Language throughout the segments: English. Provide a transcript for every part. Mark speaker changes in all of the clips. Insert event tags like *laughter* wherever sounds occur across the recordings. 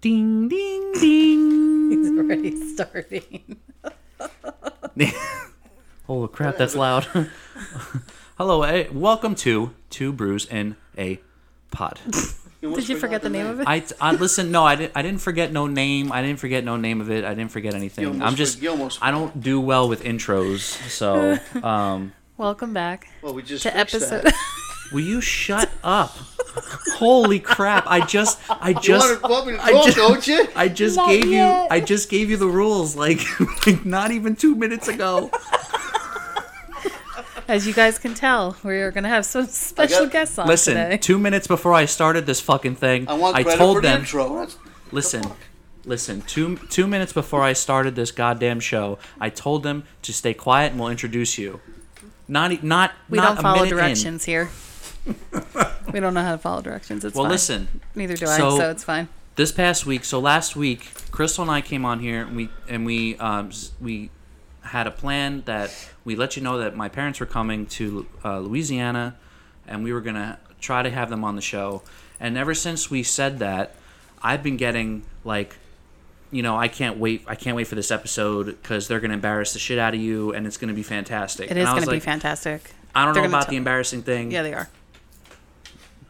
Speaker 1: Ding, ding, ding.
Speaker 2: He's already *laughs* starting.
Speaker 1: *laughs* Holy crap, that's loud. *laughs* Hello, eh, welcome to Two Brews in a Pod.
Speaker 2: Did you forget the name of it?
Speaker 1: I, I listen. No, I didn't. I didn't forget no name. I didn't forget no name of it. I didn't forget anything.
Speaker 3: almost
Speaker 1: I'm just.
Speaker 3: for- you almost-
Speaker 1: I don't do well with intros.
Speaker 3: *laughs*
Speaker 1: So, um,
Speaker 2: Welcome back
Speaker 3: Well, we just
Speaker 2: to
Speaker 3: fixed
Speaker 2: episode. *laughs*
Speaker 3: That.
Speaker 1: will you shut up? Holy crap! I just. I
Speaker 3: You
Speaker 1: just.
Speaker 3: want, want me to
Speaker 1: I
Speaker 3: talk,
Speaker 1: just-
Speaker 3: don't you?
Speaker 1: I just
Speaker 2: Not
Speaker 1: gave
Speaker 2: yet.
Speaker 1: you. I just gave you the rules like, *laughs* like not even two minutes ago.
Speaker 2: As you guys can tell, we are going to have some special
Speaker 3: got-
Speaker 2: guests on
Speaker 1: Listen,
Speaker 2: today.
Speaker 1: two minutes before I started this fucking thing,
Speaker 3: I want
Speaker 1: I
Speaker 3: credit
Speaker 1: told
Speaker 3: for the
Speaker 1: them.
Speaker 3: intro. That's-
Speaker 1: Listen, listen. Two two minutes before I started this goddamn show, I told them to stay quiet and we'll introduce you. Not e- not
Speaker 2: we
Speaker 1: not
Speaker 2: don't
Speaker 1: a
Speaker 2: follow
Speaker 1: minute in. *laughs*
Speaker 2: directions here. we don't know how to follow directions. It's
Speaker 1: Well,
Speaker 2: fine.
Speaker 1: listen.
Speaker 2: Neither do I,
Speaker 1: so-
Speaker 2: so it's fine.
Speaker 1: This past week, so last week, Crystal and I came on here and we and we um s- we had a plan that we let you know that my parents were coming to uh, Louisiana, and we were gonna try to have them on the show. And ever since we said that, I've been getting like you know, I can't wait. I can't wait for this episode because they're going to embarrass the shit out of you, and it's going to be fantastic.
Speaker 2: It
Speaker 1: and
Speaker 2: is
Speaker 1: I
Speaker 2: going
Speaker 1: was
Speaker 2: to be
Speaker 1: like, um,
Speaker 2: fantastic.
Speaker 1: I don't
Speaker 2: They're
Speaker 1: know
Speaker 2: gonna
Speaker 1: about
Speaker 2: tell-
Speaker 1: the embarrassing thing.
Speaker 2: Yeah, they are.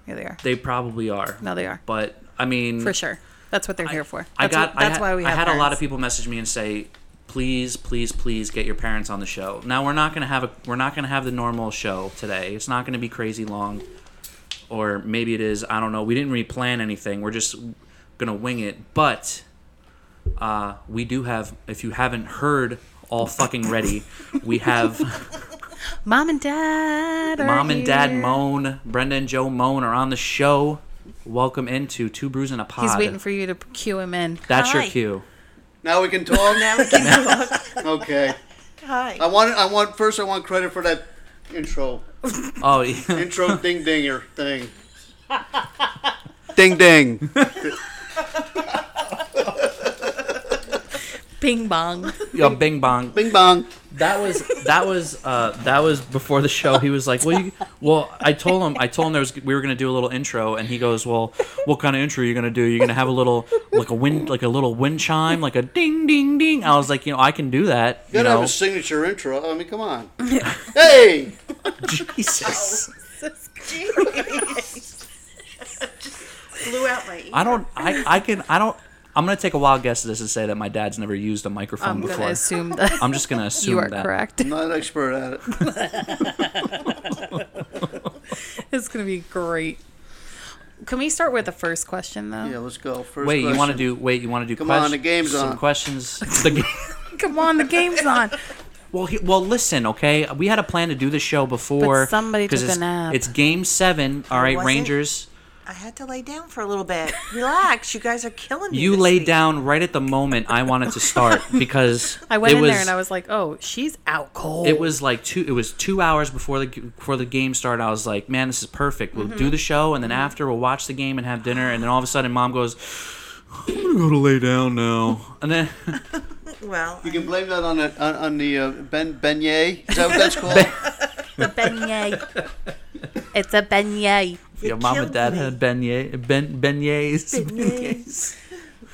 Speaker 2: Yeah, they are.
Speaker 1: they probably are.
Speaker 2: No, they are.
Speaker 1: But I mean,
Speaker 2: For sure. That's what they're here for.
Speaker 1: I
Speaker 2: That's
Speaker 1: got.
Speaker 2: what- that's
Speaker 1: I had,
Speaker 2: why we
Speaker 1: I had
Speaker 2: have
Speaker 1: a lot of
Speaker 2: parents.
Speaker 1: people message me and say, "Please, please, please, get your parents on the show." Now we're not going to have a. We're not going to have the normal show today. It's not going to be crazy long, or maybe it is. I don't know. We didn't really plan anything. We're just going to wing it. But uh, we do have. If you haven't heard, all fucking ready. We
Speaker 2: *laughs*
Speaker 1: have
Speaker 2: Mom and dad. are
Speaker 1: mom and dad
Speaker 2: here.
Speaker 1: moan. Brenda and Joe moan are on the show. Welcome into two brews and a pod.
Speaker 2: He's waiting for you to cue him in.
Speaker 1: That's your
Speaker 4: Hi.
Speaker 1: cue.
Speaker 3: Now we can talk.
Speaker 4: Now we
Speaker 3: *laughs*
Speaker 4: can talk.
Speaker 3: okay.
Speaker 4: Hi.
Speaker 3: I want. I want. First, I want credit for that intro.
Speaker 1: Oh, *laughs* yeah.
Speaker 2: *laughs*
Speaker 3: Intro ding dinger thing. ding ding.
Speaker 2: Bing bong.
Speaker 1: Yo, bing bong.
Speaker 3: Bing bong.
Speaker 1: That was that was uh, that was before the show. He was like, "Well, you, well." I told him I told him there was we were gonna do a little intro, and he goes, "Well, what kind of intro are you gonna do? You're gonna have a little like a wind like a little wind chime, like a ding ding ding." I was like, "You know, I can do that."
Speaker 3: You
Speaker 1: You
Speaker 3: gotta have
Speaker 1: know,
Speaker 3: a signature intro. I mean,
Speaker 2: *laughs*
Speaker 3: come on. hey.
Speaker 1: Jesus.
Speaker 4: *laughs* Blew out my ear.
Speaker 1: I don't. I I can. I don't. I'm gonna take a wild guess at this and say that my dad's never used a microphone
Speaker 2: I'm going
Speaker 1: before.
Speaker 2: to assume that
Speaker 1: I'm just gonna assume
Speaker 2: *laughs* you are
Speaker 1: that.
Speaker 2: correct. *laughs*
Speaker 3: I'm not an expert at it.
Speaker 2: It's going to be great. Can we start with the first question, though?
Speaker 3: Yeah, let's go. First
Speaker 1: Wait, you want to
Speaker 3: question.
Speaker 1: do? Wait, you want to do?
Speaker 3: Come on,
Speaker 1: quest-
Speaker 3: the game's
Speaker 1: some
Speaker 3: on.
Speaker 1: questions. The game.
Speaker 2: Come on, the game's on.
Speaker 1: Well, he, well, listen, okay. We had a plan to do the show before.
Speaker 2: somebody
Speaker 1: 'cause
Speaker 2: took a
Speaker 1: it's,
Speaker 2: nap.
Speaker 1: It's Game Seven. All right,
Speaker 4: was it?
Speaker 1: Rangers.
Speaker 4: I had to lay down for a
Speaker 1: *laughs*
Speaker 4: little bit. Relax. You guys are killing me.
Speaker 1: You
Speaker 4: this
Speaker 1: laid
Speaker 4: week.
Speaker 1: down right at the moment I wanted to
Speaker 2: *laughs*
Speaker 1: start because
Speaker 2: I went
Speaker 1: it
Speaker 2: in
Speaker 1: was,
Speaker 2: there and I was like, oh, she's out cold.
Speaker 1: It was like two. It was two hours before the before the game started. I was like, man, this is perfect. We'll
Speaker 2: Mm-hmm.
Speaker 1: do the show and then after we'll watch the game and have dinner. And then all of a sudden, mom goes, "I'm gonna go to lay down
Speaker 2: *laughs*
Speaker 1: now." And then
Speaker 4: Well,
Speaker 3: You can blame that on the on, on the uh, ben beignet. Is that
Speaker 1: *laughs*
Speaker 3: what that's called?
Speaker 2: a beignet. It's a beignet.
Speaker 4: you
Speaker 1: your mom and
Speaker 4: killed
Speaker 1: dad
Speaker 4: me. *laughs*
Speaker 1: had beignet, ben, beignets.
Speaker 4: Beignets.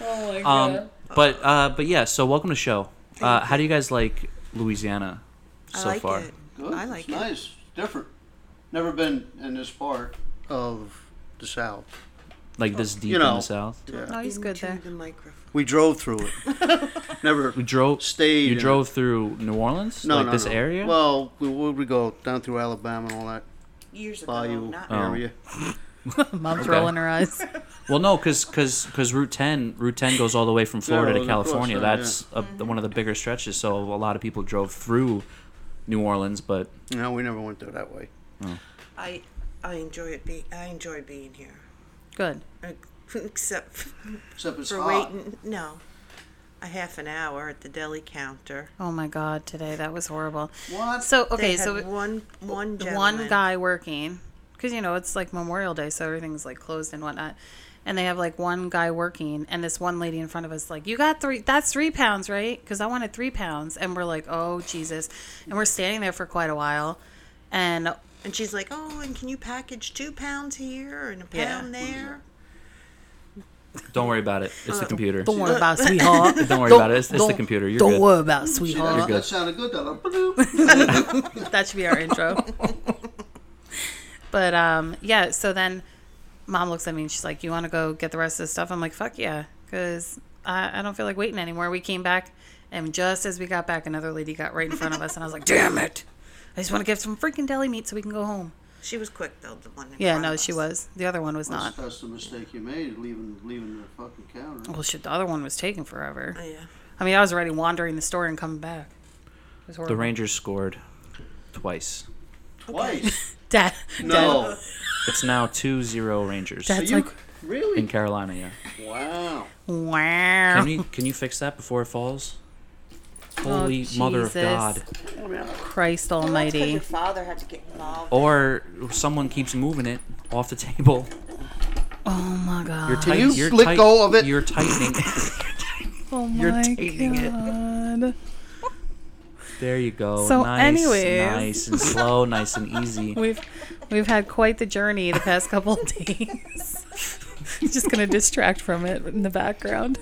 Speaker 2: Oh, my
Speaker 1: Um, but uh, but yeah. So welcome to the show. Uh, how do you guys like Louisiana
Speaker 4: I
Speaker 1: so
Speaker 4: like
Speaker 1: far?
Speaker 4: it.
Speaker 3: Good.
Speaker 4: I like
Speaker 3: it's
Speaker 4: it.
Speaker 3: Nice, different. Never been in this part of the South.
Speaker 1: Like this deep in
Speaker 3: know.
Speaker 1: the south.
Speaker 3: Oh,
Speaker 2: No, he's good
Speaker 4: Into
Speaker 2: there.
Speaker 4: The microphone.
Speaker 3: We drove through
Speaker 4: *laughs*
Speaker 3: it. Never.
Speaker 1: We drove.
Speaker 3: Stayed
Speaker 1: You
Speaker 3: in
Speaker 1: drove through New Orleans,
Speaker 3: No,
Speaker 1: like
Speaker 3: no,
Speaker 1: this
Speaker 3: no.
Speaker 1: area.
Speaker 3: Well, we, we we go down through Alabama and all that
Speaker 4: Years ago.
Speaker 3: bayou
Speaker 4: Not
Speaker 1: Oh.
Speaker 3: area.
Speaker 2: Mom's rolling her eyes.
Speaker 1: well, no, because because Route Ten Route Ten goes all the way from Florida
Speaker 3: of
Speaker 1: to
Speaker 3: course,
Speaker 1: California.
Speaker 3: yeah,
Speaker 1: That's a, one of the bigger stretches. So a lot of people drove through New Orleans, but
Speaker 3: No, we never went there that way.
Speaker 4: I I enjoy it. Be I enjoy being here.
Speaker 2: Good.
Speaker 4: Uh, *laughs* Except for
Speaker 3: Except it's hot.
Speaker 4: waiting. No. A half an hour at the deli counter.
Speaker 2: Oh, my God, today. That was horrible.
Speaker 3: What?
Speaker 2: So,
Speaker 4: They
Speaker 2: okay,
Speaker 4: had
Speaker 2: so
Speaker 4: one one
Speaker 2: one
Speaker 4: gentleman.
Speaker 2: guy working because you know it's like memorial day so everything's like closed and whatnot and they have like one guy working and this one lady in front of us like you got three that's three pounds right because i wanted three pounds and we're like oh jesus and we're standing there for quite a while and
Speaker 4: And she's like, "Oh, and can you package two pounds here and a
Speaker 2: Yeah.
Speaker 4: pound there?"
Speaker 1: Don't worry about it. It's the computer.
Speaker 2: Don't worry about it,
Speaker 1: *laughs*
Speaker 2: sweetheart.
Speaker 1: Don't worry about it. It's, it's the
Speaker 2: don't-
Speaker 1: computer. You're
Speaker 2: Don't
Speaker 1: good.
Speaker 2: worry about it,
Speaker 3: See, that-
Speaker 2: sweetheart.
Speaker 1: good.
Speaker 3: that sounded good. That like, bloop.
Speaker 2: that should be our intro. but um, yeah, so then mom looks at me and she's like, "You want to go get the rest of the stuff?" I'm like, "Fuck yeah," because I, I don't feel like waiting anymore. We came back, and just as we got back, another lady got right in front of us, and I was like, "Damn it!" I just want to get some freaking deli meat so we can go home.
Speaker 4: She was quick though. The one. In
Speaker 2: Yeah,
Speaker 4: front
Speaker 2: no,
Speaker 4: of
Speaker 2: she
Speaker 4: us.
Speaker 2: was. The other one was not.
Speaker 3: That's the mistake you made, leaving leaving the fucking
Speaker 4: Oh,
Speaker 3: counter.
Speaker 2: Well, shit, the other one was taking forever.
Speaker 4: Yeah.
Speaker 2: I mean, I was already wandering the store and coming back. It was
Speaker 1: The
Speaker 2: horrible.
Speaker 1: Rangers scored twice.
Speaker 4: *laughs*
Speaker 3: Twice.
Speaker 2: Dad, *laughs* Dad,
Speaker 3: No.
Speaker 1: It's now 2-0 Rangers
Speaker 2: That's-
Speaker 3: Are
Speaker 2: It's
Speaker 3: you
Speaker 2: like-
Speaker 1: in
Speaker 3: really?
Speaker 1: Carolina. Yeah.
Speaker 3: Wow.
Speaker 2: wow.
Speaker 1: Can you can you fix that before it falls? Holy
Speaker 2: Oh,
Speaker 1: mother of
Speaker 2: Jesus.
Speaker 1: God!
Speaker 2: Christ
Speaker 5: That's 'cause
Speaker 2: Almighty.
Speaker 5: your father had to get involved.
Speaker 1: Or someone keeps moving it off the table.
Speaker 2: Oh my God.
Speaker 1: You're tight,
Speaker 3: you
Speaker 1: you're
Speaker 3: let
Speaker 1: tight-
Speaker 3: go of it?
Speaker 1: You're tightening.
Speaker 2: Oh
Speaker 1: You're
Speaker 2: my
Speaker 1: taking it.
Speaker 2: God.
Speaker 1: there you go.
Speaker 2: So
Speaker 1: nice,
Speaker 2: anyways.
Speaker 1: nice and slow, nice and easy.
Speaker 2: We've we've had quite the journey the past couple of *laughs* days. Just gonna distract from it in the background.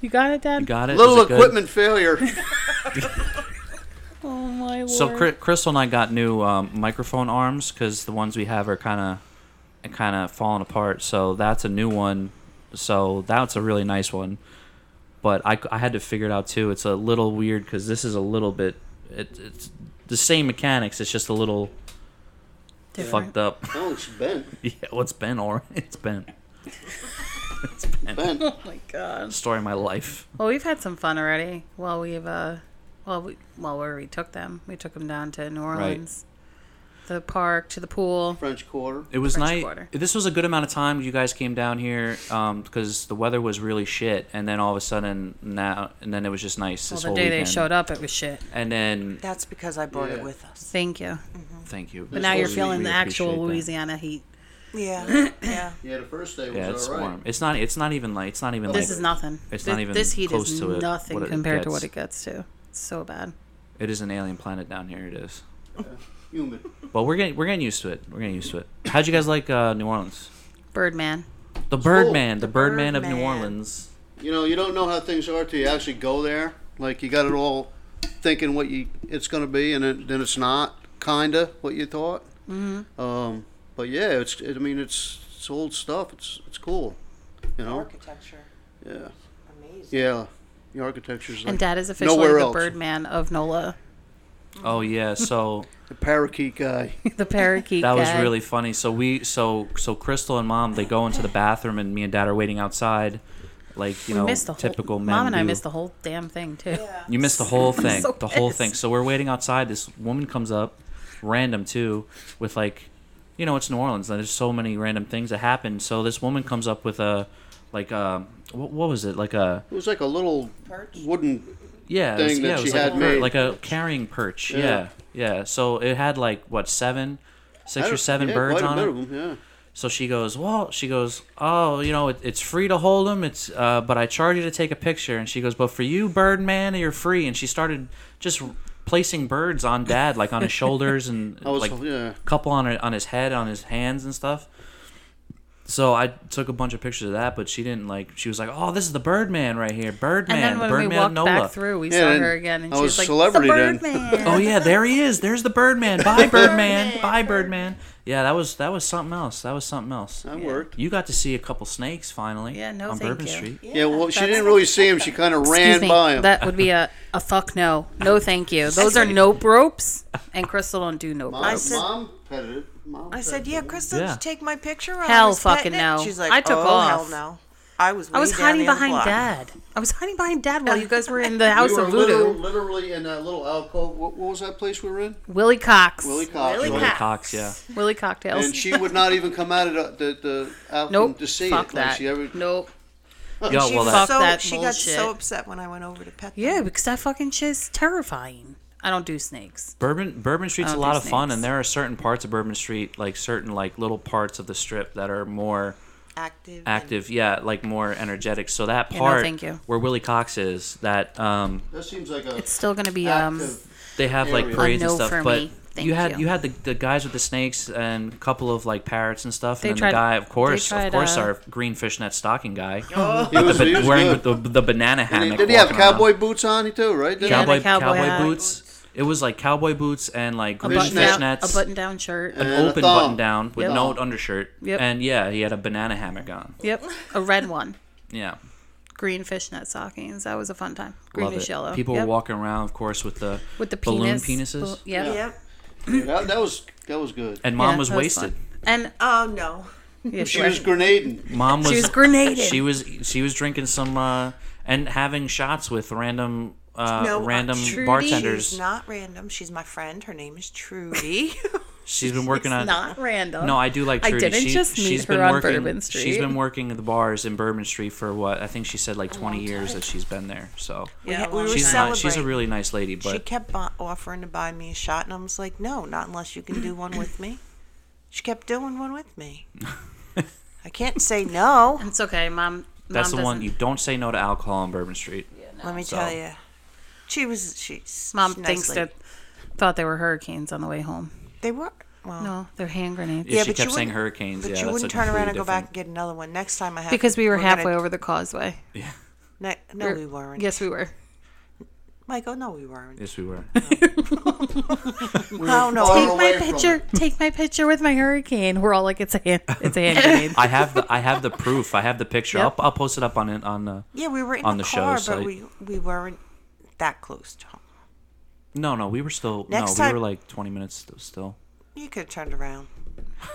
Speaker 2: you got it, Dad.
Speaker 1: You got it.
Speaker 3: Little
Speaker 1: Is it good? *laughs*
Speaker 3: equipment failure.
Speaker 2: oh my lord.
Speaker 1: So Cri- Crystal and I got new um, microphone arms because the ones we have are kind of kind of falling apart. So that's a new one. So that's a really nice one. But I, c- I had to figure it out too. It's a little weird because this is a little bit it, it's the same mechanics. It's just a little
Speaker 2: Different.
Speaker 1: fucked up. *laughs*
Speaker 3: Oh, it's bent.
Speaker 1: yeah, well, it's been or it's been
Speaker 3: Bent.
Speaker 2: Oh my god.
Speaker 1: the story of my life.
Speaker 2: Well, we've had some fun already. Well, we've uh, well we well where we took them. We took them down to New Orleans, the park, to the pool.
Speaker 3: French Quarter.
Speaker 1: It was
Speaker 2: French
Speaker 1: nice.
Speaker 2: Quarter.
Speaker 1: This was a good amount of time. You guys came down here because the weather was really shit, and then all of a sudden now, and then it was just nice.
Speaker 2: Well,
Speaker 1: this
Speaker 2: the
Speaker 1: whole
Speaker 2: day
Speaker 1: weekend.
Speaker 2: they showed up, it was shit.
Speaker 1: and then
Speaker 4: That's because I brought
Speaker 3: Yeah.
Speaker 4: it with us.
Speaker 2: Thank you.
Speaker 1: thank you.
Speaker 2: But now you're
Speaker 3: we-
Speaker 2: feeling
Speaker 1: we
Speaker 2: the actual
Speaker 1: appreciate that.
Speaker 2: Louisiana heat.
Speaker 4: Yeah. yeah.
Speaker 3: Yeah, the first day was
Speaker 1: Yeah, it's
Speaker 3: all right.
Speaker 1: warm. It's not. It's not even like. It's not even.
Speaker 2: This
Speaker 1: like,
Speaker 2: is nothing.
Speaker 1: it's
Speaker 2: Thi-
Speaker 1: not even
Speaker 2: this heat
Speaker 1: close
Speaker 2: is
Speaker 1: to it,
Speaker 2: nothing
Speaker 1: what it
Speaker 2: compared to
Speaker 1: gets.
Speaker 2: what it gets to. It's so bad.
Speaker 1: It is an alien planet down here. It is.
Speaker 3: *laughs* Humid.
Speaker 1: But we're getting we're getting used to it. We're getting used to it. How'd you guys like uh, New Orleans?
Speaker 2: Birdman.
Speaker 1: The Birdman, the Birdman of New
Speaker 4: Birdman.
Speaker 1: Orleans.
Speaker 3: You know, you don't know how things are till you actually go there. Like you got it all thinking what you it's going to be, and then, then it's not kinda what you thought. Mm-hmm. Um, but yeah, it's. It, I mean, it's it's old stuff. It's it's cool. You know.
Speaker 4: Architecture.
Speaker 3: Yeah.
Speaker 4: Amazing.
Speaker 3: Yeah. The architecture's
Speaker 2: And
Speaker 3: like
Speaker 2: Dad is officially
Speaker 3: nowhere
Speaker 2: the
Speaker 3: else.
Speaker 2: Birdman of NOLA. *laughs*
Speaker 1: Oh yeah. So
Speaker 3: the parakeet guy.
Speaker 2: *laughs* the parakeet.
Speaker 1: that was
Speaker 2: guy.
Speaker 1: really funny. So we so so Crystal and Mom they go into the bathroom and me and Dad are waiting outside, like you know
Speaker 2: missed the whole-
Speaker 1: typical men.
Speaker 2: Mom and I
Speaker 1: do.
Speaker 2: missed the whole damn thing too.
Speaker 1: You missed the
Speaker 2: *laughs*
Speaker 1: whole thing.
Speaker 2: so
Speaker 1: the whole
Speaker 2: pissed.
Speaker 1: thing. So we're waiting outside. This woman comes up, random too, with like, you know, it's New Orleans. and There's so many random things that happen. So this woman comes up with a, like a, what, what was it? Like a,
Speaker 3: It was like a little wooden.
Speaker 1: yeah, it was-
Speaker 3: Thing that
Speaker 1: yeah, it
Speaker 3: she
Speaker 1: was like,
Speaker 3: had
Speaker 1: a, per-
Speaker 3: made.
Speaker 1: like a carrying perch. Yeah. yeah,
Speaker 3: Yeah.
Speaker 1: So it had like what seven, six
Speaker 3: I
Speaker 1: or
Speaker 3: don't-
Speaker 1: seven
Speaker 3: yeah,
Speaker 1: birds
Speaker 3: quite a
Speaker 1: on
Speaker 3: bit
Speaker 1: it.
Speaker 3: of 'em, yeah.
Speaker 1: So she goes, well, she goes, oh, you know, it, it's free to hold them. It's, uh, but I charge you to take a picture. And she goes, but for you, Birdman, you're free. And she started just placing birds on Dad, like on his shoulders and
Speaker 3: *laughs* I was
Speaker 1: like
Speaker 3: yeah.
Speaker 1: couple on her, on his head, on his hands and stuff. So I took a bunch of pictures of that, but she didn't like. She was like, "Oh, this is the Birdman right here, Birdman,
Speaker 2: And then
Speaker 1: the
Speaker 2: when we
Speaker 1: Birdman of
Speaker 2: walked
Speaker 1: Nola."
Speaker 2: back through, we
Speaker 3: Yeah,
Speaker 2: saw
Speaker 3: then
Speaker 2: her again, and
Speaker 3: I
Speaker 2: she
Speaker 3: was
Speaker 2: was like,
Speaker 3: celebrity
Speaker 2: "The
Speaker 3: then."
Speaker 1: *laughs*
Speaker 2: Birdman."
Speaker 1: Oh yeah, there he is. There's the Birdman.
Speaker 2: *laughs*
Speaker 1: Bye, Birdman. Bye, Birdman. Yeah, that was that was something else. That was something else.
Speaker 3: That worked.
Speaker 1: You got to see a couple snakes finally.
Speaker 2: Yeah, no,
Speaker 1: on
Speaker 2: thank
Speaker 1: Bourbon
Speaker 2: you.
Speaker 1: Street.
Speaker 3: Yeah, well, she didn't really see him. She kind of
Speaker 2: *laughs* Excuse
Speaker 3: ran
Speaker 2: me.
Speaker 3: by him.
Speaker 2: That would be a, a fuck no. No, thank
Speaker 3: *laughs*
Speaker 2: you. Those are nope ropes, and Crystal don't do nope
Speaker 3: Mom,
Speaker 4: I
Speaker 2: ropes.
Speaker 4: said-
Speaker 3: mom petted it. Mom
Speaker 4: I said,
Speaker 3: petted
Speaker 4: "Yeah,
Speaker 3: it.
Speaker 4: Crystal,
Speaker 1: Yeah.
Speaker 4: did you take my picture?" while
Speaker 2: Hell
Speaker 4: I was petting
Speaker 2: fucking
Speaker 4: it?"
Speaker 2: no.
Speaker 4: She's like,
Speaker 2: I took
Speaker 4: "Oh,
Speaker 2: off.
Speaker 4: Hell no. I was.
Speaker 2: I was
Speaker 4: way down
Speaker 2: hiding
Speaker 4: the other
Speaker 2: behind
Speaker 4: block.
Speaker 2: Dad. I was hiding behind Dad while you guys were
Speaker 3: *laughs*
Speaker 2: in the house
Speaker 3: we were
Speaker 2: of voodoo.
Speaker 3: literally, literally in that little alcove. What, what was that place we were in?
Speaker 2: Willie Cox.
Speaker 3: Willie Cox.
Speaker 4: Willie
Speaker 3: right?
Speaker 1: Willie Cox. Yeah.
Speaker 2: *laughs* Willie cocktails.
Speaker 3: And she would not even come out of the, the, the out
Speaker 2: nope.
Speaker 3: to see
Speaker 2: fuck
Speaker 3: it.
Speaker 2: that.
Speaker 3: Like she ever,
Speaker 2: Nope.
Speaker 1: Yo,
Speaker 4: She
Speaker 1: well,
Speaker 4: was
Speaker 1: that,
Speaker 2: Fuck
Speaker 4: so
Speaker 2: that
Speaker 4: she
Speaker 2: bullshit.
Speaker 4: got so upset when I went over to pet.
Speaker 2: Yeah,
Speaker 4: them.
Speaker 2: because that fucking shit's terrifying. I don't do snakes.
Speaker 1: Bourbon Bourbon Street's
Speaker 2: Oh,
Speaker 1: a lot of
Speaker 2: these
Speaker 1: fun,
Speaker 2: snakes.
Speaker 1: and there are certain parts of Bourbon Street, like certain like little parts of the strip that are more
Speaker 4: active. and-
Speaker 1: active. Yeah, like more energetic. So that
Speaker 2: no,
Speaker 1: part
Speaker 2: thank you.
Speaker 1: where Willie Cox is, that um
Speaker 3: that seems like a
Speaker 2: It's still gonna be um.
Speaker 3: active.
Speaker 1: they have like
Speaker 3: Area.
Speaker 1: parades
Speaker 2: A
Speaker 1: and
Speaker 2: no
Speaker 1: stuff,
Speaker 2: for
Speaker 1: but
Speaker 2: me. Thank
Speaker 1: you had you,
Speaker 2: you.
Speaker 1: had the, the guys with the snakes and a couple of like parrots and stuff,
Speaker 2: They
Speaker 1: and then
Speaker 2: tried-
Speaker 1: the guy, of course,
Speaker 2: they tried,
Speaker 1: of course,
Speaker 2: uh,
Speaker 1: our green fishnet stocking guy,
Speaker 3: *laughs* He was,
Speaker 1: But
Speaker 3: Oh. he was
Speaker 1: wearing
Speaker 3: good.
Speaker 1: with the, the banana
Speaker 3: And he-
Speaker 1: hammock.
Speaker 3: did he have
Speaker 1: walking around.
Speaker 3: cowboy boots on? He too, right? Didn't
Speaker 2: Yeah,
Speaker 3: he?
Speaker 1: cowboy,
Speaker 2: the cowboy
Speaker 1: cowboy
Speaker 2: hat.
Speaker 1: boots? It was like cowboy boots and like
Speaker 2: um, a
Speaker 1: green
Speaker 2: button down, a
Speaker 1: fishnets,
Speaker 2: button down shirt.
Speaker 1: an
Speaker 3: And a
Speaker 1: open
Speaker 3: thong.
Speaker 1: button down with
Speaker 2: Yep.
Speaker 1: no undershirt,
Speaker 2: Yep.
Speaker 1: and yeah, he had a banana hammock on.
Speaker 2: Yep, a red one.
Speaker 1: Yeah,
Speaker 2: Green fishnet stockings. That was a fun time. Greenish
Speaker 1: love it.
Speaker 2: yellow.
Speaker 1: People
Speaker 2: Yep.
Speaker 1: were walking around, of course, with the
Speaker 2: with the
Speaker 1: balloon
Speaker 2: penis.
Speaker 1: penises,
Speaker 2: Bal- yep.
Speaker 5: Yep.
Speaker 2: Yeah,
Speaker 3: That, that was that was good.
Speaker 1: and mom was
Speaker 2: that
Speaker 1: wasted.
Speaker 2: fun.
Speaker 3: *laughs*
Speaker 2: And
Speaker 5: Oh no.
Speaker 2: yeah,
Speaker 3: She
Speaker 2: *laughs*
Speaker 3: was grenading.
Speaker 1: Mom was
Speaker 2: She was grenaded.
Speaker 1: She was she was drinking some uh, and having shots with random uh,
Speaker 5: No, uh,
Speaker 1: random
Speaker 5: Trudy
Speaker 1: bartenders.
Speaker 5: She's not random. She's my friend. Her name is
Speaker 2: *laughs*
Speaker 5: Trudy.
Speaker 1: she's been working on
Speaker 2: not random.
Speaker 1: No, I do like Trudy.
Speaker 2: I didn't
Speaker 1: she,
Speaker 2: just meet
Speaker 1: she's
Speaker 2: her
Speaker 1: been
Speaker 2: on
Speaker 1: working,
Speaker 2: Bourbon Street.
Speaker 1: She's been working at the bars in Bourbon Street for what I think she said like 20 years that she's been there. So
Speaker 5: We had- we were
Speaker 1: she's
Speaker 5: celebrating.
Speaker 1: not, she's a really nice lady,
Speaker 5: she
Speaker 1: but
Speaker 5: kept bu- offering to buy me a shot, and I was like, "No, not unless you can do one with me." She kept doing one with
Speaker 1: *laughs*
Speaker 5: me. I can't say no.
Speaker 2: It's okay, mom.
Speaker 1: that's
Speaker 2: mom
Speaker 1: the one
Speaker 2: doesn't-
Speaker 1: you don't say no to alcohol on Bourbon Street.
Speaker 5: Let me
Speaker 1: So-
Speaker 5: tell you, she was she's
Speaker 2: Mom
Speaker 5: she's a nice
Speaker 2: thinks
Speaker 5: lady.
Speaker 2: that thought they were hurricanes on the way home.
Speaker 5: they were. Well,
Speaker 2: No, they're hand grenades.
Speaker 1: Yeah, she
Speaker 5: but you
Speaker 1: kept saying
Speaker 5: wouldn't-
Speaker 1: hurricanes.
Speaker 5: But
Speaker 1: yeah,
Speaker 5: you
Speaker 1: that's
Speaker 5: wouldn't
Speaker 1: a
Speaker 5: turn around and
Speaker 1: completely
Speaker 5: go back and
Speaker 1: different-
Speaker 5: get another one. Next time I have
Speaker 2: Because we were
Speaker 5: gonna-
Speaker 2: halfway over the causeway.
Speaker 5: Ne- no, we weren't.
Speaker 2: Yes, we were.
Speaker 5: Michael, no, we weren't.
Speaker 1: Yes, we
Speaker 5: *laughs*
Speaker 1: were.
Speaker 5: Oh no,
Speaker 3: Far
Speaker 2: Take
Speaker 3: away
Speaker 2: my
Speaker 3: from
Speaker 2: picture. Take my picture with my hurricane. We're all like, it's a hand. It's a *laughs* hand grenade.
Speaker 1: I have the I have the proof. I have the picture.
Speaker 2: Yep.
Speaker 1: I'll, I'll post it up on it on uh, the.
Speaker 5: Yeah, we were in
Speaker 1: on
Speaker 5: the,
Speaker 1: the show,
Speaker 5: car,
Speaker 1: so
Speaker 5: but
Speaker 1: I-
Speaker 5: we we weren't that close to home.
Speaker 1: No, no, we were still
Speaker 5: Next
Speaker 1: no,
Speaker 5: time-
Speaker 1: we were like 20 minutes st- still.
Speaker 5: You could have turned around.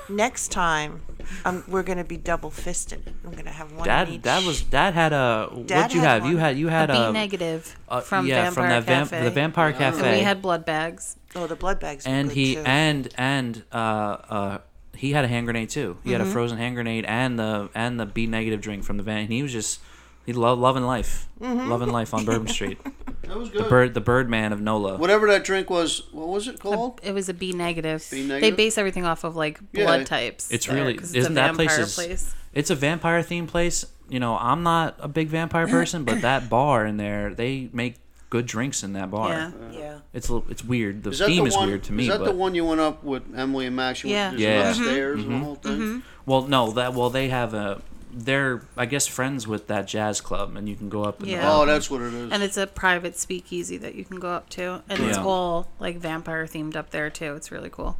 Speaker 5: Next time, um, we're gonna be double fisted. I'm gonna have one. in
Speaker 1: Dad,
Speaker 5: each.
Speaker 1: dad was dad had a.
Speaker 5: Dad
Speaker 1: what'd you
Speaker 5: had
Speaker 1: have? You
Speaker 5: one.
Speaker 1: had you had
Speaker 2: B
Speaker 1: a.
Speaker 2: negative
Speaker 1: uh,
Speaker 2: from
Speaker 1: yeah,
Speaker 2: Vampire
Speaker 1: from that vamp-
Speaker 2: Cafe.
Speaker 1: the Vampire Cafe.
Speaker 2: And we had blood bags.
Speaker 5: Oh, the blood bags. were
Speaker 1: and
Speaker 5: good,
Speaker 1: he
Speaker 5: too.
Speaker 1: and and uh, uh, he had a hand grenade too. He
Speaker 3: Mm-hmm.
Speaker 1: had a frozen hand grenade and the and the B negative drink from the van. And he was just he loved loving life,
Speaker 3: Mm-hmm.
Speaker 1: loving life on
Speaker 3: *laughs*
Speaker 1: Bourbon Street.
Speaker 3: That was
Speaker 1: The
Speaker 3: good.
Speaker 1: bird, the bird man of Nola.
Speaker 3: Whatever that drink was, what was it called?
Speaker 2: It was a B negative.
Speaker 3: B negative?
Speaker 2: They base everything off of like
Speaker 3: Yeah.
Speaker 2: blood types.
Speaker 1: It's
Speaker 2: there,
Speaker 1: really
Speaker 2: 'cause
Speaker 1: isn't that place,
Speaker 2: vampire
Speaker 1: is, It's a vampire themed place. You know, I'm not a big vampire person, but
Speaker 3: *clears throat*
Speaker 1: that bar in there, they make good drinks in that bar.
Speaker 2: Yeah.
Speaker 5: yeah.
Speaker 1: It's a little, it's weird. The
Speaker 3: Is that
Speaker 1: theme
Speaker 3: the
Speaker 1: is
Speaker 3: one?
Speaker 1: weird to me.
Speaker 3: is that
Speaker 1: but,
Speaker 3: the one you went up with Emily and Max? You
Speaker 2: Yeah.
Speaker 3: went, just
Speaker 1: Yeah.
Speaker 3: went upstairs and the whole thing.
Speaker 1: Well, no, that well they have a they're I guess friends with that jazz club, and you can go up. In The
Speaker 2: Yeah.
Speaker 3: Oh,
Speaker 1: balcony.
Speaker 3: that's what it is.
Speaker 2: And it's a private speakeasy that you can go up to, and it's
Speaker 1: Yeah.
Speaker 2: all like vampire themed up there too. It's really cool.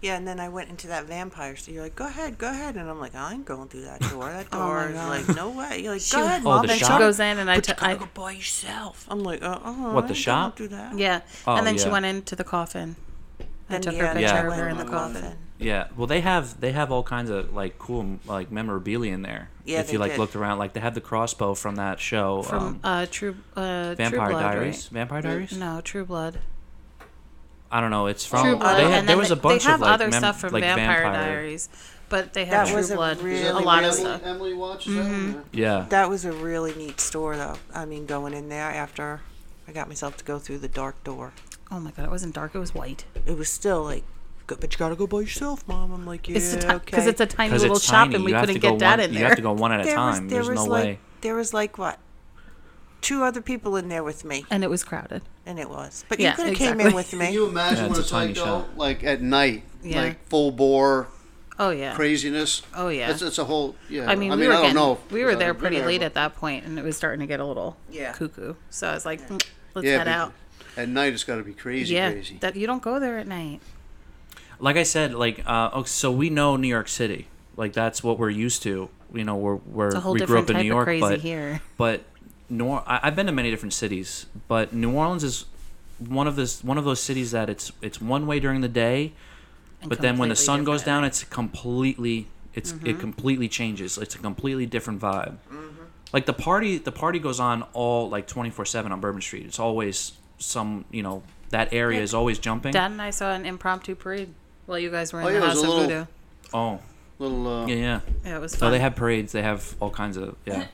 Speaker 5: Yeah, and then I went into that vampire. So you're like, go ahead, go ahead, and I'm like, I ain't going
Speaker 1: *laughs*
Speaker 5: through that door. That door is like, no way. You're like, go ahead,
Speaker 1: Oh,
Speaker 5: mom.
Speaker 1: the
Speaker 5: and
Speaker 1: shop?
Speaker 2: Oh She
Speaker 1: Huh?
Speaker 2: goes in, and I, t- I
Speaker 5: go by yourself. I'm like, uh, uh
Speaker 1: What, the shop?
Speaker 5: Do that.
Speaker 2: yeah,
Speaker 1: Oh,
Speaker 2: and then she
Speaker 1: yeah.
Speaker 2: went into the coffin. I
Speaker 5: Then,
Speaker 2: took
Speaker 5: yeah,
Speaker 2: her
Speaker 5: then
Speaker 2: picture
Speaker 1: I
Speaker 2: of
Speaker 5: went
Speaker 2: her in
Speaker 5: in
Speaker 2: the
Speaker 5: the
Speaker 2: coffin.
Speaker 5: coffin.
Speaker 1: Yeah, well, they have they have all kinds of like cool like memorabilia in there.
Speaker 5: Yeah,
Speaker 1: if
Speaker 5: they
Speaker 1: you like
Speaker 5: did.
Speaker 1: looked around, like they have the crossbow from that show,
Speaker 2: From
Speaker 1: um,
Speaker 2: uh, True uh,
Speaker 1: Vampire
Speaker 2: True Blood,
Speaker 1: Diaries.
Speaker 2: right? Mm-hmm.
Speaker 1: Vampire Diaries.
Speaker 2: No, True Blood.
Speaker 1: I don't know. It's from
Speaker 2: True Blood.
Speaker 1: Oh, they had,
Speaker 2: and
Speaker 1: there
Speaker 2: then
Speaker 1: was a
Speaker 2: they-
Speaker 1: bunch
Speaker 2: they have
Speaker 1: of like,
Speaker 2: other
Speaker 1: mem-
Speaker 2: stuff from
Speaker 1: like
Speaker 2: Vampire, Diaries, but they
Speaker 5: That
Speaker 2: have True
Speaker 5: was a
Speaker 2: Blood,
Speaker 5: really,
Speaker 3: Is that
Speaker 2: a
Speaker 3: the
Speaker 2: lot
Speaker 3: one
Speaker 2: of
Speaker 5: really-
Speaker 2: stuff. Mm-hmm.
Speaker 3: Emily, Emily watches that? or-
Speaker 1: Yeah,
Speaker 5: That was a really neat store, though. I mean, going in there after I got myself to go through the dark door.
Speaker 2: Oh my god, it wasn't dark; it was white.
Speaker 5: It was still like, go, but you gotta go by yourself, mom. I'm like, yeah,
Speaker 2: It's a ti-
Speaker 5: okay.
Speaker 2: because it's a tiny
Speaker 1: because
Speaker 2: little
Speaker 1: it's
Speaker 2: shop,
Speaker 1: tiny.
Speaker 2: and we
Speaker 1: you have
Speaker 2: couldn't
Speaker 1: to go
Speaker 2: get that
Speaker 1: one,
Speaker 2: in there.
Speaker 1: You have to go one at a
Speaker 5: there
Speaker 1: time.
Speaker 5: Was, there
Speaker 1: There's
Speaker 5: was
Speaker 1: no
Speaker 5: like,
Speaker 1: way.
Speaker 5: There was like what, two other people in there with me,
Speaker 2: *laughs* and it was crowded.
Speaker 5: and it was. But
Speaker 2: Yeah,
Speaker 5: *laughs* you could have came in
Speaker 2: exactly.
Speaker 5: with
Speaker 3: Can
Speaker 5: me.
Speaker 3: you imagine
Speaker 1: Yeah, it's
Speaker 3: what
Speaker 1: a
Speaker 3: it's
Speaker 1: tiny
Speaker 3: like though?
Speaker 1: shop.
Speaker 3: Like at night,
Speaker 2: Yeah.
Speaker 3: like full bore
Speaker 2: Oh yeah.
Speaker 3: craziness.
Speaker 2: Oh, yeah.
Speaker 3: it's, it's a whole. Yeah,
Speaker 2: I mean, we were
Speaker 3: I don't
Speaker 2: getting,
Speaker 3: know.
Speaker 2: we were
Speaker 3: because
Speaker 2: there
Speaker 3: I've been
Speaker 2: pretty late
Speaker 3: but-
Speaker 2: at that point, and it was starting to get a little
Speaker 5: Yeah.
Speaker 2: cuckoo. So I was like, "Mm, let's head
Speaker 3: Yeah, but
Speaker 2: out.
Speaker 3: At night, it's got to be crazy,
Speaker 2: yeah,
Speaker 3: crazy.
Speaker 2: that you don't go there at night.
Speaker 1: like I said, like uh, oh, so we know New York City, like that's what we're used to. You know, we're we're
Speaker 2: It's a whole
Speaker 1: we grew
Speaker 2: different
Speaker 1: up in
Speaker 2: type
Speaker 1: New
Speaker 2: of
Speaker 1: York,
Speaker 2: crazy
Speaker 1: but
Speaker 2: here.
Speaker 1: but New Or- I, I've been to many different cities, but New Orleans is one of this one of those cities that it's it's one way during the day, but then when the sun
Speaker 2: completely
Speaker 1: goes
Speaker 2: different. Mm-hmm.
Speaker 1: down, it's completely it's it completely changes. It's a completely different vibe. Like the party, the party goes on all like twenty four seven on Bourbon Street. It's always some you know that area is always jumping.
Speaker 2: Dad and I saw an impromptu parade while you guys were in
Speaker 3: Oh,
Speaker 2: the
Speaker 3: yeah, it was
Speaker 2: house of
Speaker 3: a little-
Speaker 2: voodoo.
Speaker 1: oh
Speaker 3: Little. Uh,
Speaker 1: yeah yeah.
Speaker 2: Yeah, it was
Speaker 1: So
Speaker 2: fun.
Speaker 1: Oh, they have parades. They have all kinds of yeah.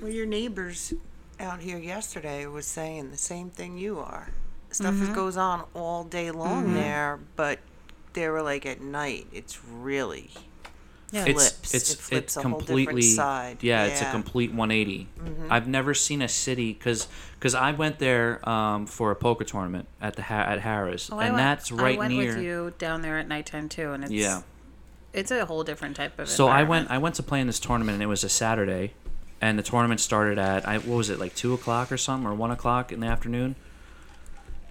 Speaker 5: Well, your neighbors out here yesterday was saying the same thing you are. Stuff that goes on Mm-hmm. all day long there, but they were like at night. It's really
Speaker 4: Yeah.
Speaker 1: It's
Speaker 4: flips.
Speaker 1: it's
Speaker 4: It flips
Speaker 1: it's
Speaker 4: a whole different
Speaker 1: completely
Speaker 4: side.
Speaker 1: Yeah, it's a
Speaker 4: Yeah.
Speaker 1: complete 180. I've never seen a city because I went there um, for a poker tournament at the ha- at Harris,
Speaker 2: Oh, I
Speaker 1: and
Speaker 2: went-
Speaker 1: that's right
Speaker 2: I went
Speaker 1: near.
Speaker 2: with you down there at nighttime too, and it's
Speaker 1: Yeah.
Speaker 2: it's a whole different type of.
Speaker 1: So I went.
Speaker 2: environment.
Speaker 1: I went to play in this tournament, and it was a Saturday, and the tournament started at I, what was it like two o'clock or something, or one o'clock in the afternoon.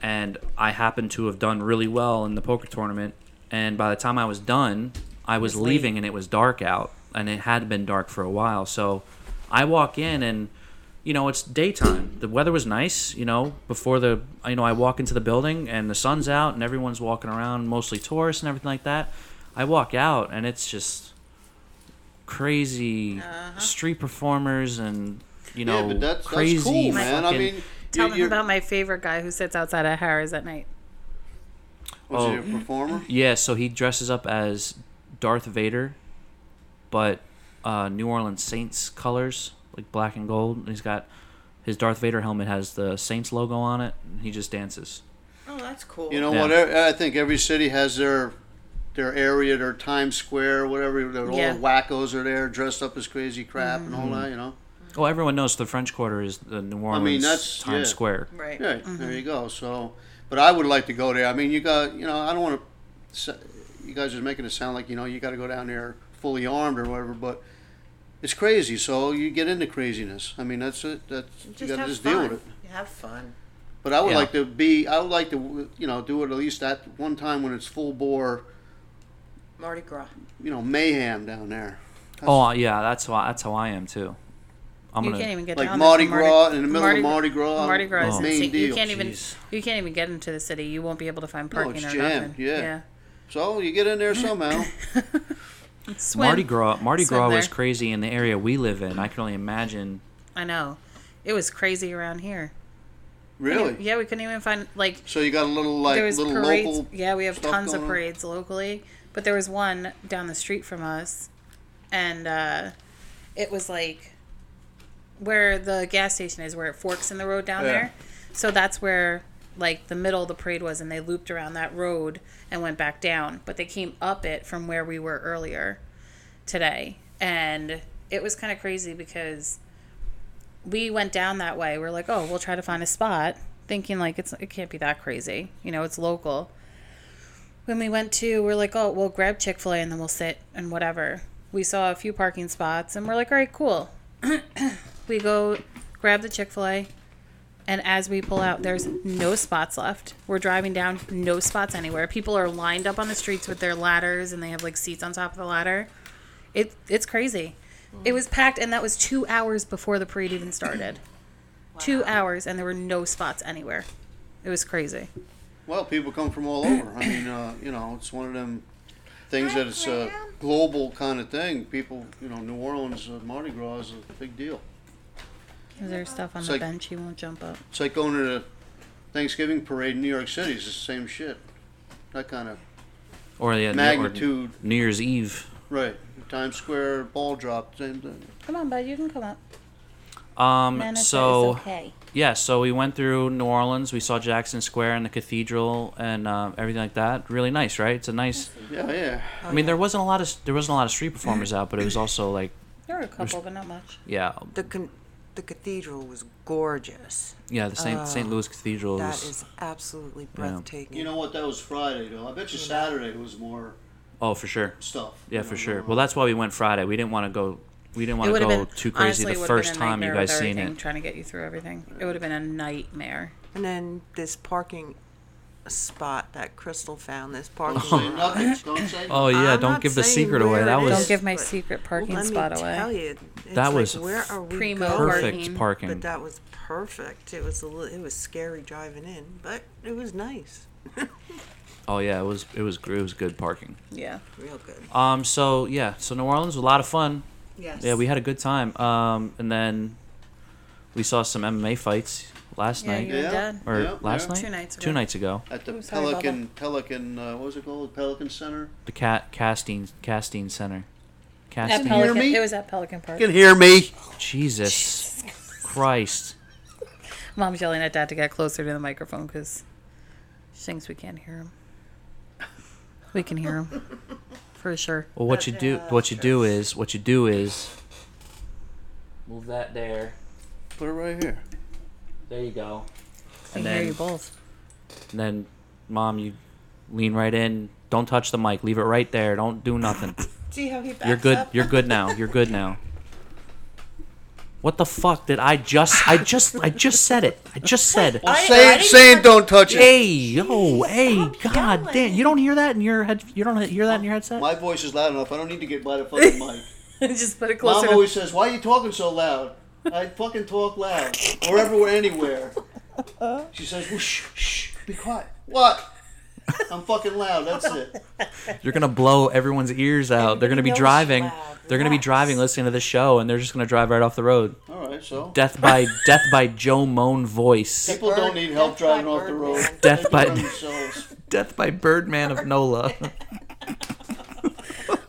Speaker 1: And I happened to have done really well in the poker tournament, and by the time I was done, I was
Speaker 2: was late.
Speaker 1: leaving, and it was dark out, and it had been dark for a while. So I walk in and. You know, it's daytime. The weather was nice, you know, before the you know, I walk into the building and the sun's out and everyone's walking around, mostly tourists and everything like that. I walk out and it's just crazy street performers and you know
Speaker 3: yeah, but that's,
Speaker 1: crazy
Speaker 3: that's cool, man. I
Speaker 1: fucking-
Speaker 3: mean,
Speaker 2: Tell
Speaker 3: you,
Speaker 2: them
Speaker 3: you're,
Speaker 2: about my favorite guy who sits outside at Harris at night.
Speaker 3: was
Speaker 1: Oh.
Speaker 3: he a performer?
Speaker 1: yeah so he dresses up as darth vader but uh, new orleans saints colors like black and gold and he's got his darth vader helmet has the saints logo on it and he just dances
Speaker 5: Oh, that's cool.
Speaker 3: You know
Speaker 1: Yeah.
Speaker 3: what? I I think every city has their their area, their Times Square, whatever. They're All
Speaker 2: Yeah. Mm-hmm.
Speaker 3: the wackos are there, dressed up as crazy crap and all that. You know.
Speaker 1: oh everyone knows the french quarter is the new orleans
Speaker 3: that's-
Speaker 1: times
Speaker 3: yeah.
Speaker 1: square
Speaker 5: right.
Speaker 3: Yeah,
Speaker 2: Mm-hmm.
Speaker 3: there you go. So, but I would like to go there. I mean, you got, you know, I don't want to. You guys are making it sound like you know you got to go down there fully armed or whatever, but it's crazy. So you get into craziness. I mean, that's it. That's you got to just deal with it.
Speaker 5: Have fun.
Speaker 3: But I would
Speaker 1: Yeah.
Speaker 3: like to be. I would like to, you know, do it at least that one time when it's full bore,
Speaker 5: Mardi Gras.
Speaker 3: you know, mayhem down there,
Speaker 1: oh yeah that's why that's how i am too i'm
Speaker 2: You
Speaker 1: gonna
Speaker 2: can't even get
Speaker 3: like
Speaker 2: down there
Speaker 3: Mardi
Speaker 2: from
Speaker 3: Gras in the middle of Mardi Gras.
Speaker 2: Mardi Gras is
Speaker 1: Oh.
Speaker 3: main
Speaker 2: insane.
Speaker 3: deal.
Speaker 2: You can't even
Speaker 1: Jeez.
Speaker 2: you can't even get into the city. You won't be able to find
Speaker 3: No,
Speaker 2: parking
Speaker 3: it's
Speaker 2: or
Speaker 3: jammed,
Speaker 2: nothing.
Speaker 3: yeah. So you get in
Speaker 2: *laughs*
Speaker 3: there somehow.
Speaker 2: Swim.
Speaker 1: Mardi Gras, Mardi
Speaker 2: Swim
Speaker 1: Gras was
Speaker 2: there.
Speaker 1: crazy in the area we live in. I can only imagine.
Speaker 2: I know. It was crazy around here.
Speaker 3: really?
Speaker 2: Yeah, we couldn't even find like
Speaker 3: So you got a little like
Speaker 2: there was
Speaker 3: little
Speaker 2: parades.
Speaker 3: local.
Speaker 2: yeah, we have
Speaker 3: stuff
Speaker 2: tons of
Speaker 3: going on?
Speaker 2: parades locally, but there was one down the street from us, and uh, it was like where the gas station is, where it forks in the road down
Speaker 3: Yeah.
Speaker 2: there. So that's where like the middle of the parade was, and they looped around that road and went back down, but they came up it from where we were earlier today, and it was kind of crazy because we went down that way. We're like, oh, we'll try to find a spot, thinking like it's it can't be that crazy. You know, it's local. When we went to, we're like, oh, we'll grab Chick Fil A and then we'll sit and whatever. We saw a few parking spots and we're like, all right, cool. *clears throat* we go grab the Chick Fil A, and as we pull out, there's no spots left. We're driving down, no spots anywhere. People are lined up on the streets with their ladders and they have like seats on top of the ladder. It it's crazy. It was packed, and that was two hours before the parade even started. Two hours, and there were no spots anywhere. It was crazy.
Speaker 3: Well, people come from all over. I mean, uh, you know, it's one of them things that it's a global kind of thing. People, you know, New Orleans uh, Mardi Gras is a big deal.
Speaker 2: Is there stuff on
Speaker 3: It's
Speaker 2: the
Speaker 3: like-
Speaker 2: bench you won't jump up?
Speaker 3: It's like going to the Thanksgiving parade in New York City. It's the same shit. That kind of
Speaker 1: Or yeah, New- or
Speaker 3: magnitude,
Speaker 1: New Year's Eve.
Speaker 3: right? Times Square ball drop, same thing.
Speaker 2: Come on, bud, you can come up.
Speaker 1: Um,
Speaker 2: Nana said
Speaker 1: so
Speaker 2: it's okay.
Speaker 1: yeah, so we went through New Orleans. We saw Jackson Square and the cathedral and uh, everything like that. Really nice, right? It's a nice.
Speaker 3: Yeah, yeah.
Speaker 2: oh,
Speaker 1: I mean, there wasn't a lot of there wasn't a lot of street performers out, but
Speaker 2: *clears throat*
Speaker 1: it was also like
Speaker 2: There were a couple, but not much.
Speaker 1: yeah,
Speaker 4: The con- the cathedral was gorgeous.
Speaker 1: yeah. The Saint Saint
Speaker 2: Uh,
Speaker 1: Louis Cathedral
Speaker 4: That
Speaker 1: was-
Speaker 4: is absolutely breathtaking.
Speaker 3: You know what? That was Friday though. I bet you Saturday was more
Speaker 1: oh for sure.
Speaker 3: stuff.
Speaker 1: Yeah,
Speaker 3: you know,
Speaker 1: for sure.
Speaker 3: more-
Speaker 1: Well, that's why we went Friday. We didn't want to go. We didn't want to
Speaker 2: would've
Speaker 1: go too crazy
Speaker 2: honestly,
Speaker 1: the
Speaker 2: would've
Speaker 1: first
Speaker 2: been a
Speaker 1: time you
Speaker 2: nightmare with
Speaker 1: guys seen
Speaker 2: everything,
Speaker 1: it.
Speaker 2: Trying to get you through everything, it would have been a nightmare.
Speaker 4: And then this parking spot that Crystal found.
Speaker 3: *laughs*
Speaker 4: This parking.
Speaker 3: Say nothing. Don't say
Speaker 1: *laughs* Oh yeah,
Speaker 4: I'm
Speaker 1: don't
Speaker 4: not
Speaker 1: give the
Speaker 4: saying
Speaker 1: secret away.
Speaker 4: where
Speaker 1: That
Speaker 4: it
Speaker 1: was
Speaker 4: is,
Speaker 2: Don't give my
Speaker 4: but-
Speaker 2: secret parking
Speaker 4: Let me
Speaker 2: spot away.
Speaker 4: tell you, it's
Speaker 1: That
Speaker 4: like,
Speaker 1: was
Speaker 4: where are we
Speaker 2: primo
Speaker 4: going?
Speaker 1: perfect
Speaker 2: parking.
Speaker 1: parking.
Speaker 4: But that was perfect. It was a little, it was scary driving in, but it was nice,
Speaker 1: Oh yeah, it was it was it was good parking.
Speaker 2: Yeah,
Speaker 4: real good.
Speaker 1: Um, so yeah, so New Orleans was a lot of fun.
Speaker 4: Yes.
Speaker 1: Yeah, we had a good time. Um, and then we saw some MMA fights last
Speaker 2: Yeah,
Speaker 1: night
Speaker 2: you-
Speaker 3: Yeah,
Speaker 2: Dad.
Speaker 1: or
Speaker 3: yeah,
Speaker 1: last
Speaker 3: yeah.
Speaker 1: night,
Speaker 2: Two nights ago.
Speaker 1: two nights ago.
Speaker 3: At the
Speaker 2: I'm sorry, Bubba.
Speaker 3: Pelican, Pelican, uh, what was it called? Pelican Center.
Speaker 1: The cat casting casting center.
Speaker 2: at
Speaker 1: Casting.
Speaker 2: Pelican.
Speaker 3: me?
Speaker 2: It was at Pelican Park.
Speaker 3: can hear me.
Speaker 1: Jesus Christ.
Speaker 2: Mom's yelling at Dad to get closer to the microphone because she thinks we can't hear him. We can hear him. for sure.
Speaker 1: Well, what you do, what you do is, what you do is, move that there.
Speaker 3: Put it right here.
Speaker 1: There you go.
Speaker 2: I
Speaker 1: And
Speaker 2: hear you
Speaker 1: then,
Speaker 2: both.
Speaker 1: and then, mom, you lean right in. Don't touch the mic. Leave it right there. Don't do *laughs* nothing.
Speaker 5: See how he backs
Speaker 1: You're good.
Speaker 5: up?
Speaker 1: You're good now. You're good now. What the fuck did I just? I just. I just said it. I just said.
Speaker 5: I- I
Speaker 3: Saying,
Speaker 5: didn't
Speaker 3: saying
Speaker 5: hear-
Speaker 3: don't touch it.
Speaker 1: Hey yo, hey, god damn! You don't hear that in your head. You don't hear that in your headset.
Speaker 3: My voice is loud enough. I don't need to get by the *laughs* fucking mic.
Speaker 2: *laughs* Just put it
Speaker 3: Mom
Speaker 2: closer. to-
Speaker 3: always says, "Why are you talking so loud?" I fucking talk loud, wherever we're anywhere. She says, well, "Shh, shh, be quiet." What? I'm fucking loud. That's it.
Speaker 1: You're gonna blow everyone's ears out. They're gonna be
Speaker 4: knows
Speaker 1: driving.
Speaker 4: loud.
Speaker 1: They're gonna be
Speaker 4: Relax.
Speaker 1: driving, listening to this show, and they're just gonna drive right off the road.
Speaker 3: All right, so
Speaker 1: Death by death by Joe Moan voice.
Speaker 3: people don't need help driving off the road.
Speaker 1: Death by
Speaker 3: They do it themselves.
Speaker 1: *laughs* death by Birdman of Nola.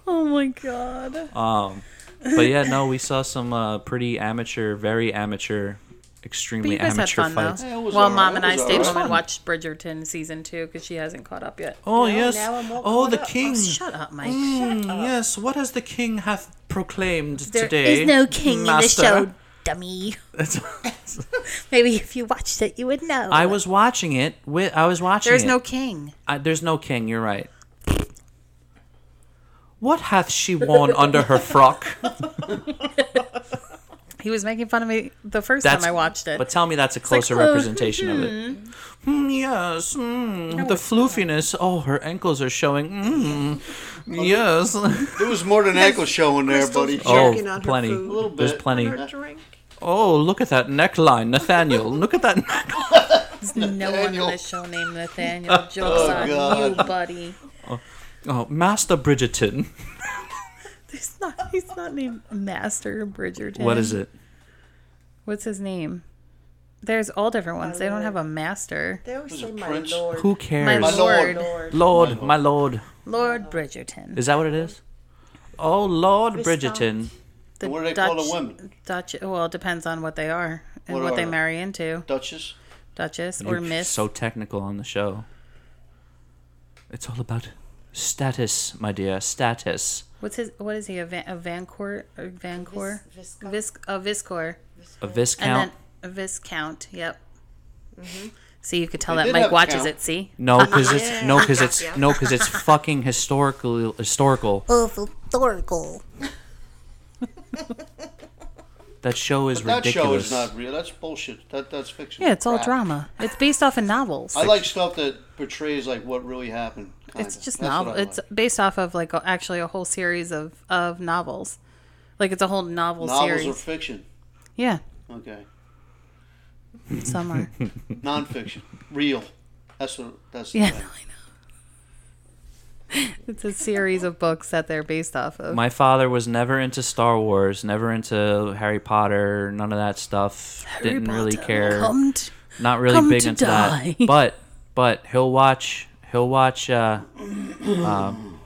Speaker 2: Oh my god.
Speaker 1: Um, but yeah, no, we saw some uh, pretty amateur, very amateur,
Speaker 2: But
Speaker 1: extremely
Speaker 2: you guys had
Speaker 1: amateur
Speaker 2: fun
Speaker 1: fights.
Speaker 2: though.
Speaker 3: Yeah, it was
Speaker 2: well,
Speaker 3: alright.
Speaker 2: mom
Speaker 3: It
Speaker 2: and I
Speaker 3: was
Speaker 2: stayed
Speaker 3: alright.
Speaker 2: home
Speaker 3: Fun.
Speaker 2: and watched Bridgerton season two because she hasn't caught up yet.
Speaker 1: Oh
Speaker 5: No,
Speaker 1: yes.
Speaker 5: now I'm all
Speaker 1: Oh,
Speaker 5: caught
Speaker 1: the
Speaker 5: up.
Speaker 1: king.
Speaker 2: Shut up, Mike.
Speaker 1: Mm, Yes. What has the king hath proclaimed
Speaker 6: There is
Speaker 1: today?
Speaker 6: no king
Speaker 1: master?
Speaker 6: in the show, dummy.
Speaker 1: *laughs* That's-
Speaker 2: *laughs*
Speaker 6: Maybe if you watched it, you would know.
Speaker 1: I was watching it. With I was watching.
Speaker 2: There's
Speaker 1: it.
Speaker 2: no king.
Speaker 1: I, there's no king. You're right. What hath she worn under her frock?
Speaker 2: He was making fun of me the first
Speaker 1: That's
Speaker 2: time I watched it.
Speaker 1: But tell me that's a
Speaker 2: like,
Speaker 1: closer
Speaker 2: uh,
Speaker 1: representation of it. Mm, yes, mm, the floofiness. Oh, her ankles are showing. Mm, yes.
Speaker 3: There was more than ankle showing there,
Speaker 1: *laughs*
Speaker 3: buddy.
Speaker 4: Crystal's
Speaker 1: Oh,
Speaker 4: Jerking on her
Speaker 1: plenty.
Speaker 4: food. A
Speaker 3: little
Speaker 1: There's
Speaker 3: bit.
Speaker 1: plenty.
Speaker 4: Her drink.
Speaker 1: Oh, look at that neckline, Nathaniel. Look at that. Neck-
Speaker 2: no one
Speaker 3: Nathaniel.
Speaker 2: on the show named Nathaniel. Jokes on you,
Speaker 3: God.
Speaker 2: buddy.
Speaker 1: oh, Master Bridgerton.
Speaker 2: He's not. He's not named Master Bridgerton.
Speaker 1: What is it?
Speaker 2: What's his name? There's all different ones. They don't have a master.
Speaker 5: They always
Speaker 3: a
Speaker 5: say my
Speaker 3: prince.
Speaker 5: lord.
Speaker 1: Who
Speaker 2: My
Speaker 1: cares?
Speaker 3: My lord.
Speaker 2: lord,
Speaker 5: Lord.
Speaker 1: Lord, my lord.
Speaker 2: Lord Bridgerton.
Speaker 1: Is that what it is? Oh, Lord Bridgerton.
Speaker 2: The
Speaker 3: What do they
Speaker 2: Dutch,
Speaker 3: call the women?
Speaker 2: Dutch. Well, it depends on what they are and
Speaker 3: What
Speaker 2: what,
Speaker 3: are
Speaker 2: they
Speaker 3: they?
Speaker 2: marry into.
Speaker 3: Duchess.
Speaker 2: Duchess or
Speaker 1: You're
Speaker 2: Miss.
Speaker 1: So technical on the show. It's all about status, my dear. Status.
Speaker 2: What's his? What is he? A, Van, a Vancourt? Or Vancourt?
Speaker 5: Vis- Viscount.
Speaker 2: Visc, a Viscor.
Speaker 1: A
Speaker 2: And
Speaker 1: viscount.
Speaker 2: then a Viscount. Yep. See, you could tell
Speaker 3: Mm-hmm.
Speaker 2: that
Speaker 3: They did
Speaker 2: Mike
Speaker 3: have a
Speaker 2: watches
Speaker 3: count.
Speaker 2: it. See,
Speaker 1: No, 'cause no, because it's no, because
Speaker 2: *laughs*
Speaker 1: it's no, because it's fucking historical. Historical.
Speaker 6: Oval Thorgal.
Speaker 1: That show is
Speaker 3: That show
Speaker 1: ridiculous.
Speaker 3: is not real. That's bullshit. That that's fiction.
Speaker 2: yeah, it's all
Speaker 3: Crap.
Speaker 2: drama. It's based off of novels.
Speaker 3: I like stuff that portrays like what really happened. kinda.
Speaker 2: it's just
Speaker 3: That's
Speaker 2: novel.
Speaker 3: what I
Speaker 2: It's
Speaker 3: like.
Speaker 2: based off of like a- actually a whole series of of novels. Like it's a whole novel
Speaker 3: novels
Speaker 2: series.
Speaker 3: are fiction.
Speaker 2: yeah,
Speaker 3: Okay.
Speaker 2: some
Speaker 3: *laughs*
Speaker 2: are.
Speaker 3: Nonfiction,
Speaker 2: *laughs*
Speaker 3: real. That's what. That's
Speaker 2: yeah, no,
Speaker 3: The
Speaker 2: I
Speaker 3: thing.
Speaker 2: know. It's a series of books that they're based off of.
Speaker 1: My father was never into Star Wars, never into Harry Potter, none of that stuff. Didn't really care.
Speaker 2: Come t-
Speaker 1: not really
Speaker 2: come
Speaker 1: big
Speaker 2: to
Speaker 1: into
Speaker 2: die. *laughs*
Speaker 1: that. But but he'll watch he'll watch uh, um,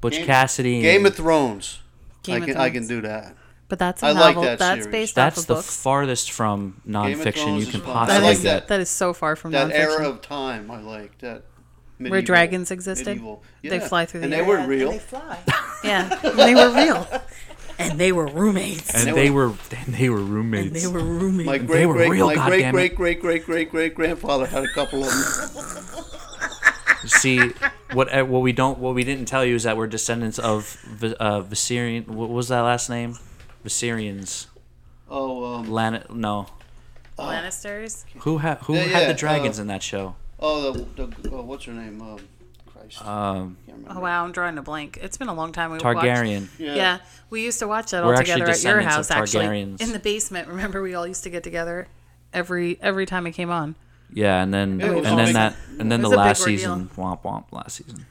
Speaker 1: Butch
Speaker 3: Game-
Speaker 1: Cassidy. and
Speaker 3: Game of Thrones.
Speaker 2: Game
Speaker 3: I
Speaker 2: of
Speaker 3: can I can
Speaker 2: Thrones.
Speaker 3: do that.
Speaker 2: But that's a
Speaker 3: I like
Speaker 2: novel.
Speaker 3: that
Speaker 2: that's
Speaker 3: series.
Speaker 2: based
Speaker 1: that's
Speaker 2: off of
Speaker 1: the
Speaker 2: books.
Speaker 1: farthest from
Speaker 3: of
Speaker 1: nonfiction
Speaker 3: Thrones
Speaker 1: you
Speaker 3: is
Speaker 1: can
Speaker 3: fun. I
Speaker 1: possibly
Speaker 3: like
Speaker 1: get.
Speaker 3: that.
Speaker 2: that is so far from
Speaker 3: That
Speaker 2: nonfiction.
Speaker 3: era of time, I like that. Medieval,
Speaker 2: dragons existed?
Speaker 3: medieval-
Speaker 2: They
Speaker 3: Yeah.
Speaker 2: fly through the
Speaker 3: and
Speaker 2: air.
Speaker 3: they were
Speaker 5: And
Speaker 3: real. *laughs*
Speaker 5: They fly.
Speaker 2: Yeah, and they were real, and they were roommates.
Speaker 1: And
Speaker 3: They
Speaker 1: they were and they were roommates.
Speaker 2: They were roommates.
Speaker 3: My
Speaker 1: They
Speaker 3: great
Speaker 1: were
Speaker 3: great
Speaker 1: real,
Speaker 3: my great
Speaker 1: goddammit.
Speaker 3: great great great great great grandfather had a couple of them.
Speaker 1: See what uh, what we don't what we didn't tell you is that we're descendants of Vi- uh, Viserion. What was that last name? Viserions.
Speaker 3: Oh, um,
Speaker 1: Lan- no.
Speaker 2: Lannisters.
Speaker 1: Who had who
Speaker 3: Yeah,
Speaker 1: had
Speaker 3: yeah,
Speaker 1: the dragons
Speaker 3: uh,
Speaker 1: in that show?
Speaker 3: oh, the, the oh, what's her name? Um, Christ.
Speaker 1: Um,
Speaker 3: Can't remember.
Speaker 2: Oh wow, I'm drawing a blank. It's been a long time. We Watched.
Speaker 1: Targaryen.
Speaker 2: Yeah. we used to watch that
Speaker 1: We're
Speaker 2: all
Speaker 1: actually
Speaker 2: together at your
Speaker 1: descendants
Speaker 2: house.
Speaker 1: of
Speaker 2: Actually,
Speaker 1: Targaryens.
Speaker 2: in the basement. Remember, we all used to get together every every time it came on.
Speaker 1: Yeah, and then
Speaker 3: It was
Speaker 1: and then
Speaker 3: big-
Speaker 1: that and then
Speaker 2: It
Speaker 1: the
Speaker 2: was a big
Speaker 1: last
Speaker 2: ordeal.
Speaker 1: season womp womp last season.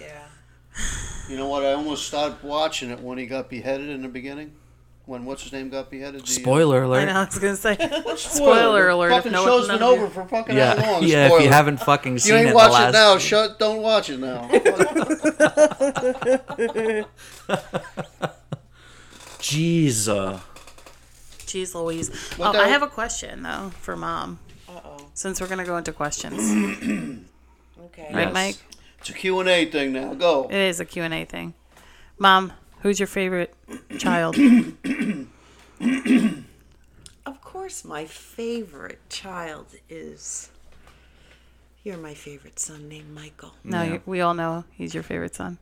Speaker 5: yeah.
Speaker 3: You know what? I almost stopped watching it when he got beheaded in the beginning. When what's his name got beheaded? The, uh,
Speaker 1: Spoiler alert.
Speaker 2: I know. I was gonna say.
Speaker 3: Spoiler,
Speaker 2: Spoiler alert,
Speaker 3: The
Speaker 2: if
Speaker 3: fucking
Speaker 2: no-
Speaker 3: show's
Speaker 2: none
Speaker 3: been
Speaker 2: of you-
Speaker 3: over for
Speaker 1: *laughs*
Speaker 3: fucking
Speaker 1: Yeah,
Speaker 3: how
Speaker 1: *laughs*
Speaker 3: long?
Speaker 1: yeah. If you
Speaker 3: Spoiler.
Speaker 1: haven't fucking
Speaker 3: you
Speaker 1: seen
Speaker 3: ain't
Speaker 1: it,
Speaker 3: watch
Speaker 1: the last
Speaker 3: it now. Shut. Don't watch it now.
Speaker 1: Jeez, uh,
Speaker 2: Jeez Louise.
Speaker 3: What
Speaker 2: oh,
Speaker 3: the-
Speaker 2: I have a question though for mom.
Speaker 5: Uh oh.
Speaker 2: Since we're gonna go
Speaker 1: *clears throat*
Speaker 2: into questions,
Speaker 5: Okay.
Speaker 2: right,
Speaker 1: Yes.
Speaker 2: Mike?
Speaker 3: it's a Q and A thing now. Go.
Speaker 2: It is a Q and A thing. Mom, who's your favorite
Speaker 1: *clears throat*
Speaker 2: child?
Speaker 5: Of course, my favorite child is. You're my favorite son named Michael.
Speaker 2: No, you we all know he's your favorite son.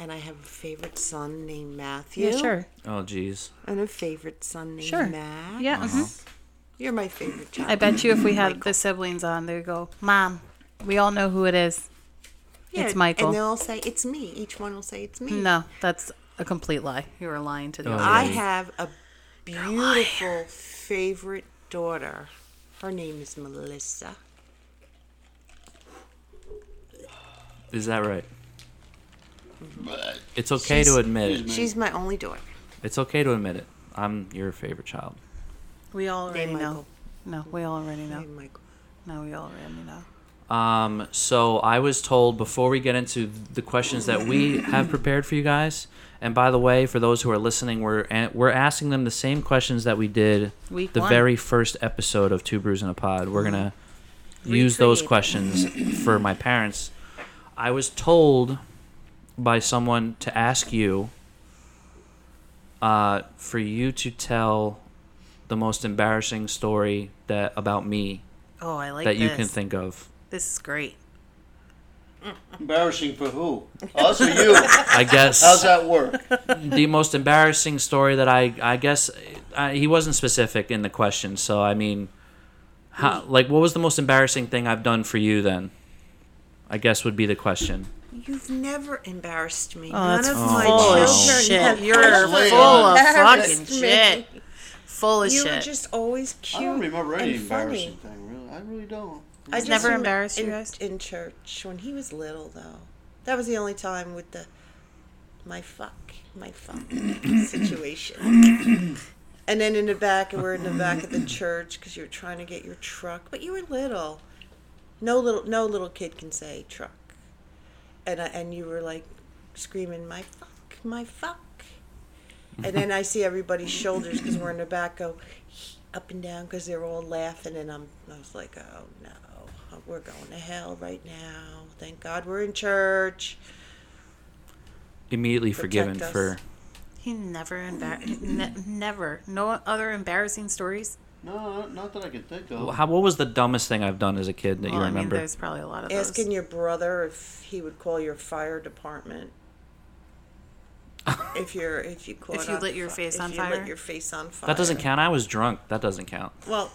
Speaker 5: And I have a favorite son named Matthew.
Speaker 2: Yeah, sure.
Speaker 1: Oh, jeez.
Speaker 5: And a favorite son named
Speaker 2: Sure.
Speaker 5: Max.
Speaker 2: Yeah. mhm.
Speaker 5: You're my favorite child.
Speaker 2: I bet you if we had the siblings on, they'd go, Mom, we all know who it is.
Speaker 5: Yeah,
Speaker 2: it's Michael.
Speaker 5: And they'll all say, it's me. Each one will say, it's me.
Speaker 2: No, that's a complete lie. You are lying to the
Speaker 1: Oh,
Speaker 2: audience.
Speaker 5: I have a beautiful favorite daughter. Her name is Melissa.
Speaker 1: Is that right? It's okay to admit it.
Speaker 5: She's my only daughter.
Speaker 1: It's okay to admit it. I'm your favorite child.
Speaker 2: We all
Speaker 5: Named
Speaker 2: already know.
Speaker 5: Michael.
Speaker 2: No, we all already know.
Speaker 5: Named Michael.
Speaker 2: No, we all already know.
Speaker 1: Um, so I was told before we get into the questions that we have prepared for you guys. And by the way, for those who are listening, we're and we're asking them the same questions that we did
Speaker 2: Week
Speaker 1: the
Speaker 2: one.
Speaker 1: very first episode of Two Brews in a Pod. We're gonna use those
Speaker 2: Mm-hmm. Recreate them.
Speaker 1: questions for my parents. I was told by someone to ask you uh, for you to tell the most embarrassing story that about me
Speaker 2: Oh, I like
Speaker 1: that you
Speaker 2: this.
Speaker 1: can think of.
Speaker 2: This is great.
Speaker 3: Embarrassing for who? Us or you?
Speaker 1: I
Speaker 3: *laughs*
Speaker 1: guess
Speaker 3: How's that work?
Speaker 1: the most embarrassing story that I I guess I, he wasn't specific in the question. So I mean, how, like, what was the most embarrassing thing I've done for you? Then, I guess would be the question.
Speaker 5: You've never embarrassed me.
Speaker 2: Oh,
Speaker 5: None
Speaker 2: that's
Speaker 5: of
Speaker 2: full
Speaker 5: my
Speaker 2: of
Speaker 5: children
Speaker 2: shit.
Speaker 5: have
Speaker 2: You're
Speaker 5: ever
Speaker 3: Wait,
Speaker 2: full of
Speaker 5: embarrassed
Speaker 2: fucking
Speaker 5: me.
Speaker 2: shit. Full of
Speaker 5: You were
Speaker 2: shit.
Speaker 5: just always cute.
Speaker 3: I don't remember any
Speaker 5: and funny.
Speaker 3: embarrassing thing, really. I really don't.
Speaker 5: I
Speaker 2: He's never
Speaker 5: rem-
Speaker 2: embarrassed you
Speaker 5: in,
Speaker 2: guys?
Speaker 5: in church when he was little, though. That was the only time with the my fuck, my fuck
Speaker 2: *coughs*
Speaker 5: situation. and then in the back, and we're in the back of the church because you were trying to get your truck, but you were little. No little, no little kid can say truck. And I, and you were like screaming, my fuck, my fuck. And then I see everybody's shoulders because we're in the back go up and down because they're all laughing, and I'm I was like, oh no, we're going to hell right now. Thank God we're in church.
Speaker 1: Immediately forgiven
Speaker 5: us.
Speaker 1: for
Speaker 2: he never embarrassed. Ne- never. No other embarrassing stories.
Speaker 3: No, not that I can think of.
Speaker 1: how, what was the dumbest thing I've done as a kid that
Speaker 2: Well,
Speaker 1: you
Speaker 2: Oh, I mean,
Speaker 1: remember?
Speaker 2: there's probably a lot of those.
Speaker 5: Asking your brother if he would call your fire department. if you're if you caught
Speaker 2: you
Speaker 5: on
Speaker 2: lit your
Speaker 5: fi-
Speaker 2: face
Speaker 5: if
Speaker 2: on
Speaker 5: you
Speaker 2: fire?
Speaker 5: lit your face on fire
Speaker 1: that doesn't count. I was drunk. That doesn't count.
Speaker 5: Well,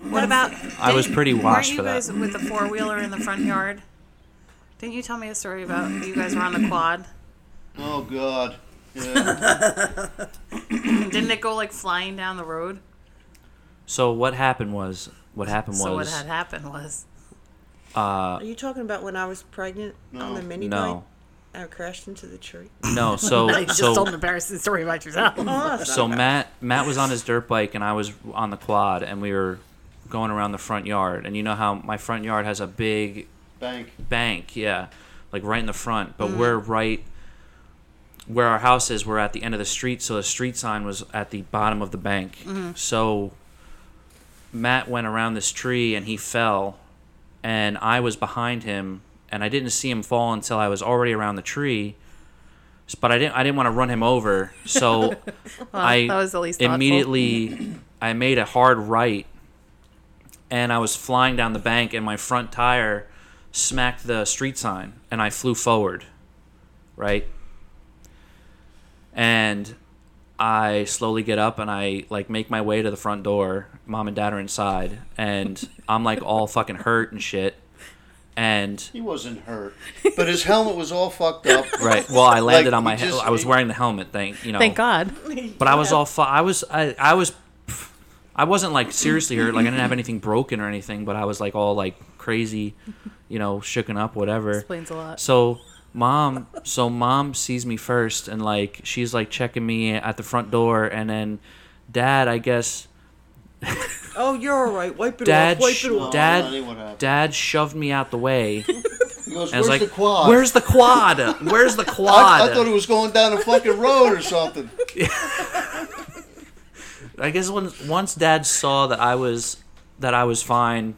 Speaker 2: What about?
Speaker 1: I was
Speaker 2: didn't-
Speaker 1: pretty
Speaker 2: Weren't
Speaker 1: washed
Speaker 2: you
Speaker 1: for that.
Speaker 2: guys with the four wheeler in the front yard? Didn't you tell me a story about you guys were on the quad?
Speaker 3: Oh God. Yeah.
Speaker 2: And didn't it go like flying down the road?
Speaker 1: So what happened was what happened
Speaker 2: So what
Speaker 1: was
Speaker 2: had happened was
Speaker 5: are you talking about when I was pregnant on the
Speaker 2: *laughs*
Speaker 5: mini
Speaker 1: no
Speaker 5: bike? I crashed into
Speaker 1: *clears throat*
Speaker 5: the tree. Oh,
Speaker 1: no so
Speaker 2: you just
Speaker 1: so
Speaker 2: told an embarrassing story about yourself.
Speaker 1: so Matt Matt was on his dirt bike and I was on the quad and we were going around the front yard and you know how my front yard has a big
Speaker 3: Bank.
Speaker 1: bank, yeah, like right in the front. But we're right where our house is. We're at the end of the street, so the street sign was at the bottom of the bank.
Speaker 2: Mm-hmm.
Speaker 1: So Matt went around this tree and he fell, and I was behind him, and I didn't see him fall until I was already around the tree. S- But I didn't. I didn't want to run him over,
Speaker 2: *laughs*
Speaker 1: so *laughs* I
Speaker 2: that was at least thoughtful.
Speaker 1: immediately I made a hard right, and I was flying down the bank, and my front tire smacked the street sign and I flew forward, right? And I slowly get up and I like make my way to the front door. Mom and dad are inside
Speaker 3: *laughs*
Speaker 1: and I'm like all fucking hurt and shit.
Speaker 3: *laughs*
Speaker 1: And
Speaker 3: He wasn't hurt, but his helmet was all fucked up.
Speaker 1: right, well, I landed
Speaker 3: Like,
Speaker 1: on my
Speaker 3: you
Speaker 1: head.
Speaker 3: just-
Speaker 1: I was wearing the helmet, *laughs* thank you know.
Speaker 2: Thank God.
Speaker 1: But I was all fu- I was I, I was I wasn't like seriously hurt. Like I
Speaker 3: *laughs*
Speaker 1: didn't have anything broken or anything, but I was like all like crazy, you know, shooken up, whatever.
Speaker 2: Explains a lot.
Speaker 1: So mom, so mom sees me first, and like she's like checking me at the front door, and then dad, I guess
Speaker 5: Oh, you're all right. Wipe it
Speaker 1: dad,
Speaker 5: off. Wipe
Speaker 1: sh-
Speaker 5: it off.
Speaker 3: Honey, what
Speaker 1: dad,
Speaker 3: happened?
Speaker 1: dad shoved me out the
Speaker 2: *laughs*
Speaker 1: way, and
Speaker 3: He goes,
Speaker 1: I
Speaker 3: "Where's
Speaker 1: was like,
Speaker 3: the quad?"
Speaker 1: "Where's the quad? Where's the quad?"
Speaker 3: *laughs* I, I thought it was going down a fucking road or something.
Speaker 1: I guess once once Dad saw that I was that I was fine,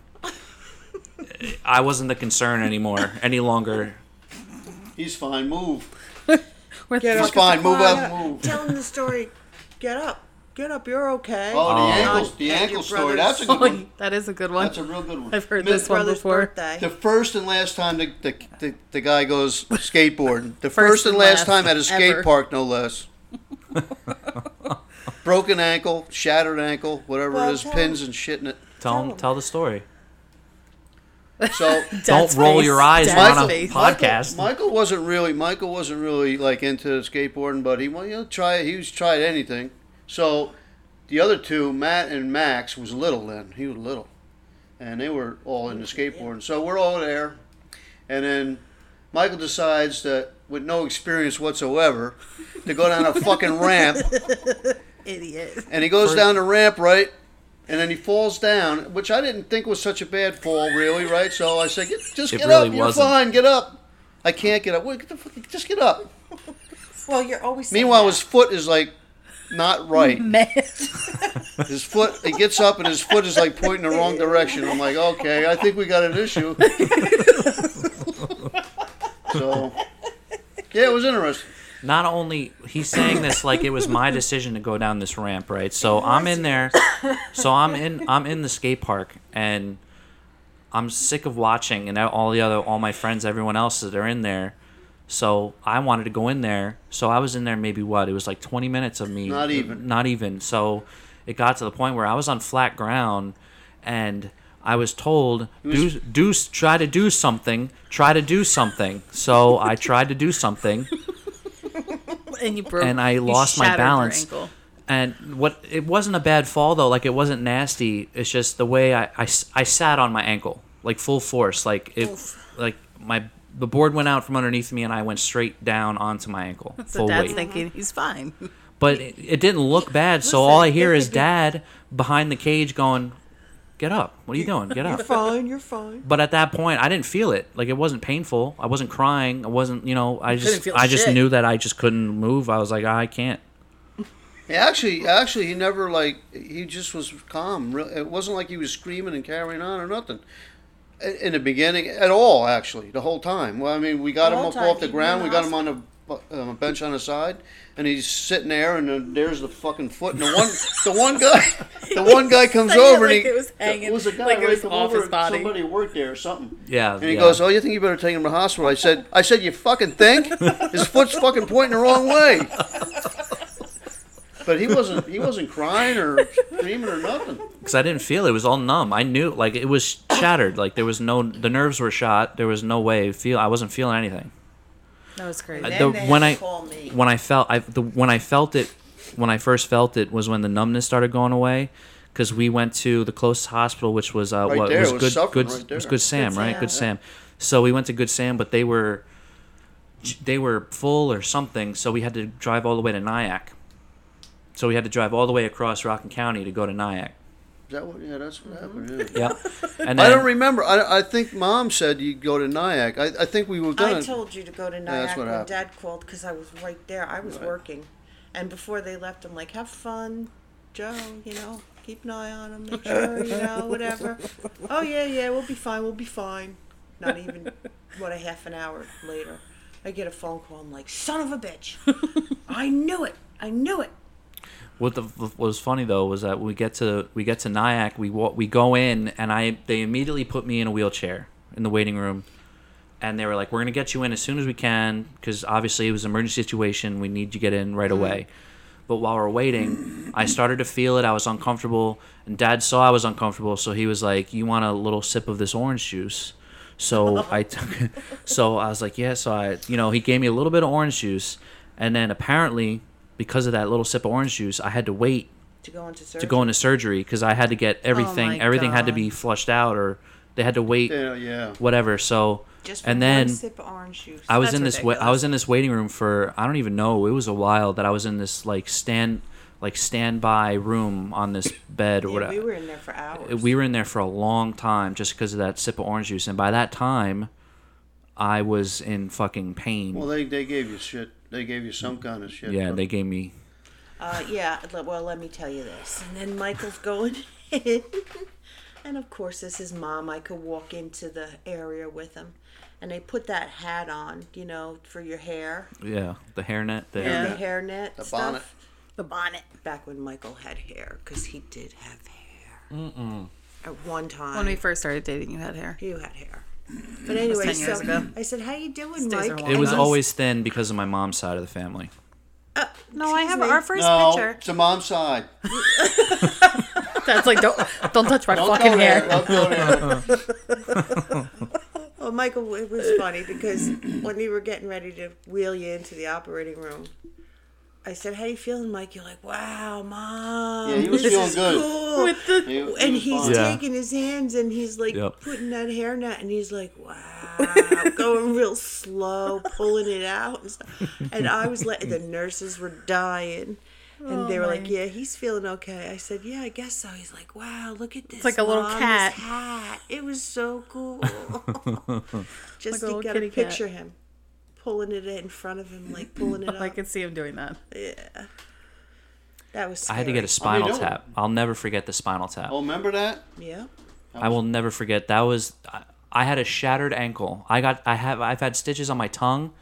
Speaker 1: I wasn't the concern anymore any longer.
Speaker 3: He's fine. Move.
Speaker 2: We're
Speaker 4: Get
Speaker 3: It's
Speaker 4: up.
Speaker 3: fine. Move up.
Speaker 4: Well,
Speaker 3: Move.
Speaker 4: Tell him the story. Get up. Get up. You're okay.
Speaker 3: Oh, the
Speaker 1: Oh.
Speaker 3: ankles. The
Speaker 4: And your
Speaker 3: ankle story.
Speaker 4: brother's-
Speaker 3: That's a good one.
Speaker 2: that is a good one.
Speaker 3: That's a real good one.
Speaker 2: I've heard
Speaker 3: Mi-
Speaker 2: this one
Speaker 4: brother's
Speaker 2: before.
Speaker 4: birthday.
Speaker 3: The first and last time the the, the, the guy goes skateboarding. The first, and last, time at a skate
Speaker 2: ever.
Speaker 3: park, no less. Broken ankle, shattered ankle, whatever
Speaker 4: Well,
Speaker 3: it is,
Speaker 4: tell
Speaker 3: pins and shit in it.
Speaker 1: Tell
Speaker 4: Tell 'em.
Speaker 1: tell the story.
Speaker 3: So
Speaker 2: Dad's
Speaker 1: Don't roll
Speaker 2: face,
Speaker 1: your eyes
Speaker 2: dad's
Speaker 1: when I'm-
Speaker 2: face.
Speaker 1: Podcast.
Speaker 3: Michael, Michael wasn't really Michael wasn't really like into skateboarding, but he well, you know try he was tried anything. So the other two, Matt and Max, was little then. He was little, and they were all into skateboarding. So we're all there, and then Michael decides that with no experience whatsoever to go down a fucking ramp
Speaker 2: Idiot.
Speaker 3: and he goes down the ramp, right? And then he falls down, which I didn't think was such a bad fall, really, right? So I said, "Get- just
Speaker 1: It
Speaker 3: get
Speaker 1: really
Speaker 3: up. You're
Speaker 1: wasn't.
Speaker 3: fine. Get up. I can't get up. Wait, get the fuck, just get up.
Speaker 4: well, you're always. saying
Speaker 3: Meanwhile,
Speaker 4: that.
Speaker 3: his foot is like not right. His foot, he gets up and his foot is like pointing the wrong direction. I'm like, okay, I think we got an issue. *laughs* so, yeah, it was interesting.
Speaker 1: not only he's saying this like it was my decision to go down this ramp, right? So I'm in there, so I'm in I'm in the skate park, and I'm sick of watching, and all the other all my friends, everyone else that are in there. So I wanted to go in there. So I was in there maybe what it was like 20 minutes of me.
Speaker 3: Not even.
Speaker 1: Not even. So it got to the point where I was on flat ground, and I was told do do try to do something, try to do something. So I tried to do something
Speaker 2: And you broke.
Speaker 1: And I
Speaker 2: you
Speaker 1: lost my
Speaker 2: shattered your
Speaker 1: balance.
Speaker 2: ankle.
Speaker 1: and what it wasn't a bad fall though like it wasn't nasty it's just the way i, I, s- I sat on my ankle like full force like it like my the board went out from underneath me and i went straight down onto my ankle
Speaker 2: So
Speaker 1: full
Speaker 2: dad's
Speaker 1: weight
Speaker 2: thinking he's fine.
Speaker 1: but it, it didn't look bad so all i hear is dad behind the cage going get up what are you doing get up
Speaker 2: *laughs*
Speaker 4: Fine. You're fine.
Speaker 1: but at that point i didn't feel it like it wasn't painful i wasn't crying i wasn't you know i just
Speaker 2: feel
Speaker 1: i just
Speaker 2: shit.
Speaker 1: knew that i just couldn't move i was like i can't
Speaker 3: Yeah, Actually, actually, he never like he just was calm. Re- It wasn't like he was screaming and carrying on or nothing I- in the beginning at all. Actually, the whole time. Well, I mean, we got
Speaker 4: The
Speaker 3: him
Speaker 4: whole
Speaker 3: up
Speaker 4: time,
Speaker 3: off the
Speaker 4: even
Speaker 3: ground.
Speaker 4: in
Speaker 3: We
Speaker 4: the
Speaker 3: got him on a bu- um, a bench on the side, and he's sitting there. And then there's the fucking foot. And the one, the one
Speaker 2: *laughs*
Speaker 3: guy, the one guy comes
Speaker 2: saying it
Speaker 3: over.
Speaker 2: like
Speaker 3: and he,
Speaker 2: it was hanging,
Speaker 3: there was a guy
Speaker 2: like it
Speaker 3: right
Speaker 2: was
Speaker 3: come
Speaker 2: off
Speaker 3: over,
Speaker 2: his body.
Speaker 3: Somebody worked there or something.
Speaker 1: yeah
Speaker 3: And he
Speaker 1: yeah.
Speaker 3: goes, "Oh, you think you better take him to the hospital?" I said, "I said you fucking think his foot's fucking pointing the wrong way." But he wasn't. He wasn't crying or screaming or nothing.
Speaker 1: because I didn't feel it. It was all numb. I knew like it was shattered. Like there was no the nerves were shot. There was no way feel. I wasn't feeling anything.
Speaker 2: That was crazy.
Speaker 1: I-
Speaker 5: Then
Speaker 1: the-
Speaker 5: they
Speaker 1: when
Speaker 5: had
Speaker 1: I
Speaker 5: to call me.
Speaker 1: when I felt I the, when I felt it when I first felt it was when the numbness started going away because we went to the closest hospital which was uh
Speaker 3: Right
Speaker 1: what
Speaker 3: there,
Speaker 1: was
Speaker 3: it was
Speaker 1: good
Speaker 3: suffering
Speaker 1: good
Speaker 3: right
Speaker 1: it was
Speaker 3: there.
Speaker 1: good Sam right good Sam. So we went to Good Sam, but they were they were full or something, so we had to drive all the way to Nyack. So we had to drive all the way across Rockland County to go to Nyack.
Speaker 3: Is that what? Yeah, that's what happened. yeah. *laughs*
Speaker 1: Yep. And
Speaker 3: I don't
Speaker 1: then-
Speaker 3: remember. I, I think Mom said you'd go to Nyack. I, I think we were gonna.
Speaker 4: I told you to go to
Speaker 3: that's
Speaker 4: Nyack
Speaker 3: what
Speaker 4: when
Speaker 3: happened.
Speaker 4: Dad called because I was right there. I was working, and before they left, I'm like, "Have fun, Joe. You know, keep an eye on him. Make sure you
Speaker 3: *laughs*
Speaker 4: know whatever." oh yeah, yeah, we'll be fine. We'll be fine. Not even what a half an hour later, I get a phone call. I'm like, "Son of a bitch! I knew it. I knew it."
Speaker 1: What the what was funny though was that we get to we get to Nyack, we wa- we go in, and I they immediately put me in a wheelchair in the waiting room, and they were like, "We're gonna get you in as soon as we can, because obviously it was an emergency situation. We need you get in right away." But while we're waiting, I started to feel it. I was uncomfortable, and Dad saw I was uncomfortable, so he was like, "You want a little sip of this orange juice?" So I took, so I was like, yeah. So I, you know, he gave me a little bit of orange juice, and then apparently because of that little sip of orange juice, I had to wait
Speaker 4: To go into surgery.
Speaker 1: to go into surgery because I had to get everything.
Speaker 2: my
Speaker 1: everything had to
Speaker 2: God.
Speaker 1: be flushed out, or they had to wait,
Speaker 3: Yeah, yeah.
Speaker 1: whatever. So,
Speaker 4: Just for
Speaker 1: and then
Speaker 4: one sip of orange juice.
Speaker 1: I was
Speaker 2: That's
Speaker 1: in this wa- I
Speaker 2: ridiculous.
Speaker 1: was in this waiting room for I don't even know it was a while that I was in this like stand like standby room on this bed or
Speaker 4: Yeah,
Speaker 1: whatever
Speaker 4: we were in there for hours.
Speaker 1: we were in there for a long time just because of that sip of orange juice and by that time i was in fucking pain
Speaker 3: Well, they, they gave you shit. They gave you some kind of shit.
Speaker 1: yeah
Speaker 3: but-
Speaker 1: they gave me
Speaker 4: Uh, yeah, le- well, let me tell you this. And then
Speaker 5: *laughs*
Speaker 4: Michael's going in. and of course, this is mom. I could walk into the area with him.
Speaker 5: and they put that hat on, you know, for your hair,
Speaker 1: Yeah, the hairnet. The
Speaker 5: yeah.
Speaker 3: Yeah.
Speaker 5: the hairnet,
Speaker 3: The
Speaker 5: stuff.
Speaker 3: bonnet.
Speaker 7: The bonnet.
Speaker 5: Back when Michael had hair, because he did have hair. At one time,
Speaker 2: When we first started dating, you had hair.
Speaker 5: you had
Speaker 2: *clears throat*
Speaker 5: hair. But anyway,
Speaker 2: 10 years
Speaker 5: so
Speaker 2: ago.
Speaker 5: I said, "How you doing,
Speaker 2: days are
Speaker 5: Mike?"
Speaker 2: long.
Speaker 1: It was
Speaker 2: Nice.
Speaker 1: always thin because of my mom's side of the
Speaker 3: *laughs*
Speaker 1: family.
Speaker 5: Uh,
Speaker 2: No, I
Speaker 5: excuse
Speaker 2: have
Speaker 5: me.
Speaker 2: our first
Speaker 3: No,
Speaker 2: picture.
Speaker 3: it's a mom's side.
Speaker 2: *laughs* That's like don't don't touch my
Speaker 3: Don't
Speaker 2: fucking
Speaker 3: go there.
Speaker 2: hair.
Speaker 3: Don't go there.
Speaker 5: Well, Michael, it
Speaker 3: *coughs*
Speaker 5: was funny because when we were getting ready to wheel you into the operating room, I said, "How you feeling, Mike?" You're like, "Wow, mom."
Speaker 3: Yeah, he was
Speaker 5: this
Speaker 3: feeling
Speaker 5: is
Speaker 3: good.
Speaker 5: Cool.
Speaker 3: He- he was
Speaker 5: and he's
Speaker 3: fine.
Speaker 1: Yeah.
Speaker 5: taking his hands and he's like
Speaker 1: Yep.
Speaker 5: putting that hairnet and he's like,
Speaker 1: *laughs*
Speaker 5: wow, going real slow, pulling it out. And, stuff. and I was like, the nurses were dying. And
Speaker 2: Oh
Speaker 5: they were like, yeah, he's feeling okay. I said, yeah, I guess so. He's like, wow, look at this.
Speaker 2: like a little
Speaker 5: Mom, this
Speaker 2: cat.
Speaker 5: hat." It was so
Speaker 1: *laughs*
Speaker 5: cool. *laughs*
Speaker 2: Like
Speaker 5: Just
Speaker 2: a little
Speaker 5: you got to
Speaker 2: kitty cat.
Speaker 5: picture him pulling it in front of him, like
Speaker 2: *laughs*
Speaker 5: pulling it up.
Speaker 2: I could see him doing that.
Speaker 5: yeah. That was
Speaker 1: I had to
Speaker 5: scary.
Speaker 1: get a spinal
Speaker 3: doing?
Speaker 1: tap. I'll never forget the spinal tap.
Speaker 3: Oh, remember that?
Speaker 5: Yeah.
Speaker 1: I will never forget. That was I, I had a shattered ankle. I got I have I've had stitches on my tongue.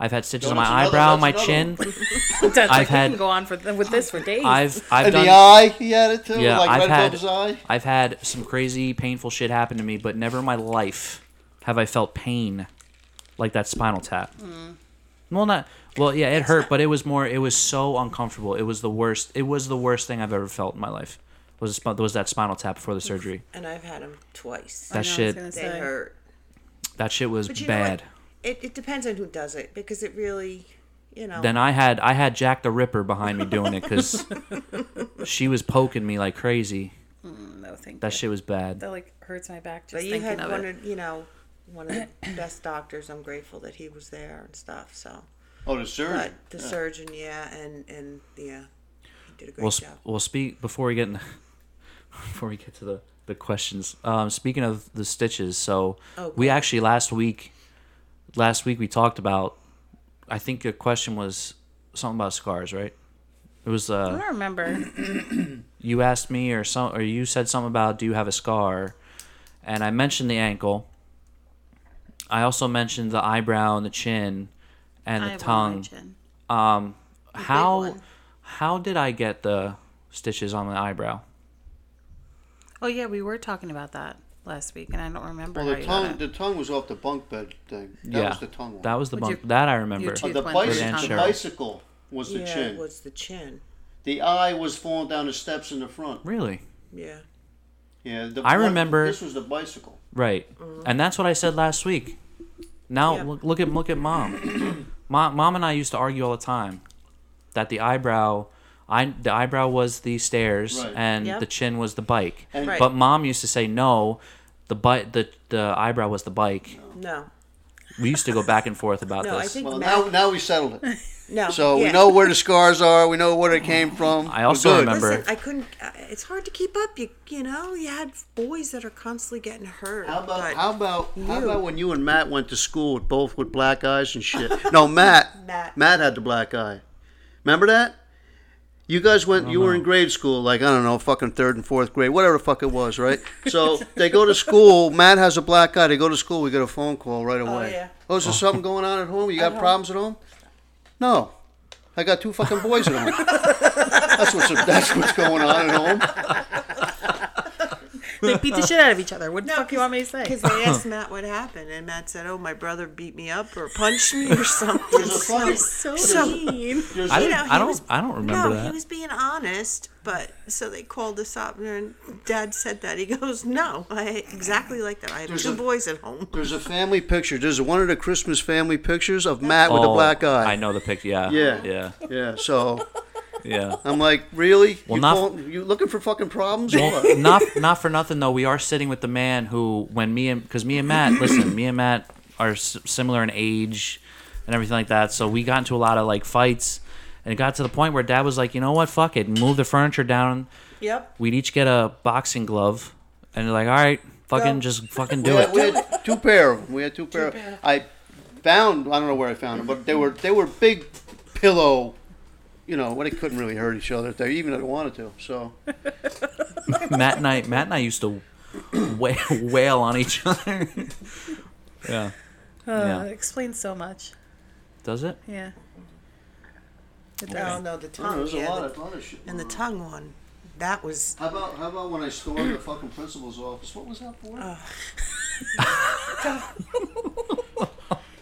Speaker 1: I've had stitches on
Speaker 3: that's
Speaker 1: my
Speaker 3: another-
Speaker 1: eyebrow,
Speaker 3: that's
Speaker 1: my
Speaker 3: another
Speaker 1: chin.
Speaker 2: That's like,
Speaker 1: I've had-
Speaker 2: we can go on for with this for days.
Speaker 3: *laughs*
Speaker 1: I've I've
Speaker 3: And
Speaker 1: done
Speaker 3: the eye, he had it too.
Speaker 1: yeah,
Speaker 3: like
Speaker 1: I've
Speaker 3: right
Speaker 1: had
Speaker 3: above his eye.
Speaker 1: I've had some crazy painful shit happen to me, but never in my life have I felt pain like that spinal tap.
Speaker 5: Mm.
Speaker 1: Well, not well, yeah, it hurt, but it was more. It was so uncomfortable. It was the worst. It was the worst thing I've ever felt in my life. Was sp- was that spinal tap before the surgery?
Speaker 5: And I've had him twice.
Speaker 1: That
Speaker 2: know, I was gonna
Speaker 1: shit.
Speaker 2: say-
Speaker 5: They hurt.
Speaker 1: That shit was
Speaker 5: But you know what?
Speaker 1: bad.
Speaker 5: It, it depends on who does it because it really, you know.
Speaker 1: Then I had I had Jack the Ripper behind me doing it
Speaker 5: *laughs*
Speaker 1: because she was poking me like crazy.
Speaker 2: no, thank
Speaker 1: That
Speaker 2: you.
Speaker 1: shit was bad.
Speaker 2: That like hurts my back just
Speaker 5: but you
Speaker 2: thinking
Speaker 5: had
Speaker 2: of
Speaker 5: one
Speaker 2: it.
Speaker 5: of you know one of the *coughs* best doctors. I'm grateful that he was there and stuff. So,
Speaker 3: Oh, the surgery.
Speaker 5: but the surgeon, yeah, and and yeah, he did a great
Speaker 1: We'll sp-
Speaker 5: job.
Speaker 1: we'll speak before we get in, *laughs* before we get to the the questions. Um, speaking of the stitches, so
Speaker 5: Oh,
Speaker 1: we
Speaker 5: God.
Speaker 1: actually last week, last week we talked about. I think your question was something about scars, right? It was
Speaker 2: I
Speaker 1: uh,
Speaker 2: don't remember.
Speaker 1: you asked me or some or you said something about do you have a scar, and I mentioned the ankle. I also mentioned the eyebrow and the chin, and
Speaker 2: I
Speaker 1: the
Speaker 2: have one on my
Speaker 1: tongue Um,
Speaker 2: chin.
Speaker 1: how
Speaker 5: one.
Speaker 1: how did I get the stitches on my eyebrow?
Speaker 2: Oh yeah, we were talking about that last week, and I don't remember
Speaker 3: Well,
Speaker 2: how
Speaker 3: the
Speaker 2: you
Speaker 3: tongue,
Speaker 2: got it.
Speaker 3: the tongue was off the bunk bed thing. That was the tongue one.
Speaker 1: That was the
Speaker 2: Would you-
Speaker 1: bump. that I remember.
Speaker 3: Uh,
Speaker 2: too-
Speaker 3: the,
Speaker 2: Teeth
Speaker 1: through
Speaker 2: went
Speaker 1: the
Speaker 3: bicycle, the
Speaker 1: chin.
Speaker 3: bicycle was the
Speaker 5: yeah,
Speaker 3: chin.
Speaker 5: it was the chin.
Speaker 3: The eye was falling down the steps in Oh, the front.
Speaker 1: Really?
Speaker 5: Yeah,
Speaker 3: Yeah, the
Speaker 1: I
Speaker 3: one-
Speaker 1: remember-
Speaker 3: This was the bicycle.
Speaker 1: Right. And that's what I said last week. Now
Speaker 5: Yeah.
Speaker 1: look, look at look at mom.
Speaker 5: *coughs*
Speaker 1: mom. Mom and I used to argue all the time that the eyebrow, I the eyebrow was the stairs
Speaker 3: Right.
Speaker 1: and
Speaker 5: Yep.
Speaker 1: the chin was the bike.
Speaker 3: And-
Speaker 5: Right.
Speaker 1: But mom used to say no, the bike the the eyebrow was the bike.
Speaker 5: no,
Speaker 1: We used to go back and forth about
Speaker 5: *laughs* no,
Speaker 1: this.
Speaker 5: I think
Speaker 3: Well,
Speaker 5: Matt,
Speaker 3: now, now we settled
Speaker 5: *laughs*
Speaker 3: it.
Speaker 5: no.
Speaker 3: So
Speaker 5: yeah.
Speaker 3: we know where the scars are. We know where they came from.
Speaker 1: I
Speaker 3: We're
Speaker 1: also
Speaker 3: good.
Speaker 1: remember-
Speaker 5: Listen, I couldn't. Uh, it's hard to keep up. You you know, you had boys that are constantly getting hurt.
Speaker 3: How about
Speaker 5: but- *laughs*
Speaker 3: how about how
Speaker 5: you.
Speaker 3: about when you and Matt went to school with both with black eyes and shit? No,
Speaker 5: *laughs*
Speaker 3: Matt.
Speaker 5: Matt.
Speaker 3: Matt had the black eye. Remember that? You guys went. You were in grade school, like I don't know, fucking third and fourth grade, whatever the fuck it was,
Speaker 5: *laughs*
Speaker 3: right? So they go to school. Matt has a black eye. They go to school. We get a phone call right away.
Speaker 5: yeah.
Speaker 3: Oh, is there something going on at home? You got problems at home? No, I got two fucking boys at
Speaker 5: *laughs*
Speaker 3: home. that's what's that's what's going on at home.
Speaker 2: They beat the shit out of each other. What the fuck you want me to say?
Speaker 5: Because they asked Matt what happened, and Matt said, "Oh, my brother beat me up or punched me or *laughs* something." so,
Speaker 2: So
Speaker 5: so-
Speaker 2: mean.
Speaker 1: I,
Speaker 5: you know,
Speaker 1: didn't-
Speaker 5: he
Speaker 1: I don't
Speaker 5: was-
Speaker 1: I don't remember
Speaker 5: no,
Speaker 1: that.
Speaker 5: he was being honest, but so they called us up, and Dad said that he goes, "No, I exactly like that. I have
Speaker 3: There's
Speaker 5: two
Speaker 3: a-
Speaker 5: boys at home."
Speaker 3: There's a family picture. There's one of the Christmas family pictures of Matt with a
Speaker 1: Oh,
Speaker 3: black eye.
Speaker 1: I know the pic. Yeah.
Speaker 3: Yeah.
Speaker 1: Yeah.
Speaker 3: Yeah, so
Speaker 5: *laughs*
Speaker 1: Yeah.
Speaker 3: I'm like, really?
Speaker 1: Well,
Speaker 3: you,
Speaker 1: not-
Speaker 3: call- you looking for fucking problems? or
Speaker 1: Well,
Speaker 3: what?
Speaker 1: not not for nothing though. We are sitting with the man who, when me and because me and Matt, listen, me and Matt are s- similar in age and everything like that. So we got into a lot of like fights, and it got to the point where Dad was like, you know what, fuck it, move the furniture down.
Speaker 5: Yep.
Speaker 1: We'd each get a boxing glove, and they're like, all right, fucking
Speaker 5: Go. *laughs*
Speaker 1: just fucking
Speaker 3: we,
Speaker 1: do
Speaker 3: had,
Speaker 1: it.
Speaker 3: we had two pair of them. We had two pair. Of, I found. I don't know where I found them, but they were they were big pillow. You know, well, they couldn't really hurt each other if they even if they wanted to. So
Speaker 1: *laughs* Matt and I, *laughs* Matt and I used to wail, wail on each other. *laughs* yeah.
Speaker 5: Uh,
Speaker 1: Yeah.
Speaker 2: It explains so much.
Speaker 1: Does it?
Speaker 2: Yeah. It
Speaker 5: Oh
Speaker 2: does.
Speaker 5: no, the
Speaker 3: Oh,
Speaker 5: tongue.
Speaker 3: there's a
Speaker 5: yeah,
Speaker 3: lot
Speaker 5: the-
Speaker 3: of, lot of shit.
Speaker 5: and the tongue one. That was
Speaker 3: How about how about when I stormed the fucking principal's office? What was that for?
Speaker 5: Uh,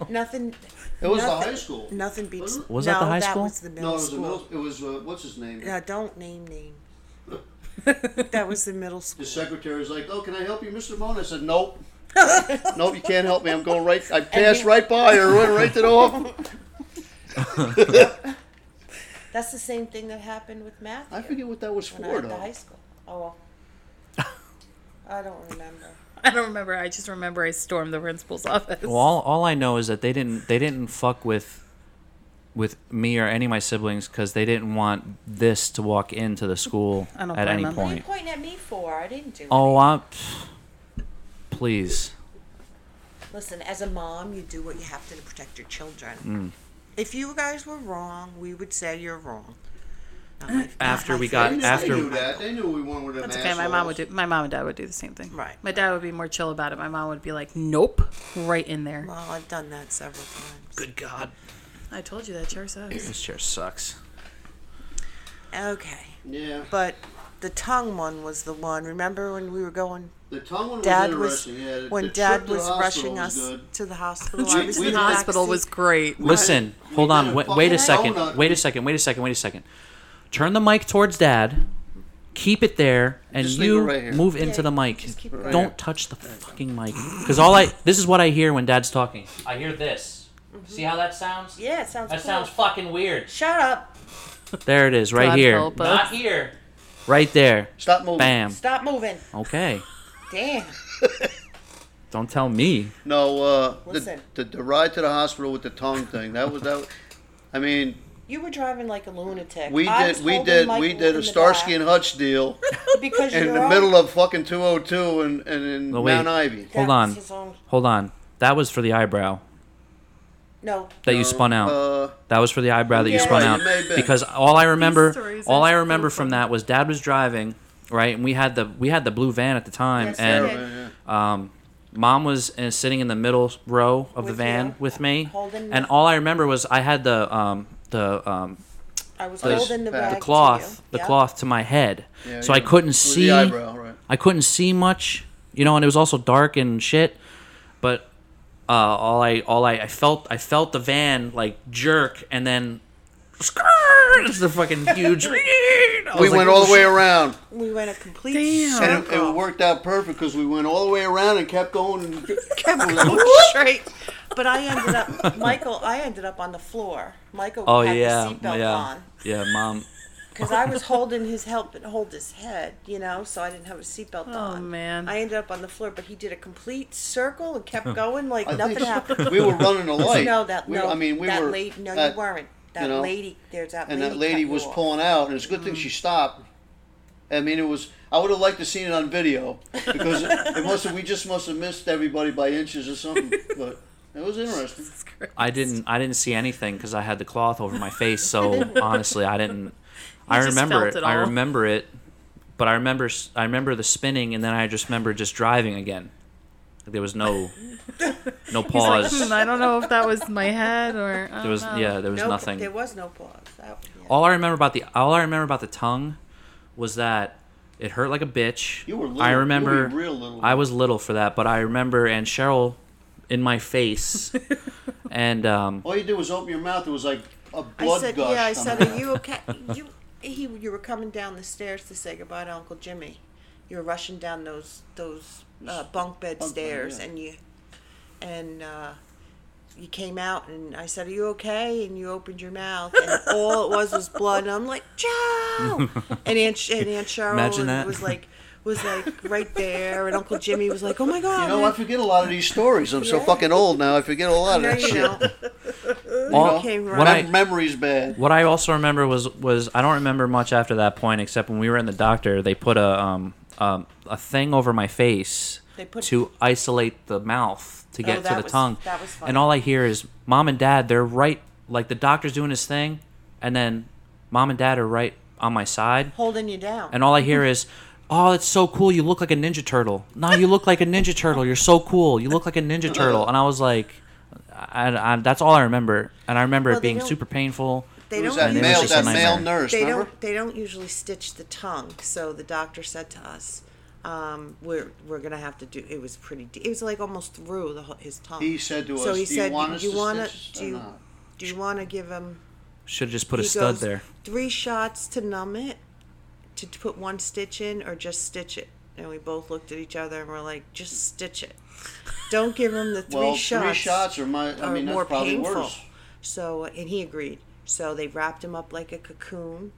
Speaker 5: nothing.
Speaker 3: it was the
Speaker 5: nothing-
Speaker 3: high school.
Speaker 5: Nothing beats.
Speaker 1: Was that
Speaker 5: no,
Speaker 1: the high school?
Speaker 5: was the middle
Speaker 3: No, it was the
Speaker 5: school.
Speaker 3: middle. It was uh, what's his name?
Speaker 5: Yeah, don't name name. *laughs* that was the middle school.
Speaker 3: The secretary's like, "Oh, can I help you, Mr. Moan?" I said,
Speaker 5: *laughs*
Speaker 3: "Nope, nope, you can't help me. I'm going right. I passed right by her, went right
Speaker 5: *laughs*
Speaker 3: to the office.
Speaker 5: That's the same thing that happened with Matthew
Speaker 3: I forget what that was
Speaker 5: when I
Speaker 3: for,
Speaker 5: was at the
Speaker 3: though.
Speaker 5: high school. Oh, well.
Speaker 1: *laughs*
Speaker 5: I don't remember.
Speaker 2: I don't remember. I just remember I stormed the principal's *laughs* office.
Speaker 1: Well, all, all I know is that they didn't they didn't fuck with with me or any of my siblings because they didn't want this to walk into the school
Speaker 2: I don't
Speaker 1: at
Speaker 2: blame
Speaker 1: any
Speaker 2: them.
Speaker 5: What are you
Speaker 1: point.
Speaker 5: pointing at me for? I didn't do. it.
Speaker 1: Oh, I, please.
Speaker 5: Listen, as a mom, you do what you have to to protect your children. If you guys were wrong, we would say you're wrong. Not my- not
Speaker 1: After
Speaker 5: my
Speaker 1: we got-
Speaker 3: They knew-
Speaker 5: feelings.
Speaker 1: after-
Speaker 3: they knew that, they knew we wanted them.
Speaker 2: That's okay. My mom would do. My mom and dad would do the same thing.
Speaker 5: Right.
Speaker 2: My dad would be more chill about it. My mom would be like, "Nope, right in there."
Speaker 5: Well, I've done that several times.
Speaker 1: Good God,
Speaker 2: I told you that chair sucks.
Speaker 1: this chair sucks.
Speaker 5: Okay,
Speaker 3: Yeah,
Speaker 5: but the tongue one was the one. Remember when we were going?
Speaker 3: the tongue one was
Speaker 5: Dad was
Speaker 3: interesting. yeah, the-
Speaker 5: when
Speaker 3: the trip
Speaker 5: Dad
Speaker 3: to the
Speaker 5: was
Speaker 3: hospital
Speaker 5: rushing
Speaker 3: was
Speaker 5: us
Speaker 3: good.
Speaker 5: to the hospital. I
Speaker 3: We-
Speaker 5: was
Speaker 3: we
Speaker 5: in the
Speaker 3: did-
Speaker 2: Hospital
Speaker 5: backseat.
Speaker 2: was great.
Speaker 1: Listen,
Speaker 3: We
Speaker 1: hold
Speaker 3: did
Speaker 1: on.
Speaker 3: a
Speaker 1: Wait,
Speaker 3: fucking
Speaker 1: wait a second.
Speaker 3: donut.
Speaker 1: Wait a second. Wait a second. Wait a second. Turn the mic towards dad. Keep it there, and
Speaker 3: Just leave
Speaker 1: you
Speaker 3: it right here.
Speaker 1: move into the mic.
Speaker 5: it
Speaker 1: Don't touch the fucking mic, because all I this is what I hear when dad's talking. I hear this. See how that sounds?
Speaker 5: Yeah, it sounds.
Speaker 1: That
Speaker 5: cool.
Speaker 1: sounds fucking weird.
Speaker 5: Shut up!
Speaker 1: There it is, right
Speaker 2: God
Speaker 1: here.
Speaker 2: help us.
Speaker 1: Not here. Right there.
Speaker 3: Stop moving.
Speaker 1: Bam.
Speaker 5: Stop moving!
Speaker 1: Okay.
Speaker 5: Damn.
Speaker 1: Don't tell me.
Speaker 3: No, uh, the,
Speaker 5: Listen.
Speaker 3: the the ride to the hospital with the tongue thing. That was that. was- I mean,
Speaker 5: You were driving like a lunatic.
Speaker 3: we
Speaker 5: I
Speaker 3: did
Speaker 5: was
Speaker 3: we
Speaker 5: holding
Speaker 3: did
Speaker 5: Michael
Speaker 3: we did
Speaker 5: in
Speaker 3: a
Speaker 5: the
Speaker 3: Starsky
Speaker 5: back
Speaker 3: and Hutch deal
Speaker 5: *laughs* because
Speaker 3: in
Speaker 5: you're
Speaker 3: the
Speaker 5: all-
Speaker 3: middle of fucking 202 and and in
Speaker 1: No, wait.
Speaker 3: Mount Ivy.
Speaker 5: That
Speaker 1: Hold on.
Speaker 5: was his own-
Speaker 1: Hold on. That was for the eyebrow
Speaker 5: No,
Speaker 1: that you spun out.
Speaker 3: Uh,
Speaker 1: That was for the eyebrow that you
Speaker 3: Yeah,
Speaker 1: spun
Speaker 3: it
Speaker 1: out
Speaker 3: may have been.
Speaker 1: because all I remember,
Speaker 2: stories
Speaker 1: all
Speaker 2: are
Speaker 1: I
Speaker 2: so
Speaker 1: remember from that was Dad was driving, right, and we had the we had the blue van at the time,
Speaker 5: Yes,
Speaker 1: and
Speaker 5: we did.
Speaker 3: yeah.
Speaker 1: um, Mom was uh, sitting in the middle row of the
Speaker 5: With
Speaker 1: van
Speaker 5: you.
Speaker 1: with me,
Speaker 5: Holding
Speaker 1: and
Speaker 5: the-
Speaker 1: all I remember was I had the um, the um,
Speaker 5: I
Speaker 3: Oh,
Speaker 5: was
Speaker 1: the,
Speaker 5: holding the,
Speaker 3: the
Speaker 5: rag
Speaker 1: the
Speaker 5: to
Speaker 1: cloth
Speaker 5: you.
Speaker 1: the
Speaker 5: Yeah.
Speaker 1: cloth to my head,
Speaker 3: Yeah,
Speaker 1: so I
Speaker 3: yeah.
Speaker 1: couldn't
Speaker 3: With
Speaker 1: see
Speaker 3: the eyebrow, right?
Speaker 1: I couldn't see much, you know, and it was also dark and shit. But uh, all I all I, I felt I felt the van like jerk, and then *laughs* it's the fucking
Speaker 3: *laughs*
Speaker 1: huge. *laughs*
Speaker 3: We
Speaker 5: oh,
Speaker 3: went
Speaker 1: "Oh,
Speaker 3: all the way around,
Speaker 5: We went a complete
Speaker 2: Damn.
Speaker 3: and it,
Speaker 5: circle. *laughs*
Speaker 3: it worked out perfect because we went all the way around and kept going. And
Speaker 5: straight. But I
Speaker 3: *laughs*
Speaker 5: ended up, Michael. I ended up on the floor. Michael
Speaker 1: Oh
Speaker 5: had
Speaker 1: yeah,
Speaker 5: the seatbelt
Speaker 1: yeah,
Speaker 5: on
Speaker 1: yeah, mom.
Speaker 5: because I was holding his help and hold his head, you know, so I didn't have a seatbelt
Speaker 1: Oh,
Speaker 5: on.
Speaker 2: man.
Speaker 5: I ended up on the floor, but he did a complete circle and kept going like
Speaker 3: I
Speaker 5: nothing
Speaker 3: think
Speaker 5: happened.
Speaker 3: we were running a light.
Speaker 5: *laughs* No, that
Speaker 3: we,
Speaker 5: no.
Speaker 3: I mean, we
Speaker 5: that
Speaker 3: were.
Speaker 5: lady. No,
Speaker 3: that-
Speaker 5: you weren't. That
Speaker 3: know,
Speaker 5: lady. There's that.
Speaker 3: and
Speaker 5: lady
Speaker 3: that lady
Speaker 5: cut
Speaker 3: was
Speaker 5: you off.
Speaker 3: pulling out, and it's a good thing she stopped. I mean, it was. I would have liked to seen it on video because it, it must have. We just must have missed everybody by inches or something. But it was interesting.
Speaker 1: I didn't I didn't see anything because I had the cloth over my face.
Speaker 2: *laughs*
Speaker 1: So honestly, I didn't. I
Speaker 2: just
Speaker 1: remember
Speaker 2: felt
Speaker 1: it.
Speaker 2: it
Speaker 1: I
Speaker 2: all.
Speaker 1: remember it, but I remember s- I remember the spinning, and then I just remember just driving again. There was
Speaker 2: *laughs*
Speaker 1: no no *clears throat* pause.
Speaker 2: Hmm, I don't know if that was my
Speaker 1: *laughs*
Speaker 2: head or. uh, I
Speaker 1: There was
Speaker 2: don't know.
Speaker 1: yeah, there was
Speaker 5: No,
Speaker 1: nothing.
Speaker 5: There was no pause. That, yeah.
Speaker 1: all I remember about the all I remember about the tongue was that it hurt like a bitch.
Speaker 3: You were little.
Speaker 1: I
Speaker 3: You were
Speaker 1: remember
Speaker 3: real little.
Speaker 1: I was little for that, but I remember and Cheryl in my
Speaker 3: *laughs*
Speaker 1: face and um
Speaker 3: All you did was open your mouth. It was like a
Speaker 5: I
Speaker 3: blood
Speaker 5: said,
Speaker 3: gush.
Speaker 5: yeah. I said,
Speaker 3: coming
Speaker 5: are you okay? You, he, you were coming down the stairs to say goodbye to Uncle Jimmy. You were rushing down those those uh, bunk bed
Speaker 3: bed,
Speaker 5: stairs,
Speaker 3: yeah.
Speaker 5: and you, and uh, you came out, and I said, "Are you okay?" And you opened your mouth,
Speaker 3: *laughs*
Speaker 5: and all it was was blood. And I'm like, "Joe!" And Aunt Sh- and Aunt Cheryl
Speaker 1: Imagine
Speaker 5: and
Speaker 1: that.
Speaker 5: was like, was like right there, and Uncle Jimmy was like, "Oh my
Speaker 3: You
Speaker 5: God!"
Speaker 3: know, I forget a lot of these stories. I'm so fucking old now. I forget a lot of
Speaker 5: No,
Speaker 3: that
Speaker 5: you
Speaker 3: shit.
Speaker 5: don't.
Speaker 1: all,
Speaker 5: came
Speaker 1: what
Speaker 5: right-
Speaker 1: I
Speaker 3: My memory's bad.
Speaker 1: what I also remember was was I don't remember much after that point except when we were in the doctor they put a um, um a thing over my face
Speaker 5: They put- Oh,
Speaker 1: to isolate the mouth to get to
Speaker 5: that
Speaker 1: the
Speaker 5: was-
Speaker 1: tongue.
Speaker 5: that was funny.
Speaker 1: And all I hear is mom and dad they're right like the doctor's doing his thing and then mom and dad are right on my side
Speaker 5: holding you down.
Speaker 1: and all I hear is Oh, it's so cool. You look like a Ninja Turtle. No, you look like a Ninja Turtle. You're so cool. You look like a Ninja Turtle. And I was like, I, I, that's all I remember, and I remember
Speaker 5: Well,
Speaker 1: it
Speaker 5: they
Speaker 1: being
Speaker 5: don't-
Speaker 1: super painful.
Speaker 5: They
Speaker 3: It was
Speaker 5: don't
Speaker 3: that
Speaker 1: And it was
Speaker 3: male,
Speaker 1: just a
Speaker 3: that male
Speaker 1: nightmare.
Speaker 3: nurse,
Speaker 5: they
Speaker 3: remember?
Speaker 5: don't they don't usually stitch the tongue so the doctor said to us um, we're we're gonna have to do it was pretty deep. it was like almost through the, whole- his tongue
Speaker 3: He said to
Speaker 5: so
Speaker 3: us,
Speaker 5: he
Speaker 3: "Do you
Speaker 5: said
Speaker 3: want us
Speaker 5: do you
Speaker 3: to
Speaker 5: wanna-
Speaker 3: stitch this
Speaker 5: do
Speaker 3: or
Speaker 5: you,
Speaker 3: not?"
Speaker 5: do you want to give him
Speaker 1: Should have just put a
Speaker 5: he
Speaker 1: stud
Speaker 5: goes,
Speaker 1: there.
Speaker 5: three shots to numb it to t- put one stitch in or just stitch it and we both looked at each other and we're like just stitch it don't give him the three
Speaker 3: well,
Speaker 5: shots
Speaker 3: three shots are my. I
Speaker 5: are
Speaker 3: mean,
Speaker 5: more
Speaker 3: that's probably
Speaker 5: painful.
Speaker 3: worse.
Speaker 5: So, and he agreed. So they wrapped him up like a cocoon,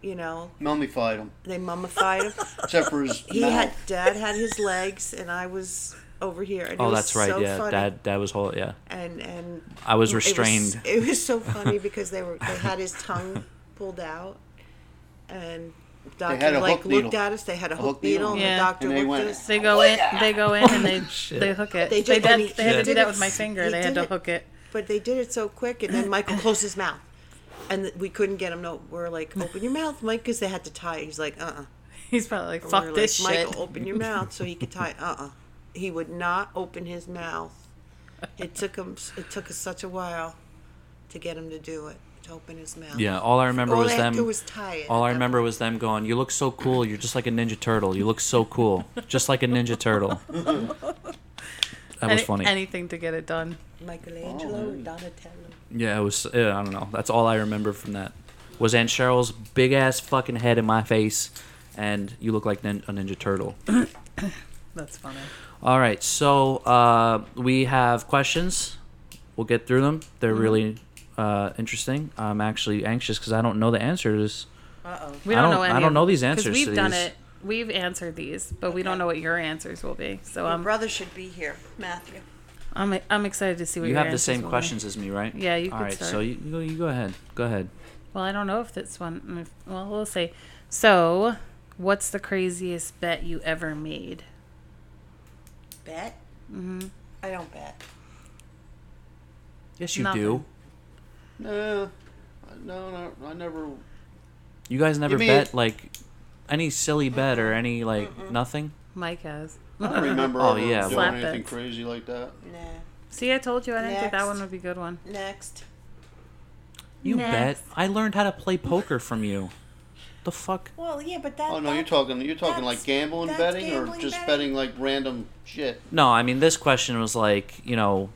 Speaker 5: you know.
Speaker 3: Mummified
Speaker 5: *laughs*
Speaker 3: him,
Speaker 5: They mummified him.
Speaker 3: except for his
Speaker 5: He
Speaker 3: mouth.
Speaker 5: had dad had his legs, and I was over here. And it
Speaker 1: Oh,
Speaker 5: was
Speaker 1: that's right.
Speaker 5: So
Speaker 1: yeah,
Speaker 5: funny.
Speaker 1: that that was whole. Yeah,
Speaker 5: and and
Speaker 1: I was
Speaker 5: it
Speaker 1: restrained.
Speaker 5: It was,
Speaker 1: *laughs*
Speaker 5: so funny because they were they had his tongue pulled out, and doctor
Speaker 3: had a
Speaker 5: like
Speaker 3: hook
Speaker 5: looked
Speaker 3: needle.
Speaker 5: at us. They had a,
Speaker 3: hook
Speaker 5: hook needle,
Speaker 3: needle.
Speaker 5: and
Speaker 2: Yeah.
Speaker 5: the doctor
Speaker 3: And they
Speaker 5: looked
Speaker 3: went,
Speaker 5: at us.
Speaker 2: They go in, they go in,
Speaker 1: *laughs*
Speaker 2: and they they hook it. They,
Speaker 5: They did-
Speaker 2: did,
Speaker 5: and he-
Speaker 2: they had to
Speaker 5: he
Speaker 2: do
Speaker 5: did
Speaker 2: that
Speaker 5: it-
Speaker 2: with my finger.
Speaker 5: he
Speaker 2: They had
Speaker 5: did
Speaker 2: to
Speaker 5: it-
Speaker 2: hook it.
Speaker 5: But they did it so quick, and then Michael closed his mouth, and th- we couldn't get him. No, we're like, open your mouth, Mike, because they had to tie. it. He's like, uh, uh
Speaker 2: He's probably like, fuck this
Speaker 5: like,
Speaker 2: shit.
Speaker 5: Michael, open your mouth so he could tie. *laughs* Uh, uh He would not open his mouth. It took him. s- It took us such a while to get him to do it. To open his mouth.
Speaker 1: Yeah, all I remember
Speaker 5: All
Speaker 1: was
Speaker 5: I had to
Speaker 1: them.
Speaker 5: do was tie it.
Speaker 1: all I
Speaker 5: That-
Speaker 1: remember was them going, "You look so cool. You're just like a ninja turtle. You look so cool, just like a ninja
Speaker 5: *laughs*
Speaker 1: turtle." That was
Speaker 2: Any-
Speaker 1: funny.
Speaker 2: Anything to get it done.
Speaker 5: Michelangelo
Speaker 3: Oh.
Speaker 5: or Donatello.
Speaker 1: yeah, it was. Yeah, I don't know. That's all I remember from that. Was Aunt Cheryl's big ass fucking head in my face, and you look like nin- a ninja turtle.
Speaker 2: *coughs* That's funny.
Speaker 1: All right, so uh, we have questions. We'll get through them. They're
Speaker 2: Mm-hmm.
Speaker 1: really uh, interesting. I'm actually anxious because I don't know the answers.
Speaker 2: We
Speaker 1: I
Speaker 2: don't,
Speaker 1: don't-
Speaker 2: know
Speaker 1: I
Speaker 2: any.
Speaker 1: don't
Speaker 2: of
Speaker 1: know these
Speaker 2: 'cause
Speaker 1: answers
Speaker 2: We've
Speaker 1: to
Speaker 2: done
Speaker 1: these.
Speaker 2: it. We've answered these, but we don't know what your answers will be. So
Speaker 5: My
Speaker 2: I'm
Speaker 5: brother should be here, Matthew.
Speaker 2: I'm I'm excited to see what
Speaker 1: You
Speaker 2: your
Speaker 1: have the
Speaker 2: answers
Speaker 1: same
Speaker 2: will be.
Speaker 1: questions as me, right?
Speaker 2: Yeah, you
Speaker 1: All
Speaker 2: could
Speaker 1: right, so
Speaker 2: start.
Speaker 1: you, you go- you go ahead. Go ahead.
Speaker 2: Well, I don't know if this one. if- Well, we'll see. So, what's the craziest bet you ever made?
Speaker 5: Bet? Mm-hmm. I don't bet.
Speaker 1: Yes, you
Speaker 2: Nothing.
Speaker 1: do.
Speaker 3: No, no, no, I never.
Speaker 1: You guys never
Speaker 3: mean-
Speaker 1: bet like any silly bet or any like nothing.
Speaker 2: Mike has. *laughs*
Speaker 3: I don't remember
Speaker 1: Oh,
Speaker 3: ever
Speaker 1: yeah,
Speaker 3: doing
Speaker 2: Slap
Speaker 3: anything
Speaker 2: it.
Speaker 3: crazy like that.
Speaker 5: Nah.
Speaker 2: See, I told you I didn't think that
Speaker 5: Next.
Speaker 2: one would be a good one.
Speaker 5: Next.
Speaker 1: You bet.
Speaker 2: Next.
Speaker 1: I learned how to play poker from you. The fuck?
Speaker 5: Well, yeah, but that.
Speaker 3: Oh no, you're
Speaker 5: that-
Speaker 3: talking. You're talking like
Speaker 5: that's-
Speaker 3: gambling
Speaker 5: that's
Speaker 3: betting or
Speaker 5: gambling
Speaker 3: just
Speaker 5: betting.
Speaker 3: betting like random shit.
Speaker 1: No, I mean this question was like, you know,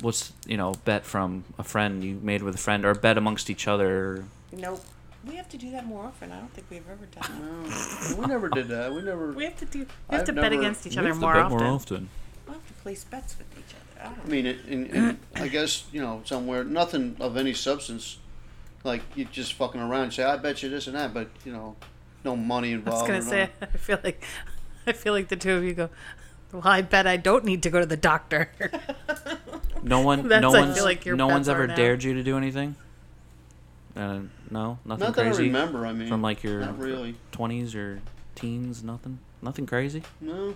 Speaker 1: what's you know bet from a friend you made with a friend or bet amongst each other.
Speaker 5: Nope. We have to do that more often. I don't think we've ever done that.
Speaker 3: We never did that. We never.
Speaker 2: We have to do. We have
Speaker 3: I've
Speaker 2: to bet
Speaker 3: never-
Speaker 2: against each
Speaker 1: We
Speaker 2: other
Speaker 1: have to
Speaker 2: more
Speaker 1: bet
Speaker 2: often.
Speaker 5: We'll have to place bets with each other. I don't
Speaker 3: I mean, it, in, in, I guess you know somewhere nothing of any substance. Like you just fucking around and say, "I bet you this and that," but you know, no money
Speaker 2: I was
Speaker 3: involved.
Speaker 2: gonna
Speaker 3: or
Speaker 2: say.
Speaker 3: nothing.
Speaker 2: I feel like. I feel like the two of you go. Well, I bet I don't need to go to the doctor. *laughs*
Speaker 1: No one,
Speaker 2: That's,
Speaker 1: no
Speaker 2: I feel
Speaker 1: one's,
Speaker 2: like, your
Speaker 1: no
Speaker 2: bets
Speaker 1: one's
Speaker 2: are
Speaker 1: ever
Speaker 2: now.
Speaker 1: dared you to do anything. Uh, no, nothing
Speaker 3: Not that I
Speaker 1: crazy
Speaker 3: remember. I mean,
Speaker 1: from like your
Speaker 3: not really.
Speaker 1: twenties or teens. Nothing, nothing crazy.
Speaker 3: No,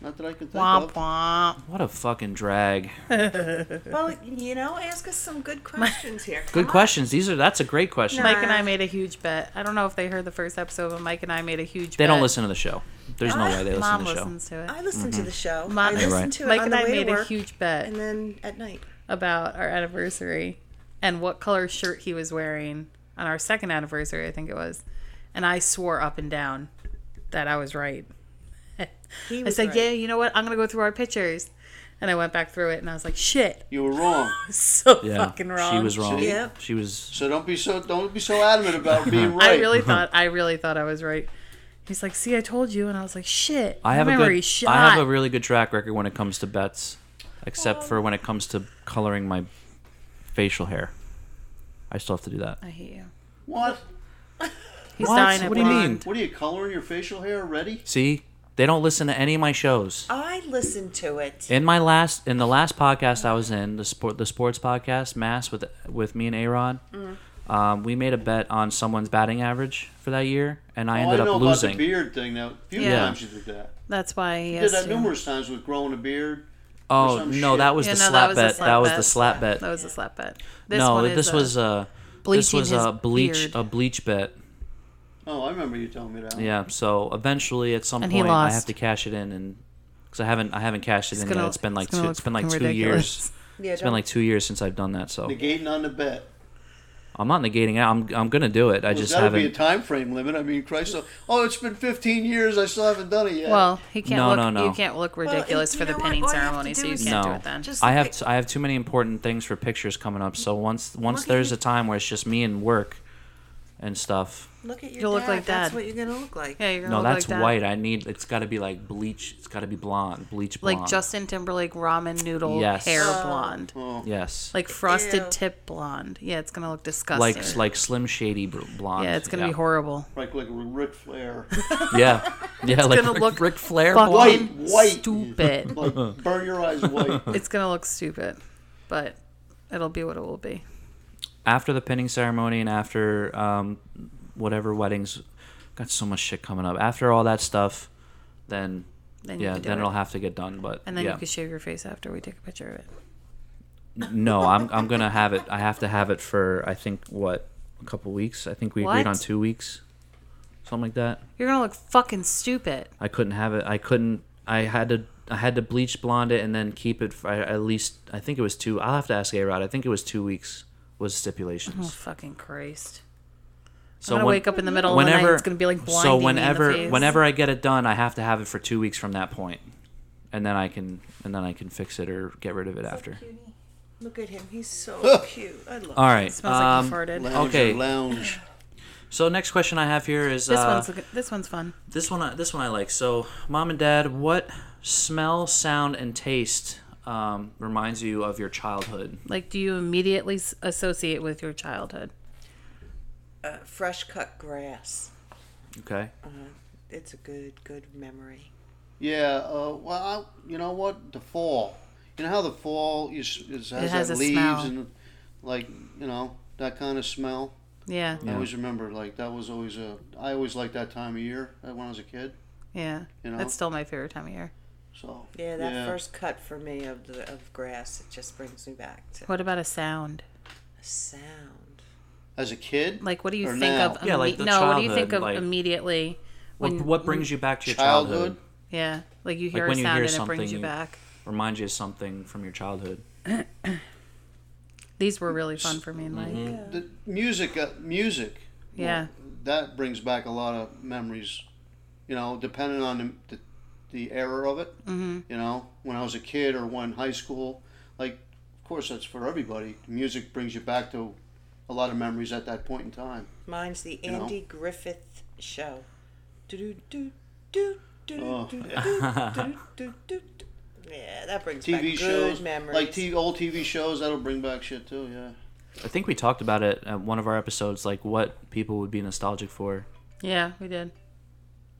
Speaker 3: not that I can think
Speaker 2: womp
Speaker 3: of.
Speaker 2: womp.
Speaker 1: What a fucking
Speaker 2: *laughs*
Speaker 1: drag.
Speaker 5: Well, you know, ask us some good questions here.
Speaker 1: Good questions. These are that's a great question.
Speaker 5: No.
Speaker 2: Mike and I made a huge bet. I don't know if they heard the first episode, but Mike and I made a huge.
Speaker 1: They
Speaker 2: bet.
Speaker 1: don't listen to the show. There's no way they listen
Speaker 2: Mom
Speaker 1: to the show.
Speaker 2: listens to it.
Speaker 5: I listen
Speaker 2: Mm-hmm.
Speaker 5: to the show.
Speaker 2: Mom-
Speaker 5: I
Speaker 2: Yeah,
Speaker 5: listen
Speaker 1: right.
Speaker 5: to it
Speaker 2: Mike
Speaker 5: on
Speaker 2: and
Speaker 5: the
Speaker 2: I
Speaker 5: way to
Speaker 2: made a
Speaker 5: work,
Speaker 2: huge bet
Speaker 5: and then at night.
Speaker 2: about our anniversary and what color shirt he was wearing on our second anniversary, I think it was. And I swore up and down that I was right. *laughs*
Speaker 5: He
Speaker 2: I
Speaker 5: was
Speaker 2: said,
Speaker 5: right.
Speaker 2: "Yeah, you know what? I'm gonna go through our pictures." And I went back through it, and I was like, "Shit, *laughs*
Speaker 3: You were wrong.
Speaker 2: so
Speaker 1: Yeah,
Speaker 2: fucking wrong."
Speaker 1: she was wrong.
Speaker 5: Yeah.
Speaker 1: She was.
Speaker 3: So don't be so don't be so adamant
Speaker 1: *laughs*
Speaker 3: about being right.
Speaker 2: I really thought I really thought I was right. He's like, "See, I told you," and I was like, "Shit."
Speaker 1: I have a
Speaker 2: memory
Speaker 1: good.
Speaker 2: shot.
Speaker 1: I have a really good track record when it comes to bets, except for when it comes to coloring my facial hair. I still have to do that.
Speaker 2: I hate you.
Speaker 3: what?
Speaker 2: He's
Speaker 1: What?
Speaker 2: dying at
Speaker 1: What do you mean?
Speaker 2: blonde.
Speaker 3: What are you coloring your facial hair already?
Speaker 1: See, they don't listen to any of my shows.
Speaker 5: I listen to it.
Speaker 1: In my last, in the last podcast I was in, the sport, the sports podcast, Mass with with me and Aaron,
Speaker 2: Mm.
Speaker 1: um, we made a bet on someone's batting average for that year, and I
Speaker 3: Oh,
Speaker 1: ended
Speaker 3: I know
Speaker 1: up
Speaker 3: about
Speaker 1: losing.
Speaker 3: the beard thing. Now, a few
Speaker 2: Yeah.
Speaker 3: times you did that.
Speaker 2: That's why he
Speaker 3: You
Speaker 2: has
Speaker 3: did that
Speaker 2: to-
Speaker 3: numerous times with growing a beard. or
Speaker 1: Oh
Speaker 3: some
Speaker 1: no,
Speaker 3: shit.
Speaker 1: that was
Speaker 2: Yeah,
Speaker 1: the
Speaker 2: no, that
Speaker 1: slap
Speaker 2: was the
Speaker 1: bet.
Speaker 2: slap
Speaker 1: that was
Speaker 2: bet.
Speaker 1: the slap bet.
Speaker 2: That was a slap bet. This
Speaker 1: no,
Speaker 2: one is
Speaker 1: this
Speaker 2: a-
Speaker 1: was a this
Speaker 2: bleaching
Speaker 1: was
Speaker 2: his
Speaker 1: a bleach
Speaker 2: beard.
Speaker 1: a bleach bet.
Speaker 3: Oh, I remember you telling me that.
Speaker 1: Yeah, so eventually at some
Speaker 2: And he
Speaker 1: point I have
Speaker 2: lost.
Speaker 1: to cash it in and because I haven't I haven't cashed it in
Speaker 2: gonna-
Speaker 1: yet. It's been like
Speaker 2: it's gonna
Speaker 1: two,
Speaker 2: look
Speaker 1: it's been like
Speaker 2: fucking
Speaker 1: two years.
Speaker 3: *laughs*
Speaker 2: ridiculous.
Speaker 4: Yeah,
Speaker 1: it's been like two years since I've done that, so
Speaker 3: Negating on the bet.
Speaker 1: I'm not negating it. I'm I'm gonna do it. I
Speaker 3: There's
Speaker 1: just
Speaker 3: got to
Speaker 1: haven't.
Speaker 3: be a time frame limit. I mean, Christ, oh- oh, it's been 15 years. I still haven't done it yet.
Speaker 2: Well, he can't
Speaker 1: No,
Speaker 2: look.
Speaker 1: no, no.
Speaker 2: You can't look ridiculous
Speaker 5: you
Speaker 2: for the
Speaker 5: know what?
Speaker 2: pinning
Speaker 5: All you have to
Speaker 2: ceremony, so
Speaker 5: do
Speaker 2: you
Speaker 5: is
Speaker 2: can't do
Speaker 1: no,
Speaker 2: it then.
Speaker 5: Just
Speaker 1: I
Speaker 5: look
Speaker 1: have
Speaker 5: at-
Speaker 1: t- I have too many important things for pictures coming up. So once once
Speaker 5: Look at
Speaker 1: there's
Speaker 5: your-
Speaker 1: a time where it's just me and work, and stuff.
Speaker 4: Look at your
Speaker 2: You'll
Speaker 4: dad.
Speaker 2: look like
Speaker 4: That's
Speaker 2: dad.
Speaker 5: what you're gonna look like.
Speaker 2: yeah, you're gonna
Speaker 1: No,
Speaker 2: look
Speaker 1: that's
Speaker 2: like that.
Speaker 1: white. I need. It's got to be like bleach. It's got to be blonde, bleach blonde.
Speaker 2: Like Justin Timberlake ramen noodle
Speaker 1: Yes.
Speaker 2: hair
Speaker 1: Oh.
Speaker 2: blonde,
Speaker 1: yes, like
Speaker 2: like frosted
Speaker 4: Ew.
Speaker 2: tip blonde. Yeah, it's gonna look disgusting.
Speaker 1: like like Slim Shady bl- blonde.
Speaker 2: yeah, it's gonna be horrible.
Speaker 3: like like Ric Flair,
Speaker 2: *laughs*
Speaker 1: Yeah, yeah, like
Speaker 2: gonna
Speaker 1: Ric,
Speaker 2: look
Speaker 1: Ric Flair
Speaker 2: Fucking
Speaker 1: blonde.
Speaker 3: White, white.
Speaker 2: stupid.
Speaker 3: *laughs* like burn your eyes white.
Speaker 2: *laughs* it's gonna look stupid, but it'll be what it will be.
Speaker 1: after the pinning ceremony and after um, whatever weddings got so much shit coming up after all that stuff then
Speaker 2: Then you
Speaker 1: yeah
Speaker 2: can do
Speaker 1: then
Speaker 2: it.
Speaker 1: it'll have to get done but
Speaker 2: And then
Speaker 1: yeah.
Speaker 2: you can shave your face after we take a picture of it.
Speaker 1: no I'm, I'm gonna have it i have to have it for i think what a couple weeks i think we
Speaker 2: What?
Speaker 1: agreed on two weeks something like that
Speaker 2: You're gonna look fucking stupid.
Speaker 1: i couldn't have it i couldn't i had to i had to bleach blonde it and then keep it for at least i think it was two i'll have to ask a rod i think it was two weeks was
Speaker 2: Oh,
Speaker 1: stipulations
Speaker 2: fucking Christ.
Speaker 1: So
Speaker 2: I'm gonna
Speaker 1: when-
Speaker 2: wake up in the middle of the night. It's gonna be like
Speaker 1: so
Speaker 2: blinding me in the
Speaker 1: whenever
Speaker 2: face.
Speaker 1: whenever I get it done, I have to have it for two weeks from that point, and then I can and then I can fix it or get rid of it after.
Speaker 4: Look at him. He's so cute. I love.
Speaker 1: All right.
Speaker 2: It smells
Speaker 1: um,
Speaker 2: like you farted.
Speaker 3: Lounge,
Speaker 1: Okay.
Speaker 3: lounge.
Speaker 1: so next question I have here is
Speaker 2: This
Speaker 1: uh,
Speaker 3: *laughs*
Speaker 2: one's this one's fun.
Speaker 1: this one I- this one I like. So mom and dad, what smell, sound, and taste um, reminds you of your childhood?
Speaker 2: Like, do you immediately s- associate with your childhood?
Speaker 5: Uh, fresh cut grass. Uh,
Speaker 1: Okay.
Speaker 5: It's a good, good memory.
Speaker 3: Yeah. Uh, well, I, you know what? The fall. You know how the fall is, is has,
Speaker 2: has
Speaker 3: that
Speaker 2: a
Speaker 3: leaves
Speaker 2: smell.
Speaker 3: and like you know that kind of smell.
Speaker 2: Yeah,
Speaker 3: I always remember like that was always a. I always liked that time of year uh, when I was a kid.
Speaker 2: yeah.
Speaker 3: You know?
Speaker 2: That's still my favorite time of year.
Speaker 3: So
Speaker 5: Yeah, that first cut for me of the of grass, it just brings me back to
Speaker 2: What about a sound?
Speaker 5: sound.
Speaker 3: as a kid.
Speaker 2: Like, what do you
Speaker 3: Or
Speaker 2: think
Speaker 3: now.
Speaker 2: of?
Speaker 1: Yeah, like the
Speaker 2: no, what do you think
Speaker 1: childhood,
Speaker 2: of
Speaker 1: like-
Speaker 2: immediately?
Speaker 1: What,
Speaker 2: When-
Speaker 1: what brings you back to your childhood?
Speaker 3: childhood.
Speaker 2: Yeah, like you hear
Speaker 1: when
Speaker 2: a
Speaker 1: you
Speaker 2: sound
Speaker 1: hear
Speaker 2: and it brings
Speaker 1: something,
Speaker 2: you
Speaker 1: you-
Speaker 2: back.
Speaker 1: Reminds you of something from your childhood?
Speaker 2: These were really fun for me and Mike.
Speaker 1: Mm-hmm.
Speaker 3: The music. Uh, music.
Speaker 2: Yeah,
Speaker 3: That brings back a lot of memories. You know, depending on the the, the era of it. Mm-hmm. You know, when I was a kid or when high school. Like, of course, that's for everybody. Music brings you back to a lot of memories at that point in time.
Speaker 5: Mine's the
Speaker 3: know?
Speaker 5: Andy Griffith show. Do do do do
Speaker 3: Oh. *laughs*
Speaker 5: do do do do do. Yeah, that brings back
Speaker 3: TV
Speaker 5: good
Speaker 3: shows,
Speaker 5: memories.
Speaker 3: like t- old TV shows, that'll bring back shit too. Yeah.
Speaker 1: I think we talked about it at one of our episodes, like what people would be nostalgic for.
Speaker 2: yeah, we did.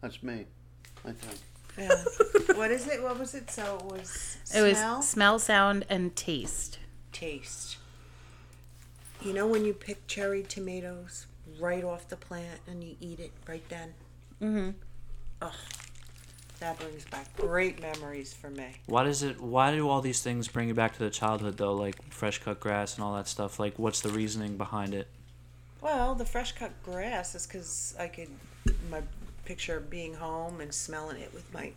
Speaker 3: That's me. I think. *laughs*
Speaker 5: Yeah. what is it? What was it? So it was
Speaker 2: It was
Speaker 5: smell,
Speaker 2: smell, sound, and taste.
Speaker 5: taste. You know when you pick cherry tomatoes right off the plant and you eat it right then. Mm-hmm. Oh, that brings back great memories for me.
Speaker 1: Why does it? Why do all these things bring you back to the childhood though? Like fresh cut grass and all that stuff. Like, what's the reasoning behind it?
Speaker 5: Well, the fresh cut grass is because I could my picture of being home and smelling it with my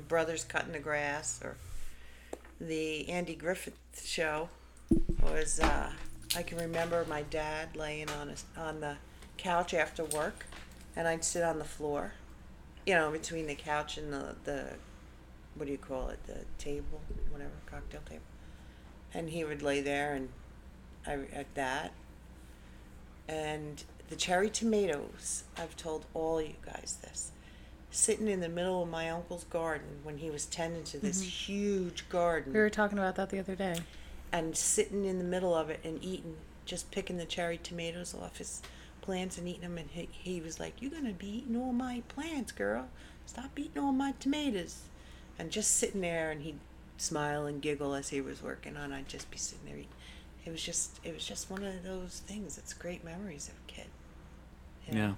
Speaker 5: *clears throat* brothers cutting the grass, or the Andy Griffith show was. Uh, I can remember my dad laying on his, on the couch after work, and I'd sit on the floor, you know, between the couch and the the what do you call it, the table, whatever cocktail table, and he would lay there and I at that and the cherry tomatoes. I've told all you guys this. Sitting in the middle of my uncle's garden when he was tending to this huge garden
Speaker 2: We were talking about that the other day.
Speaker 5: and sitting in the middle of it and eating, just picking the cherry tomatoes off his plants and eating them. And he, he was like, You're going to be eating all my plants, girl. Stop eating all my tomatoes. And just sitting there, and he'd smile and giggle as he was working on. I'd just be sitting there eating. It was just, it was just one of those things. It's great memories of a kid.
Speaker 1: Yeah.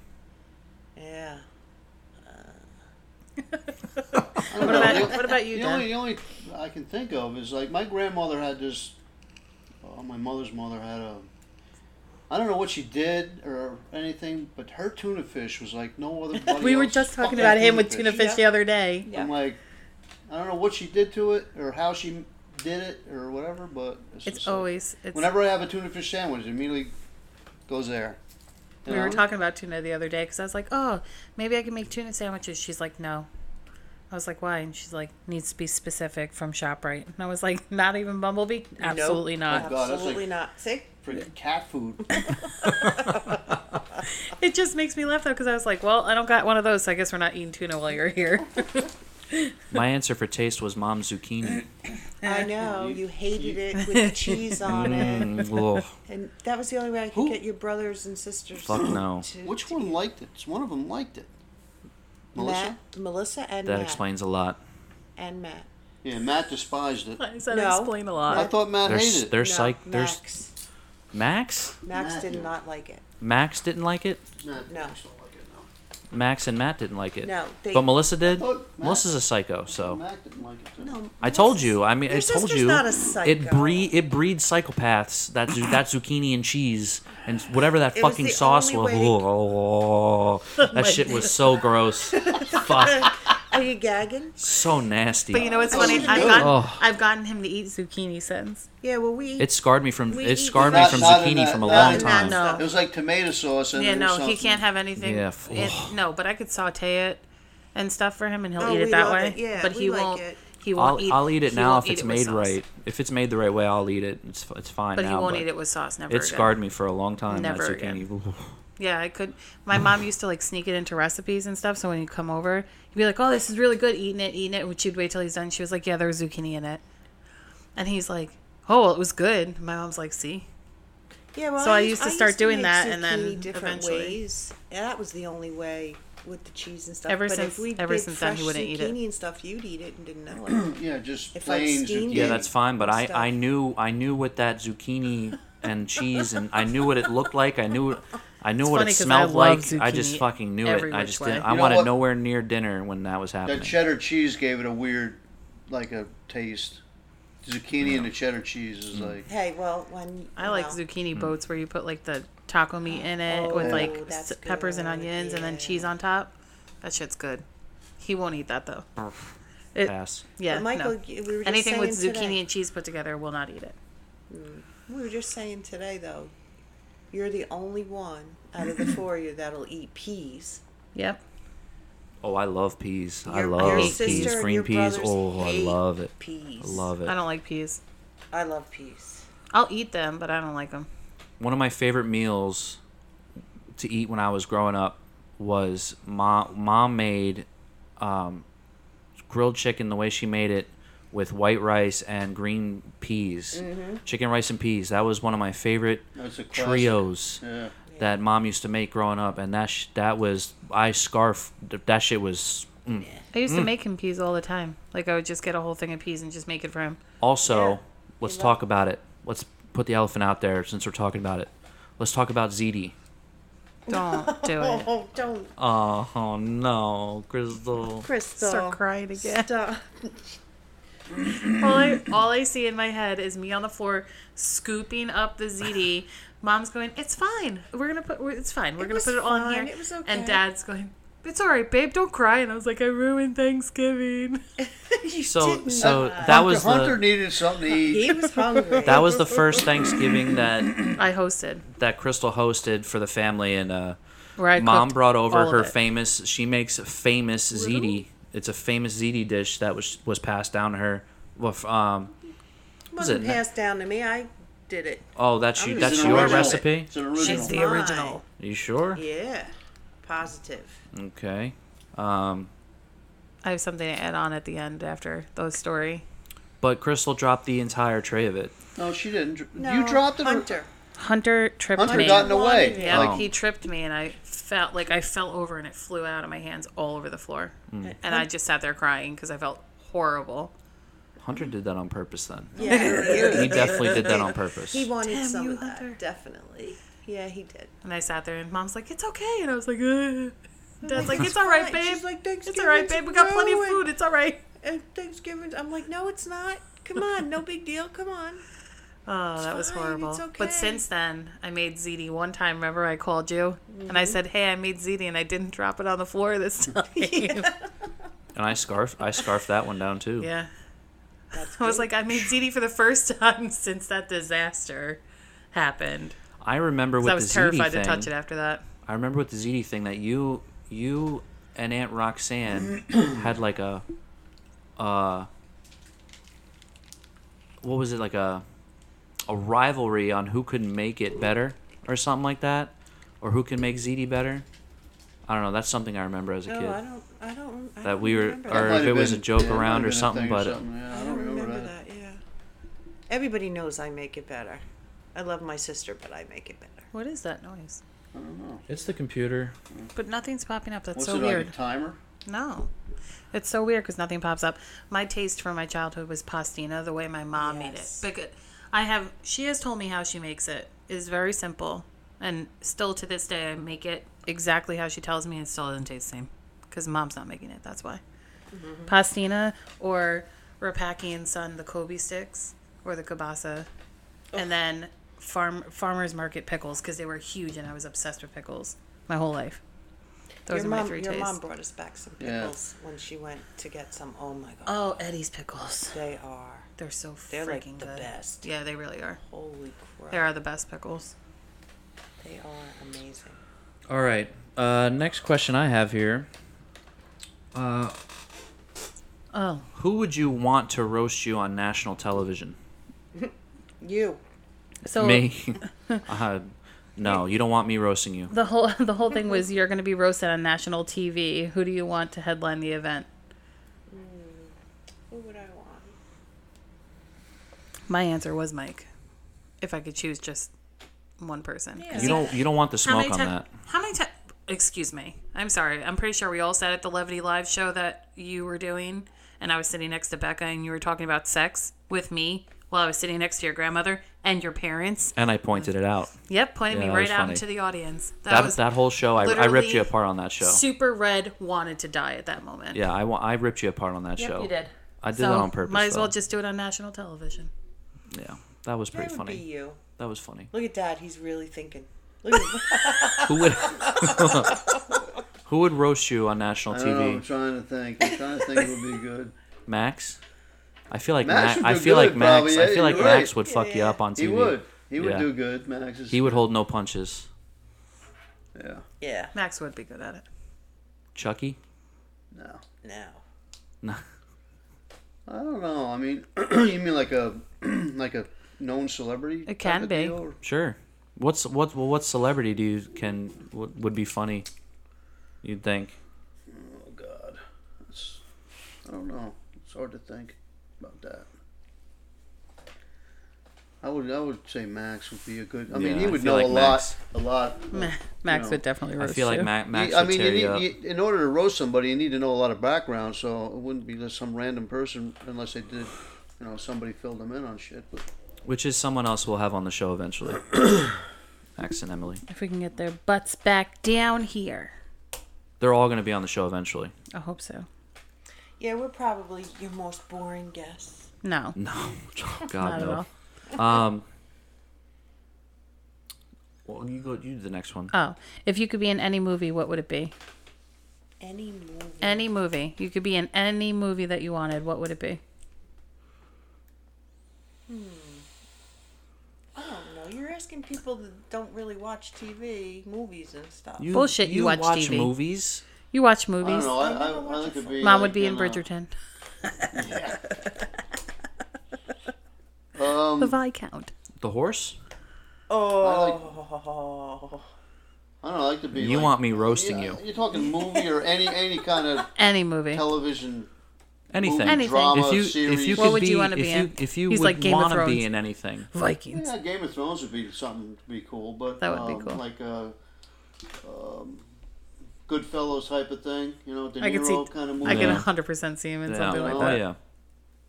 Speaker 5: Yeah.
Speaker 3: I don't
Speaker 2: What
Speaker 3: know,
Speaker 2: about
Speaker 3: the-
Speaker 2: what about you,
Speaker 3: The only,
Speaker 2: Dan?
Speaker 3: the only I can think of is like my grandmother had this. Uh, my mother's mother had a. I don't know what she did or anything, but her tuna fish was like no
Speaker 2: *laughs*
Speaker 3: other.
Speaker 2: We were just talking
Speaker 3: Oh
Speaker 2: about him with tuna fish the other day.
Speaker 5: Yeah.
Speaker 3: I'm like, I don't know what she did to it or how she did it or whatever, but it's,
Speaker 2: It's
Speaker 3: just like-
Speaker 2: always it's.
Speaker 3: whenever I have a tuna fish sandwich, it immediately goes there. you
Speaker 2: we were
Speaker 3: know?
Speaker 2: talking about tuna the other day because I was like, oh, maybe I can make tuna sandwiches. She's like, no. I was like, why? And she's like, needs to be specific from Shoprite. And I was like, not even Bumblebee. Absolutely
Speaker 3: Oh,
Speaker 2: not.
Speaker 3: God, that's like-
Speaker 5: Absolutely not. See?
Speaker 3: Freaking
Speaker 2: *laughs*
Speaker 3: cat food.
Speaker 2: It just makes me laugh though because I was like, well, I don't got one of those, so I guess we're not eating tuna while you're
Speaker 5: *laughs*
Speaker 2: here.
Speaker 1: My answer for taste was mom
Speaker 5: *laughs*
Speaker 1: zucchini.
Speaker 5: I know. You hated it with the cheese on it.
Speaker 1: Mm, ugh,
Speaker 5: And that was the only way I could
Speaker 3: Who-
Speaker 5: get your brothers and sisters.
Speaker 1: fuck no.
Speaker 5: to-
Speaker 3: Which one liked it? One of them liked it. Melissa?
Speaker 5: Matt, Melissa and
Speaker 1: That
Speaker 5: Matt.
Speaker 1: explains a lot.
Speaker 5: And Matt.
Speaker 3: Yeah, Matt despised it.
Speaker 2: so that
Speaker 5: No.
Speaker 2: explain a
Speaker 3: I
Speaker 2: lot.
Speaker 3: thought Matt
Speaker 1: There's
Speaker 3: hated it.
Speaker 1: there's
Speaker 5: No,
Speaker 1: psych there's
Speaker 5: Max.
Speaker 1: Max?
Speaker 5: Max
Speaker 3: Matt
Speaker 5: did
Speaker 3: did.
Speaker 5: not like it.
Speaker 1: Max didn't like it.
Speaker 3: Matt
Speaker 5: No.
Speaker 3: actually liked it, no.
Speaker 1: Max and Matt didn't like it.
Speaker 5: No, they-
Speaker 1: but Melissa did.
Speaker 3: thought Matt-
Speaker 1: Melissa's a psycho, so
Speaker 3: Matt didn't like it. Too.
Speaker 5: No.
Speaker 1: I told you. I mean,
Speaker 5: Your
Speaker 1: I told
Speaker 5: sister's
Speaker 1: you.
Speaker 5: not a psycho.
Speaker 1: It breed it breeds psychopaths. That zu- that zucchini and cheese and whatever that
Speaker 5: It was
Speaker 1: fucking
Speaker 5: the
Speaker 1: sauce was.
Speaker 5: only
Speaker 1: Oh, *laughs* that shit was so
Speaker 5: *laughs*
Speaker 1: gross. Fuck,
Speaker 5: Are you gagging?
Speaker 1: so nasty.
Speaker 2: But you know, it's
Speaker 3: Oh,
Speaker 2: funny.
Speaker 3: she
Speaker 2: I've
Speaker 3: did.
Speaker 2: gotten,
Speaker 1: Oh.
Speaker 2: I've gotten him to eat zucchini since.
Speaker 5: Yeah, well, we.
Speaker 1: It scarred me from
Speaker 5: We
Speaker 1: it
Speaker 5: eat
Speaker 1: scarred me
Speaker 3: Not-
Speaker 1: from
Speaker 3: not in
Speaker 1: zucchini
Speaker 3: that-
Speaker 1: from a
Speaker 3: not
Speaker 1: long
Speaker 3: in
Speaker 5: that
Speaker 1: time.
Speaker 5: stuff.
Speaker 3: It was like tomato sauce and
Speaker 2: Yeah, no,
Speaker 3: something.
Speaker 2: he can't have anything.
Speaker 1: Yeah, f-
Speaker 2: in- no, but I could saute it and stuff for him, and he'll
Speaker 5: Oh,
Speaker 2: eat it
Speaker 5: we
Speaker 2: that
Speaker 5: love
Speaker 2: way.
Speaker 5: it. Yeah,
Speaker 2: but
Speaker 5: we
Speaker 2: he
Speaker 5: like
Speaker 2: won't.
Speaker 5: it.
Speaker 2: He won't
Speaker 1: I'll
Speaker 2: eat.
Speaker 1: eat, I'll eat it
Speaker 2: he
Speaker 1: now
Speaker 2: won't
Speaker 1: if
Speaker 2: eat
Speaker 1: it's
Speaker 2: it with
Speaker 1: made
Speaker 2: sauce.
Speaker 1: right. If it's made the right way, I'll eat it. It's f- it's fine
Speaker 2: But
Speaker 1: now.
Speaker 2: he won't
Speaker 1: but
Speaker 2: eat it with sauce. Never.
Speaker 1: it
Speaker 2: again.
Speaker 1: scarred me for a long time.
Speaker 2: Never
Speaker 1: that zucchini. *laughs*
Speaker 2: Yeah, I could. My mom used to like sneak it into recipes and stuff. So when he'd come over, he'd be like, "Oh, this is really good. Eating it, eating it." Which she'd wait till he's done. She was like, "Yeah, there was zucchini in it," and he's like, "Oh, well, it was good." My mom's like, "See."
Speaker 5: Yeah, well,
Speaker 2: So I used to start doing
Speaker 5: make
Speaker 2: that and then
Speaker 5: zucchini different
Speaker 2: eventually-
Speaker 5: ways. Yeah, that was the only way with the cheese and stuff.
Speaker 2: Ever
Speaker 5: but
Speaker 2: since-
Speaker 5: if we
Speaker 2: ever
Speaker 5: did
Speaker 2: since then, he
Speaker 5: fresh
Speaker 2: wouldn't eat it.
Speaker 5: zucchini and stuff, you'd eat it and didn't know
Speaker 3: *clears throat*
Speaker 5: it.
Speaker 3: Yeah, just
Speaker 5: It's like
Speaker 3: plain
Speaker 5: steamed
Speaker 3: zucchini.
Speaker 5: it.
Speaker 1: Yeah, that's fine. But I,
Speaker 5: Stuff.
Speaker 1: I knew I knew what that zucchini and cheese and I knew what it looked like. I knew I knew what
Speaker 2: funny
Speaker 1: it
Speaker 2: 'cause I
Speaker 1: smelled
Speaker 2: love
Speaker 1: like. I just
Speaker 2: zucchini
Speaker 1: fucking knew it.
Speaker 2: every
Speaker 1: I
Speaker 2: which
Speaker 1: just
Speaker 2: way.
Speaker 1: didn't.
Speaker 2: You
Speaker 1: I
Speaker 3: know
Speaker 1: wanted
Speaker 3: what?
Speaker 1: nowhere near dinner when that was
Speaker 3: That
Speaker 1: happening.
Speaker 3: cheddar cheese gave it a weird, like a taste. Zucchini and the cheddar cheese is
Speaker 1: Mm.
Speaker 3: like.
Speaker 5: hey, well, when
Speaker 2: I like
Speaker 5: zucchini.
Speaker 2: zucchini boats where you put like the taco meat in it with
Speaker 5: Oh,
Speaker 2: like
Speaker 5: that's
Speaker 2: s- peppers and
Speaker 5: good,
Speaker 2: onions and then
Speaker 5: yeah.
Speaker 2: cheese on top. That shit's good. He won't eat that though. It,
Speaker 1: Pass.
Speaker 2: yeah,
Speaker 5: But Michael,
Speaker 2: no.
Speaker 5: we were just
Speaker 2: anything with
Speaker 5: saying
Speaker 2: zucchini
Speaker 5: today-
Speaker 2: and cheese put together will not eat it.
Speaker 5: We were just saying today, though, you're the only one out
Speaker 3: *clears throat*
Speaker 5: of the four of you that'll eat peas.
Speaker 2: Yep.
Speaker 1: Oh, I love peas. I
Speaker 5: Your-
Speaker 1: love
Speaker 5: your
Speaker 1: peas.
Speaker 5: sister and
Speaker 1: Green
Speaker 5: your
Speaker 1: peas.
Speaker 5: brothers
Speaker 1: Oh, I
Speaker 5: hate
Speaker 1: love it.
Speaker 5: Peas.
Speaker 1: I love it.
Speaker 2: I don't like peas.
Speaker 5: I love peas.
Speaker 2: I'll eat them, but I don't like them.
Speaker 1: one of my favorite meals to eat when I was growing up was mom mom made um, grilled chicken the way she made it with white rice and green peas, chicken rice and peas. That was one of my favorite
Speaker 3: That's a classic.
Speaker 1: trios
Speaker 3: Yeah.
Speaker 1: that mom used to make growing up, and that sh- that was I scarf that shit was. mm.
Speaker 2: I used to make him peas all the time. Like I would just get a whole thing of peas and just make it for him.
Speaker 1: Also, let's talk about it. Let's put the elephant out there since we're talking about it. Let's talk about ziti.
Speaker 2: Don't do it.
Speaker 5: Oh, don't,
Speaker 1: Oh, oh no, Crystal.
Speaker 5: Crystal.
Speaker 2: Start crying again. *laughs*
Speaker 5: Stop.
Speaker 2: all *laughs* I, all I see in my head is me on the floor scooping up the ZD. Mom's going, "It's fine. We're gonna put. we're- It's fine. We're gonna
Speaker 5: was
Speaker 2: put it all in
Speaker 5: fine.
Speaker 2: here."
Speaker 5: It was okay.
Speaker 2: And Dad's going, "It's all right, babe. Don't cry." And I was like, "I ruined Thanksgiving." *laughs*
Speaker 1: So, so that
Speaker 3: Hunter,
Speaker 1: was
Speaker 3: Hunter
Speaker 1: the
Speaker 3: needed something to eat.
Speaker 5: He was hungry.
Speaker 1: that was the first Thanksgiving that
Speaker 2: I hosted.
Speaker 1: that Crystal hosted for the family, and uh,
Speaker 2: Where I
Speaker 1: Mom
Speaker 2: cooked
Speaker 1: brought
Speaker 2: all
Speaker 1: over
Speaker 2: of
Speaker 1: her
Speaker 2: it.
Speaker 1: famous. She makes famous ziti. It's a famous ziti dish that was was passed down to her. Well, f- um, was
Speaker 5: wasn't
Speaker 1: it?
Speaker 5: passed down to me. I did it.
Speaker 1: Oh, that's you.
Speaker 3: It's
Speaker 1: That's
Speaker 3: an
Speaker 1: your
Speaker 3: original.
Speaker 1: recipe.
Speaker 3: It's an original.
Speaker 2: It's the
Speaker 5: Mine.
Speaker 2: original.
Speaker 1: you sure?
Speaker 5: Yeah. Positive.
Speaker 1: Okay. Um,
Speaker 2: I have something to add on at the end after the story.
Speaker 1: but Crystal dropped the entire tray of it.
Speaker 3: No, she didn't. dr-
Speaker 5: No,
Speaker 3: you dropped it. or-
Speaker 5: Hunter.
Speaker 2: Hunter tripped
Speaker 3: Hunter
Speaker 2: me.
Speaker 3: got in the way.
Speaker 2: yeah,
Speaker 1: Oh.
Speaker 2: like he tripped me, and I felt like I fell over, and it flew out of my hands all over the floor,
Speaker 1: Mm.
Speaker 2: and I just sat there crying because I felt horrible.
Speaker 1: Hunter did that on purpose. Then
Speaker 5: Yeah.
Speaker 1: he definitely did
Speaker 5: *laughs*
Speaker 1: that on purpose.
Speaker 5: He wanted
Speaker 2: Damn
Speaker 5: some
Speaker 2: you,
Speaker 5: of that,
Speaker 2: Hunter.
Speaker 5: definitely. Yeah, he did.
Speaker 2: And I sat there, and mom's like, "It's okay," and I was like, Ugh. "Dad's like, it's all right,
Speaker 5: fine."
Speaker 2: babe.
Speaker 5: She's like,
Speaker 2: it's all right,
Speaker 5: "Thanksgiving's
Speaker 2: babe. We got plenty of
Speaker 5: ruined."
Speaker 2: food. It's all right."
Speaker 5: And Thanksgiving, I'm like, no, it's not. Come on, no big deal. Come on.
Speaker 2: *laughs* Oh, that was
Speaker 5: fine,
Speaker 2: horrible.
Speaker 5: it's okay.
Speaker 2: But since then, I made ziti one time. Remember, I called you and I
Speaker 5: Mm-hmm.
Speaker 2: said, "Hey, I made ziti, and I didn't drop it on the
Speaker 5: *laughs*
Speaker 2: floor this time." yeah. *laughs*
Speaker 1: And I scarf I scarf that one down too.
Speaker 4: That's
Speaker 2: I was
Speaker 4: good.
Speaker 2: like, I made ziti for the first *laughs* time since that disaster happened.
Speaker 1: I remember
Speaker 2: 'Cause
Speaker 1: with
Speaker 2: I was
Speaker 1: the ziti
Speaker 2: terrified
Speaker 1: thing.
Speaker 2: to touch it after that.
Speaker 1: I remember with the ziti thing that you you and Aunt Roxanne had like a uh what was it like a a rivalry on who could make it better or something like that or who can make ziti better. I don't know. That's something I remember as a
Speaker 5: No,
Speaker 1: kid.
Speaker 5: I don't. I don't. I
Speaker 1: that
Speaker 5: don't
Speaker 1: we were,
Speaker 5: remember
Speaker 1: or
Speaker 5: that.
Speaker 1: if it was a
Speaker 3: been-
Speaker 1: joke
Speaker 3: yeah, it might have
Speaker 1: around
Speaker 3: been
Speaker 1: or
Speaker 3: a
Speaker 1: something,
Speaker 3: thing
Speaker 1: but uh,
Speaker 3: Yeah,
Speaker 5: I don't remember that. Yeah. Everybody knows I make it better. I love my sister, but I make it better.
Speaker 2: What is that noise?
Speaker 1: it's the computer.
Speaker 2: But nothing's popping up. That's
Speaker 3: What's
Speaker 2: so
Speaker 3: it
Speaker 2: weird.
Speaker 3: like a timer?
Speaker 2: No. It's so weird because nothing pops up. My taste from my childhood was pastina, the way my mom
Speaker 4: Yes.
Speaker 2: made it. Because I have, she has told me how she makes it. It's very simple, and still to this day, I make it exactly how she tells me, and it still doesn't taste the same. Because mom's not making it. That's why.
Speaker 5: Mm-hmm.
Speaker 2: Pastina or Rapaki and Son, the Kobe sticks or the kielbasa,
Speaker 5: Oh.
Speaker 2: and then farm farmers market pickles because they were huge, and I was obsessed with pickles my whole life. Those
Speaker 5: your
Speaker 2: are
Speaker 5: mom,
Speaker 2: my three
Speaker 5: your
Speaker 2: tastes.
Speaker 5: mom brought us back some
Speaker 3: Yeah.
Speaker 5: pickles when she went to get some. Oh my god,
Speaker 2: Oh, Eddie's pickles.
Speaker 5: they are
Speaker 2: They're so
Speaker 5: They're
Speaker 2: freaking
Speaker 5: like the
Speaker 2: good.
Speaker 5: best.
Speaker 2: Yeah, they really are.
Speaker 5: holy crap.
Speaker 2: They are the best pickles.
Speaker 5: They are amazing.
Speaker 1: All right. Uh, next question I have here: Uh,
Speaker 2: Oh,
Speaker 1: Who would you want to roast you on national television?
Speaker 5: You.
Speaker 2: so *laughs*
Speaker 1: me? uh, no, you don't want me roasting you.
Speaker 2: the whole *laughs* the whole thing was you're going to be roasted on national TV. Who do you want to headline the event?
Speaker 5: Who would I want?
Speaker 2: My answer was Mike. If I could choose just one person. 'Cause
Speaker 1: You don't. You don't want the
Speaker 2: how many
Speaker 1: smoke on
Speaker 2: ti-
Speaker 1: that.
Speaker 2: How many times? Excuse me. I'm sorry. I'm pretty sure we all sat at the Levity Live show that you were doing, and I was sitting next to Becca, and you were talking about sex with me while I was sitting next to your grandmother and your parents.
Speaker 1: And I pointed it out.
Speaker 2: Yep, pointed
Speaker 1: Yeah,
Speaker 2: me
Speaker 1: that
Speaker 2: right
Speaker 1: was
Speaker 2: out
Speaker 1: funny.
Speaker 2: into the audience. That,
Speaker 1: That
Speaker 2: was
Speaker 1: that whole show, I, I ripped
Speaker 2: literally
Speaker 1: you apart on that show.
Speaker 2: super red. Wanted to die at that moment.
Speaker 1: Yeah, I, wa- I ripped you apart on that show.
Speaker 2: you did.
Speaker 1: I did
Speaker 2: so
Speaker 1: it on purpose.
Speaker 2: Might as well
Speaker 1: though.
Speaker 2: just do it on national television.
Speaker 1: Yeah, that was pretty
Speaker 5: That would be
Speaker 1: funny.
Speaker 5: you.
Speaker 1: That was funny.
Speaker 5: Look at Dad. He's really thinking. Look at
Speaker 1: Who would? *laughs* Who would roast you on national
Speaker 3: I don't know. I'm
Speaker 1: TV?
Speaker 3: trying to think. I'm trying to think it would be
Speaker 1: *laughs*
Speaker 3: good.
Speaker 1: Max. I feel like
Speaker 3: Max
Speaker 1: Max.
Speaker 3: would
Speaker 1: I
Speaker 3: do
Speaker 1: feel like
Speaker 3: good,
Speaker 1: Max.
Speaker 3: probably.
Speaker 1: I
Speaker 3: Yeah,
Speaker 1: feel like
Speaker 3: you're
Speaker 1: Max
Speaker 3: right.
Speaker 1: would fuck you up on TV.
Speaker 3: He would. He would
Speaker 1: Yeah.
Speaker 3: do good. Max is.
Speaker 1: He would hold no punches.
Speaker 3: Yeah.
Speaker 5: *laughs* yeah.
Speaker 2: Max would be good at it.
Speaker 1: Chucky.
Speaker 3: No.
Speaker 5: No.
Speaker 1: No.
Speaker 3: I don't know. I mean, *clears throat* you mean like a *clears throat* like a known celebrity?
Speaker 2: It
Speaker 3: type
Speaker 2: can
Speaker 3: of
Speaker 2: be.
Speaker 3: deal, or-
Speaker 1: Sure. What's what? Well, what celebrity do you can what would be funny? You'd think.
Speaker 3: Oh God, it's, I don't know. It's hard to think about that. I would I would say Max would be a good. I mean,
Speaker 1: Yeah,
Speaker 3: he
Speaker 1: I
Speaker 3: would
Speaker 1: feel
Speaker 3: know
Speaker 1: like
Speaker 3: a
Speaker 1: Max.
Speaker 3: lot, a lot. of-
Speaker 2: Max
Speaker 3: No.
Speaker 2: would definitely
Speaker 1: I
Speaker 2: roast
Speaker 1: feel like
Speaker 2: you.
Speaker 1: Ma- Max
Speaker 3: I
Speaker 1: would
Speaker 3: mean, you
Speaker 1: tear you, up.
Speaker 3: need, you, in order to roast somebody, you need to know a lot of background. So it wouldn't be just some random person unless they did, you know, somebody filled them in on shit. But
Speaker 1: which is someone else we'll have on the show
Speaker 3: *coughs*
Speaker 1: eventually. Max and Emily.
Speaker 2: If we can get their butts back down here,
Speaker 1: They're all going to be on the show eventually. *laughs*
Speaker 2: I hope so.
Speaker 5: Yeah, we're probably your most boring guests.
Speaker 2: No,
Speaker 1: No, *laughs* oh,
Speaker 2: not
Speaker 1: God
Speaker 2: at
Speaker 1: no. Um,
Speaker 2: all.
Speaker 1: Well, you go. You do the next one.
Speaker 2: Oh, if you could be in any movie, what would it be?
Speaker 5: Any movie.
Speaker 2: Any movie. You could be in any movie that you wanted. What would it be?
Speaker 5: I don't know. You're asking people that don't really watch TV, movies and stuff.
Speaker 1: You,
Speaker 2: Bullshit, you watch TV.
Speaker 1: movies.
Speaker 2: You watch
Speaker 3: I don't
Speaker 2: movies.
Speaker 3: know. I, I, I think it'd be
Speaker 2: Mom
Speaker 3: like
Speaker 2: would be in
Speaker 3: uh,
Speaker 2: Bridgerton.
Speaker 3: Um,
Speaker 2: The Viscount.
Speaker 1: The horse.
Speaker 5: oh.
Speaker 3: I don't know. I like to be.
Speaker 1: You
Speaker 3: like-
Speaker 1: want me roasting
Speaker 3: Yeah,
Speaker 1: you?
Speaker 3: You're talking movie or any any
Speaker 2: *laughs*
Speaker 3: kind of
Speaker 2: Any movie.
Speaker 3: television
Speaker 1: Anything.
Speaker 3: movie,
Speaker 2: Anything.
Speaker 3: drama,
Speaker 1: If you
Speaker 3: series.
Speaker 1: if you
Speaker 2: What
Speaker 1: could
Speaker 2: would
Speaker 1: be,
Speaker 2: you wanna
Speaker 1: if
Speaker 2: be
Speaker 1: you,
Speaker 2: in?
Speaker 1: if you
Speaker 2: He's
Speaker 1: would
Speaker 2: like Game of
Speaker 1: want to
Speaker 2: Thrones.
Speaker 1: be in anything,
Speaker 2: Vikings.
Speaker 3: yeah, Game of Thrones would be something to be cool, but
Speaker 2: That would be
Speaker 3: um,
Speaker 2: cool.
Speaker 3: Like a um, Goodfellas type of thing, you know, De
Speaker 2: I could see.
Speaker 3: Niro kind of movie,
Speaker 2: I could
Speaker 1: Yeah.
Speaker 2: 100% see him in
Speaker 1: Yeah.
Speaker 2: something like
Speaker 1: oh
Speaker 2: that.
Speaker 1: yeah,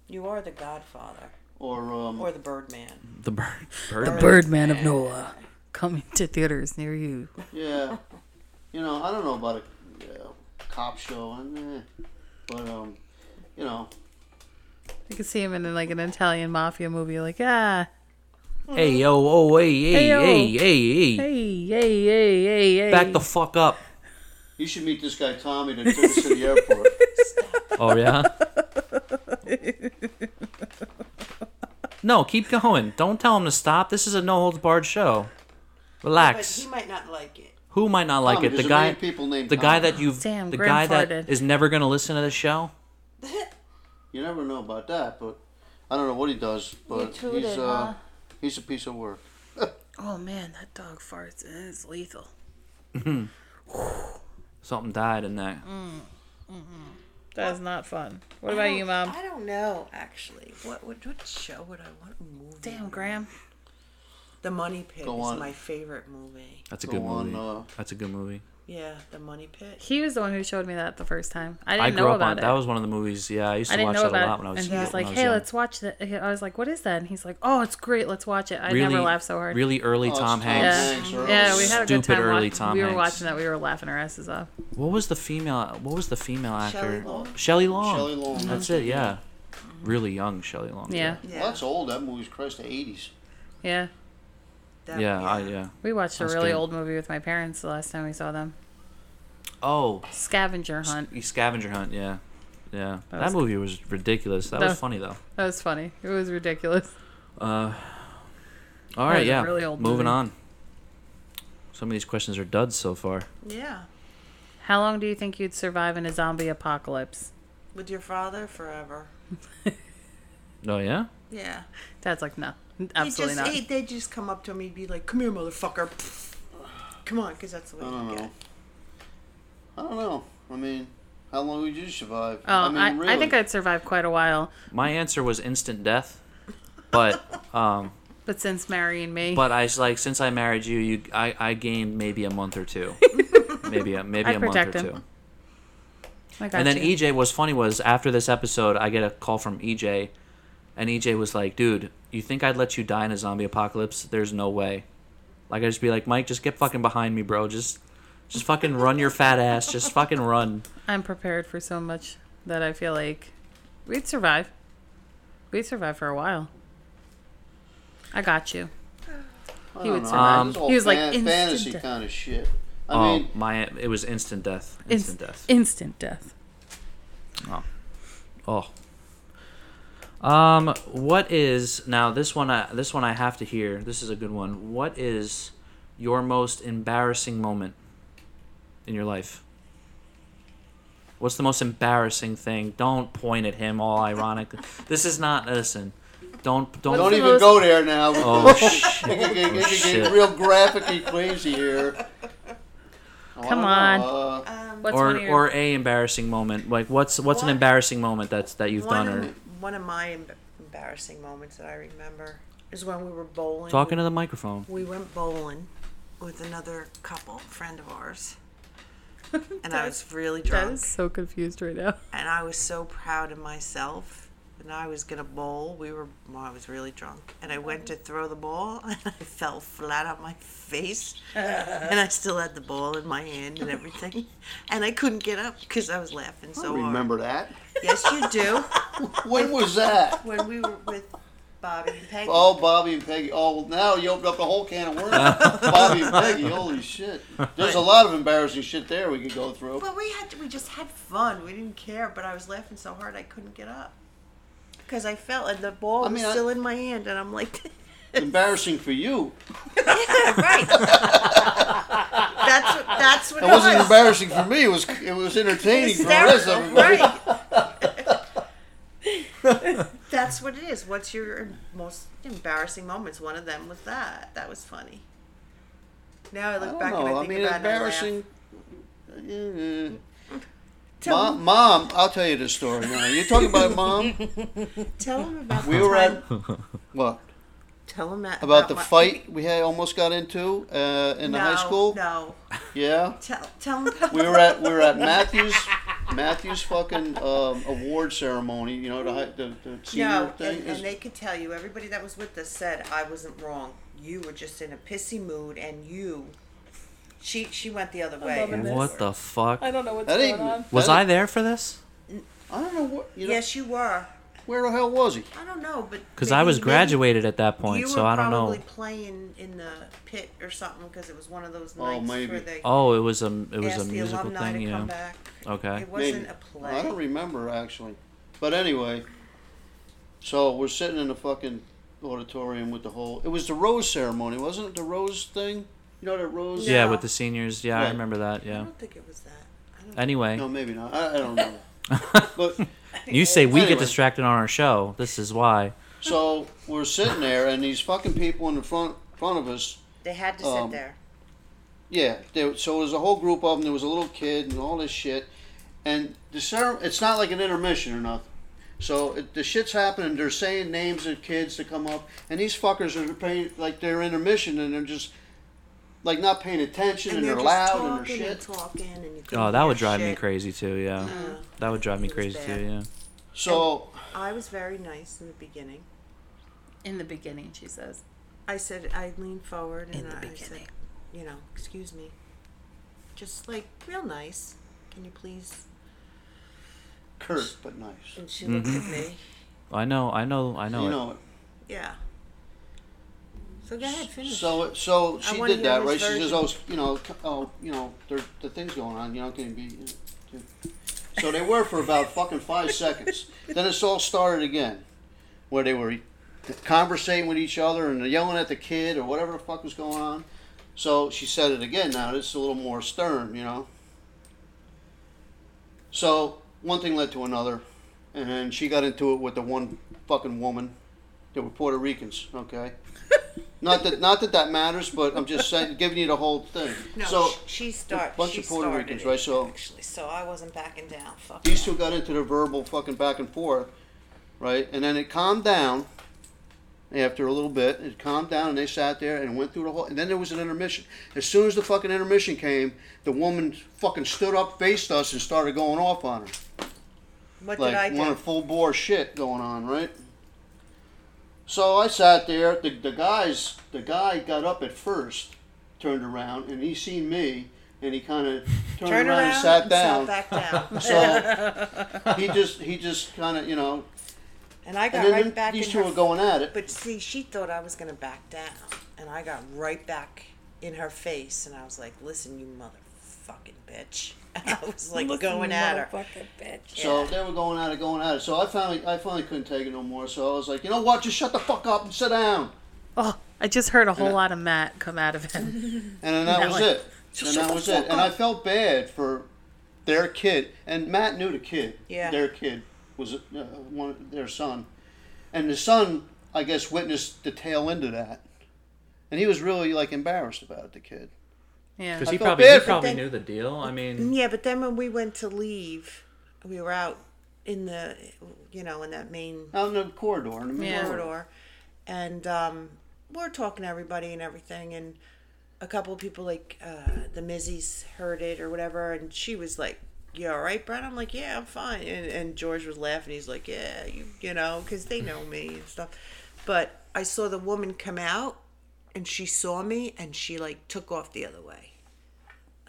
Speaker 5: You are the Godfather
Speaker 3: or um,
Speaker 5: or the Birdman.
Speaker 1: the bird. bird.
Speaker 2: Birdman of Noah coming to theaters near you. *laughs*
Speaker 3: yeah, you know, I don't know about a uh, cop show, and, eh, but um, you know,
Speaker 2: You could see him in like an Italian mafia movie, like ah,
Speaker 1: Hey yo, oh hey hey
Speaker 2: Hey, yo.
Speaker 1: hey hey hey.
Speaker 2: hey, hey, hey, hey, hey.
Speaker 1: Back the fuck up.
Speaker 2: *laughs*
Speaker 3: you should meet this guy Tommy that took us to the airport.
Speaker 1: Oh yeah. *laughs* No, keep going. Don't tell him to stop. This is a no holds barred show.
Speaker 5: But
Speaker 1: Relax.
Speaker 5: he might not like it.
Speaker 1: Who might not like
Speaker 3: Tom,
Speaker 1: it? The
Speaker 3: there's a
Speaker 1: guy,
Speaker 3: million people named
Speaker 1: the guy
Speaker 3: Tom.
Speaker 1: that you've,
Speaker 2: Damn,
Speaker 1: the guy
Speaker 2: grandfathered.
Speaker 1: that is never going to listen to the show.
Speaker 5: *laughs*
Speaker 3: You never know about that, but I don't know what he does, but
Speaker 2: tooted,
Speaker 3: he's uh,
Speaker 2: huh?
Speaker 3: he's a piece of work.
Speaker 2: Oh man, that dog farts and it's lethal.
Speaker 1: Something died in that.
Speaker 2: Mm. That is not fun. What about you, mom?
Speaker 5: I don't know, actually. What what, what show would I want? Movie?
Speaker 2: Damn, Graham.
Speaker 5: The Money Pit
Speaker 3: Go
Speaker 5: is
Speaker 3: on.
Speaker 5: my favorite movie.
Speaker 1: That's a
Speaker 3: Go
Speaker 1: good
Speaker 3: on,
Speaker 1: movie.
Speaker 3: uh,
Speaker 1: That's a good movie.
Speaker 5: Yeah, The Money Pit.
Speaker 2: He was the one who showed me that the first time. I didn't
Speaker 1: I
Speaker 2: know
Speaker 1: grew up
Speaker 2: about
Speaker 1: on
Speaker 2: it.
Speaker 1: that was one of the movies. Yeah, I used
Speaker 2: I
Speaker 1: to
Speaker 2: didn't
Speaker 1: watch
Speaker 2: know
Speaker 1: that a
Speaker 2: about
Speaker 1: lot
Speaker 2: it.
Speaker 1: when I was.
Speaker 2: and he was
Speaker 1: when
Speaker 2: like,
Speaker 1: I
Speaker 2: "Hey,
Speaker 1: young.
Speaker 2: let's watch that." I was like, "What is that?" And he's like, "Oh, it's great. Let's watch it." I never laughed so hard.
Speaker 1: Really early
Speaker 3: Oh, it's
Speaker 1: Tom
Speaker 3: Tom
Speaker 1: Hanks.
Speaker 2: yeah,
Speaker 3: Hanks early.
Speaker 2: yeah, we had a good
Speaker 1: Stupid
Speaker 2: time.
Speaker 1: early
Speaker 2: watch-
Speaker 1: Tom
Speaker 2: we were
Speaker 1: Hanks.
Speaker 2: watching that. We were laughing our asses off.
Speaker 1: What was the female? What was the female
Speaker 5: Shelley
Speaker 1: actor?
Speaker 5: Long.
Speaker 1: Shelley Long.
Speaker 3: Shelley Long.
Speaker 1: Oh, That's it. Yeah, really young Shelley Long.
Speaker 2: Yeah,
Speaker 5: Yeah,
Speaker 3: Well, that's old. That movie's Christ the '80s.
Speaker 2: yeah.
Speaker 5: that-
Speaker 1: Yeah. I, yeah.
Speaker 2: We watched a
Speaker 1: That's
Speaker 2: really
Speaker 1: good.
Speaker 2: old movie with my parents the last time we saw them.
Speaker 1: Oh,
Speaker 2: Scavenger Hunt.
Speaker 1: Scavenger Hunt. Yeah. Yeah. That,
Speaker 2: was-
Speaker 1: movie was ridiculous. That
Speaker 2: That-
Speaker 1: was funny though.
Speaker 2: That was funny. It was ridiculous.
Speaker 1: All right.
Speaker 2: was a
Speaker 1: Yeah.
Speaker 2: really old
Speaker 1: Moving
Speaker 2: movie.
Speaker 1: on. Some of these questions are duds so far.
Speaker 5: yeah.
Speaker 2: How long do you think you'd survive in a zombie apocalypse?
Speaker 5: With your father forever.
Speaker 1: Oh yeah.
Speaker 5: Yeah.
Speaker 2: Dad's like, no,
Speaker 5: He
Speaker 2: absolutely
Speaker 5: just
Speaker 2: not.
Speaker 5: he- they'd just come up to him. He'd be like, "Come here, motherfucker." *sighs* Come on, because that's the way.
Speaker 3: I
Speaker 5: you
Speaker 3: don't know.
Speaker 5: get.
Speaker 3: I don't know. I mean, how long would you survive?
Speaker 2: Oh, I,
Speaker 3: mean,
Speaker 2: I, think I'd survive quite a while.
Speaker 1: My answer was instant death, but um,
Speaker 2: But since marrying me,
Speaker 1: but I s- like since I married you, you I, I gained maybe a month or
Speaker 2: *laughs*
Speaker 1: two, maybe a, maybe
Speaker 2: I
Speaker 1: a month or
Speaker 2: protect him.
Speaker 1: two.
Speaker 2: I got
Speaker 1: And then
Speaker 2: you.
Speaker 1: EJ, what's funny was after this episode, I get a call from EJ, and EJ was like, "Dude, you think I'd let you die in a zombie apocalypse? There's no way." Like I'd just be like, "Mike, just get fucking behind me, bro. Just, just fucking run your fat ass. Just fucking run."
Speaker 2: I'm prepared for so much that I feel like we'd survive. We'd survive for a while. I got you.
Speaker 3: I
Speaker 2: he
Speaker 3: don't
Speaker 2: would
Speaker 3: know.
Speaker 2: survive.
Speaker 1: Um,
Speaker 3: This is all
Speaker 2: He was like,
Speaker 3: fan-
Speaker 2: instant
Speaker 3: fantasy
Speaker 2: death.
Speaker 3: kind of shit. I
Speaker 1: oh
Speaker 3: mean,
Speaker 1: my! It was instant death.
Speaker 2: Inst-
Speaker 1: Instant death.
Speaker 2: Instant death.
Speaker 1: Oh. Um, what is now this one? I, this one I have to hear. This is a good one. What is your most embarrassing moment in your life? What's the most embarrassing thing? Don't point at him, all ironic. *laughs* this is not. Listen, don't don't.
Speaker 3: don't
Speaker 2: the
Speaker 3: even
Speaker 2: most-
Speaker 3: go there now.
Speaker 1: *laughs* oh shit!
Speaker 3: it could get, it could
Speaker 1: shit.
Speaker 3: get real graphic and crazy here. Oh, I
Speaker 2: Come
Speaker 3: don't
Speaker 2: on.
Speaker 3: know, uh,
Speaker 2: What's one
Speaker 1: Or
Speaker 2: of your-
Speaker 1: or a embarrassing moment. Like what's what's an
Speaker 5: What?
Speaker 1: embarrassing moment that's that you've
Speaker 5: One
Speaker 1: done
Speaker 5: of,
Speaker 1: or
Speaker 5: one of my emb- embarrassing moments that I remember is when we were bowling.
Speaker 1: talking to the microphone.
Speaker 5: We went bowling with another couple friend of *laughs* ours, and I was really
Speaker 2: That
Speaker 5: drunk.
Speaker 2: is so confused right now.
Speaker 5: and I was so proud of myself. And I was gonna bowl. We were. Well, I was really drunk, and I went to throw the ball, *laughs* and I fell flat on my *laughs* face. and I still had the ball in my hand and everything, and I couldn't get up because I was laughing
Speaker 3: I
Speaker 5: so
Speaker 3: don't remember that.
Speaker 5: hard. Yes, you do.
Speaker 3: When was that?
Speaker 5: *laughs* when we were with Bobby and Peggy.
Speaker 3: Oh, Bobby and Peggy. Oh, well, now you opened up a whole can
Speaker 2: *laughs*
Speaker 3: of worms. Bobby and Peggy. Holy shit. There's a lot of embarrassing shit there we could go through.
Speaker 5: But we had we just had fun. We didn't care. But I was laughing so hard I couldn't get up because I fell, and the ball
Speaker 3: I
Speaker 5: was
Speaker 3: mean, I-
Speaker 5: still in my hand, and I'm like, *laughs*
Speaker 3: Embarrassing for you.
Speaker 5: right. that's what, that's what
Speaker 3: It wasn't embarrassing for me. It was it was entertaining for the rest of
Speaker 5: hysterical,
Speaker 3: everybody.
Speaker 5: right?
Speaker 3: *laughs*
Speaker 5: That's what it is. What's your most embarrassing moments? One of them was that. That was funny. Now I
Speaker 3: I
Speaker 5: look
Speaker 3: don't
Speaker 5: back and
Speaker 3: know. I
Speaker 5: I think
Speaker 3: mean,
Speaker 5: about
Speaker 3: embarrassing.
Speaker 5: it.
Speaker 3: Yeah. Mom, mom, I'll tell you the story now. You're talking about mom.
Speaker 5: Tell him about
Speaker 3: We
Speaker 5: the
Speaker 3: were
Speaker 5: time-
Speaker 3: at
Speaker 5: *laughs*
Speaker 3: what
Speaker 5: Tell him at,
Speaker 3: about the
Speaker 5: my-
Speaker 3: fight we had almost got into uh, in the high
Speaker 5: No,
Speaker 3: school.
Speaker 5: No,
Speaker 3: Yeah.
Speaker 5: tell
Speaker 3: *laughs*
Speaker 5: tell him about
Speaker 3: we were at we were at
Speaker 5: *laughs*
Speaker 3: Matthew's Matthew's fucking um, award ceremony. You know the hi- the, the senior
Speaker 5: no,
Speaker 3: thing.
Speaker 5: and,
Speaker 3: is-
Speaker 5: and they could tell you. Everybody that was with us said I wasn't wrong. You were just in a pissy mood, and you. She she went the other way.
Speaker 2: loving this.
Speaker 1: What the fuck?
Speaker 2: don't know what's
Speaker 3: that ain't, that
Speaker 1: Was I
Speaker 3: ain't-
Speaker 1: there for this?
Speaker 3: I don't know what. You know,
Speaker 5: Yes, you were.
Speaker 3: Where the hell was he?
Speaker 5: I don't know, but
Speaker 1: Because
Speaker 5: maybe-
Speaker 1: I was
Speaker 5: maybe
Speaker 1: graduated at that
Speaker 5: you
Speaker 1: point,
Speaker 5: were
Speaker 1: so I don't know.
Speaker 5: probably playing in the pit or something because it was one of those
Speaker 3: Oh,
Speaker 5: nights
Speaker 3: maybe.
Speaker 5: where they
Speaker 1: Oh, it was a it was a
Speaker 5: asked the
Speaker 1: musical
Speaker 5: alumni
Speaker 1: thing,
Speaker 5: to
Speaker 1: yeah.
Speaker 5: come back.
Speaker 1: Okay.
Speaker 5: It wasn't
Speaker 3: Maybe.
Speaker 5: a play.
Speaker 3: I don't remember actually. But anyway, So we're sitting in the fucking auditorium with the whole. It was the rose ceremony, wasn't it? The rose thing. You know that rose.
Speaker 1: Yeah,
Speaker 5: Yeah. Mm-hmm.
Speaker 1: with the seniors. Yeah, I
Speaker 3: Right.
Speaker 1: remember that.
Speaker 5: I
Speaker 1: Yeah.
Speaker 5: don't think it was that. I don't
Speaker 1: *laughs* Anyway,
Speaker 3: No, maybe not. I, I don't know. but
Speaker 1: you say we get
Speaker 3: Anyway.
Speaker 1: distracted on our show. This is why.
Speaker 3: so we're sitting there, and these fucking people in the front front of us.
Speaker 5: They had to sit
Speaker 3: Um,
Speaker 5: there.
Speaker 3: Yeah, there, so there was a whole group of them. There was a little kid and all this shit, and the ceremony. It's not like an intermission or nothing. So it, the shit's happening. They're saying names of kids to come up, and these fuckers are paying like they're intermission, and they're just like not paying attention, and, they're, loud and they're
Speaker 5: talking
Speaker 3: shit.
Speaker 5: and talking and you couldn't
Speaker 1: Oh, that
Speaker 5: hear
Speaker 1: would drive me
Speaker 5: shit. Mm.
Speaker 1: crazy too. Yeah, that would drive me
Speaker 5: It was
Speaker 1: crazy
Speaker 5: bad.
Speaker 1: too. Yeah.
Speaker 3: So
Speaker 5: I was very nice in the beginning.
Speaker 2: In the beginning, she says.
Speaker 5: I said I leaned forward and
Speaker 2: In the
Speaker 5: I, I said,
Speaker 2: beginning.
Speaker 5: you know, excuse me, just like real nice. Can you please?
Speaker 3: curt but nice.
Speaker 5: And she looked at me.
Speaker 1: I know. I know. I know.
Speaker 3: you
Speaker 1: it.
Speaker 3: know it.
Speaker 5: Yeah. So go ahead, finish.
Speaker 3: So so she
Speaker 5: wanna
Speaker 3: did
Speaker 5: hear
Speaker 3: that,
Speaker 5: his
Speaker 3: right? She says,
Speaker 5: version.
Speaker 3: "Oh, you know, c- oh, you know, there the things going on. You know, can you be." you know, can-" So they were for about fucking
Speaker 5: *laughs*
Speaker 3: five seconds. Then it's all started again, where they were conversating with each other and yelling at the kid or whatever the fuck was going on. So she said it again. Now it's a little more stern, you know. So one thing led to another, and then she got into it with the one fucking woman. They were Puerto Ricans,
Speaker 5: *laughs*
Speaker 3: okay. not that not that that matters, but I'm just saying, giving you the whole thing.
Speaker 5: No,
Speaker 3: so
Speaker 5: sh- she started.
Speaker 3: bunch
Speaker 5: she
Speaker 3: of Puerto
Speaker 5: started
Speaker 3: Ricans,
Speaker 5: it,
Speaker 3: right, so-
Speaker 5: actually, so I wasn't backing down. Fuck.
Speaker 3: these
Speaker 5: that.
Speaker 3: two got into the verbal fucking back and forth, right? And then it calmed down after a little bit. It calmed down, and they sat there and went through the whole. And then there was an intermission. As soon as the fucking intermission came, the woman fucking stood up, faced us, and started going off on her.
Speaker 5: What did I
Speaker 3: like
Speaker 5: do?
Speaker 3: one of full bore shit going on, right? So I sat there. The, the guys, the guy got up at first, turned around, and he seen me, and he kind of turned
Speaker 5: Turn
Speaker 3: around, and sat down. *laughs*
Speaker 5: back down.
Speaker 3: So
Speaker 5: *laughs*
Speaker 3: he just he just kind of you know,
Speaker 5: and I got
Speaker 3: and then
Speaker 5: right back.
Speaker 3: these
Speaker 5: in
Speaker 3: two
Speaker 5: her
Speaker 3: were going at it.
Speaker 5: But see, she thought I was going to back down. And I got right back in her face and I was like, listen, you motherfucking bitch. *laughs* And I was like going at her.
Speaker 3: So they were going at it, going at it. So I finally I finally couldn't take it no more. So I was like, you know what? Just shut the fuck up and sit down.
Speaker 2: Oh, I just heard a whole lot of Matt come out of him.
Speaker 3: And then that
Speaker 2: Now
Speaker 3: was
Speaker 2: I-
Speaker 5: *laughs*
Speaker 3: it. And that was it. And I felt bad for their kid. And Matt knew the kid.
Speaker 5: Yeah.
Speaker 3: Their kid was uh, one their son, and the son I guess witnessed the tail end of that, and he was really like embarrassed about it. The kid.
Speaker 2: Yeah.
Speaker 1: Because he
Speaker 3: felt
Speaker 1: probably
Speaker 3: bad
Speaker 1: he
Speaker 3: for
Speaker 1: probably
Speaker 5: them.
Speaker 1: knew the deal. I mean,
Speaker 5: Yeah, but then when we went to leave, we were out in the, you know, in that main
Speaker 3: Out in the corridor. In the middle
Speaker 2: Yeah.
Speaker 5: corridor. And um, we're talking to everybody and everything. And a couple of people, like uh, the Mizzies, heard it or whatever. And she was like, You all right, Brett? I'm like, Yeah, I'm fine. And, and George was laughing. He's like, Yeah, you, you know, because they know me and stuff. But I saw the woman come out and she saw me and she like took off the other way.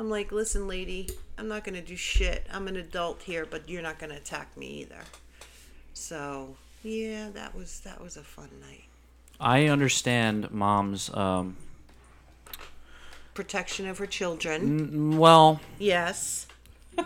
Speaker 5: I'm like, listen, lady, I'm not gonna do shit. I'm an adult here, but you're not gonna attack me either. So yeah, that was that was a fun night.
Speaker 1: I understand mom's. Um,
Speaker 5: Protection of her children.
Speaker 1: Mm. well,
Speaker 5: Yes,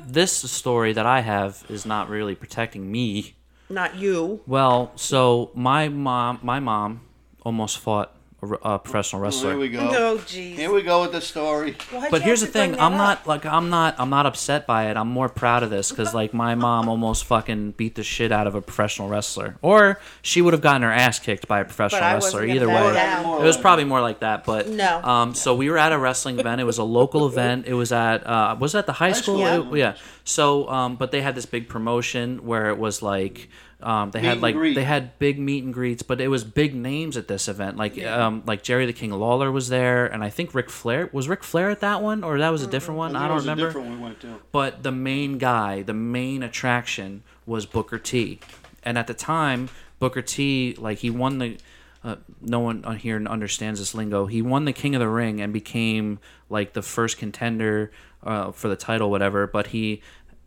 Speaker 1: this story that I have is not really protecting me.
Speaker 5: not you.
Speaker 1: Well, so my mom, my mom, almost fought a, r- a professional
Speaker 3: Oh, here
Speaker 1: wrestler.
Speaker 3: we go.
Speaker 5: *laughs* Oh jeez.
Speaker 3: Here we go with the story.
Speaker 5: Why'd
Speaker 1: but
Speaker 5: you
Speaker 1: here's the
Speaker 5: have to bring
Speaker 1: thing:
Speaker 5: that
Speaker 1: I'm
Speaker 5: up?
Speaker 1: not like I'm not I'm not upset by it. I'm more proud of this because like my mom almost fucking beat the shit out of a professional wrestler, or she would have gotten her ass kicked by a professional
Speaker 5: I wasn't
Speaker 1: wrestler.
Speaker 5: gonna
Speaker 1: Either
Speaker 5: back
Speaker 1: way,
Speaker 5: down.
Speaker 1: it was probably more like that. But
Speaker 5: No.
Speaker 1: Um, so we were at a wrestling event. It was a local event. It was at uh, was it at the high school?
Speaker 3: school.
Speaker 1: It- yeah. So, um, but they had this big promotion where it was like. Um, they
Speaker 3: Meet
Speaker 1: had
Speaker 3: and
Speaker 1: like
Speaker 3: greet.
Speaker 1: they had big meet and greets, but it was big names at this event. Like um, like Jerry the King Lawler was there, and I think Ric Flair was Ric Flair at that one, or that was a different one. I
Speaker 3: There
Speaker 1: don't
Speaker 3: was
Speaker 1: remember.
Speaker 3: A different one we went to.
Speaker 1: But the main guy, the main attraction was Booker T. And at the time, Booker T, like he won the. Uh, no one on here understands this lingo. He won the King of the Ring and became like the first contender uh, for the title, whatever. But he,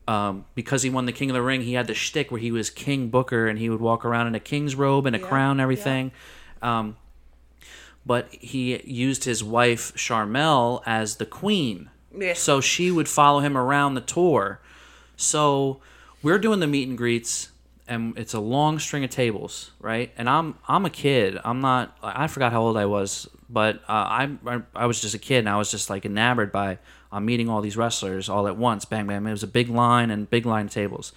Speaker 1: um, because he won the King of the Ring, he had the shtick where he was King Booker and he would walk around in a king's robe and a crown, and everything. Um, but he used his wife Charmel as the queen.
Speaker 5: Yeah.
Speaker 1: So she would follow him around the tour. So we're doing the meet and greets and it's a long string of tables, right? And I'm I'm a kid. I'm not. I forgot how old I was, but uh, I, I I was just a kid, and I was just like enamored by I'm meeting all these wrestlers all at once. Bang bang. It was a big line and big line of tables.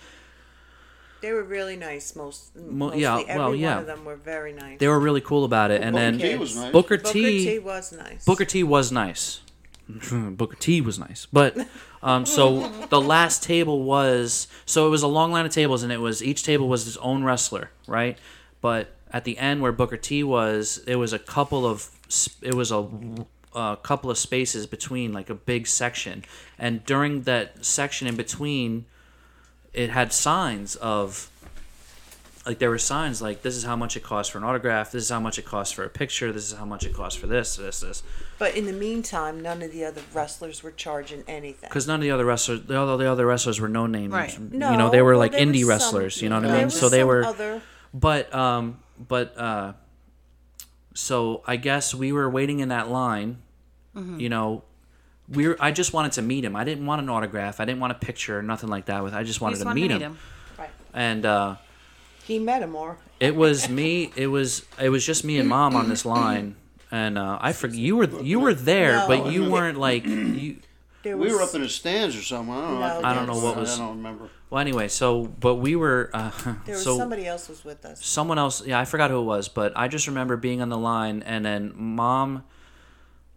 Speaker 5: They were really nice. Most,
Speaker 1: Mo-
Speaker 5: mostly.
Speaker 1: yeah,
Speaker 5: Every
Speaker 1: well, yeah.
Speaker 5: one of them were very nice.
Speaker 1: They were really cool about it, and
Speaker 3: Booker
Speaker 1: then
Speaker 3: T was nice.
Speaker 1: Booker
Speaker 5: Booker
Speaker 1: T-
Speaker 5: T was nice.
Speaker 1: Booker T was nice. *laughs* Booker T was nice, but um, so the last table was so it was a long line of tables, and it was each table was its own wrestler, right? But at the end where Booker T was, it was a couple of sp- it was a, a couple of spaces between like a big section, and during that section in between, it had signs of like there were signs like this is how much it costs for an autograph, this is how much it costs for a picture, this is how much it costs for this, this, this.
Speaker 5: But in the meantime, none of the other wrestlers were charging anything.
Speaker 1: because none of the other wrestlers, the other, the other wrestlers were no names.
Speaker 2: Right.
Speaker 1: you know, they were
Speaker 5: well,
Speaker 1: like
Speaker 5: there
Speaker 1: indie
Speaker 5: some-
Speaker 1: wrestlers. You know what I
Speaker 5: there
Speaker 1: mean?
Speaker 5: was
Speaker 1: So they
Speaker 5: some
Speaker 1: were.
Speaker 5: Other,
Speaker 1: But um, but uh, so I guess we were waiting in that line.
Speaker 5: Mm-hmm.
Speaker 1: You know, we were, I just wanted to meet him. I didn't want an autograph. I didn't want a picture or nothing like that. With I just wanted,
Speaker 2: just
Speaker 1: to,
Speaker 2: wanted
Speaker 1: meet
Speaker 2: to
Speaker 1: him. And uh,
Speaker 5: he met him or
Speaker 1: it was me. It was it was just me and mom on this line. And uh, I forget you were you were there, but you weren't like you.
Speaker 5: there was
Speaker 3: We were up in the stands or something. I don't know.
Speaker 5: No, I don't
Speaker 1: know what was-
Speaker 3: I don't remember.
Speaker 1: Well, anyway, so but we were uh, *laughs*
Speaker 5: there was
Speaker 1: so
Speaker 5: somebody else was with us.
Speaker 1: someone else yeah i forgot who it was but i just remember being on the line and then mom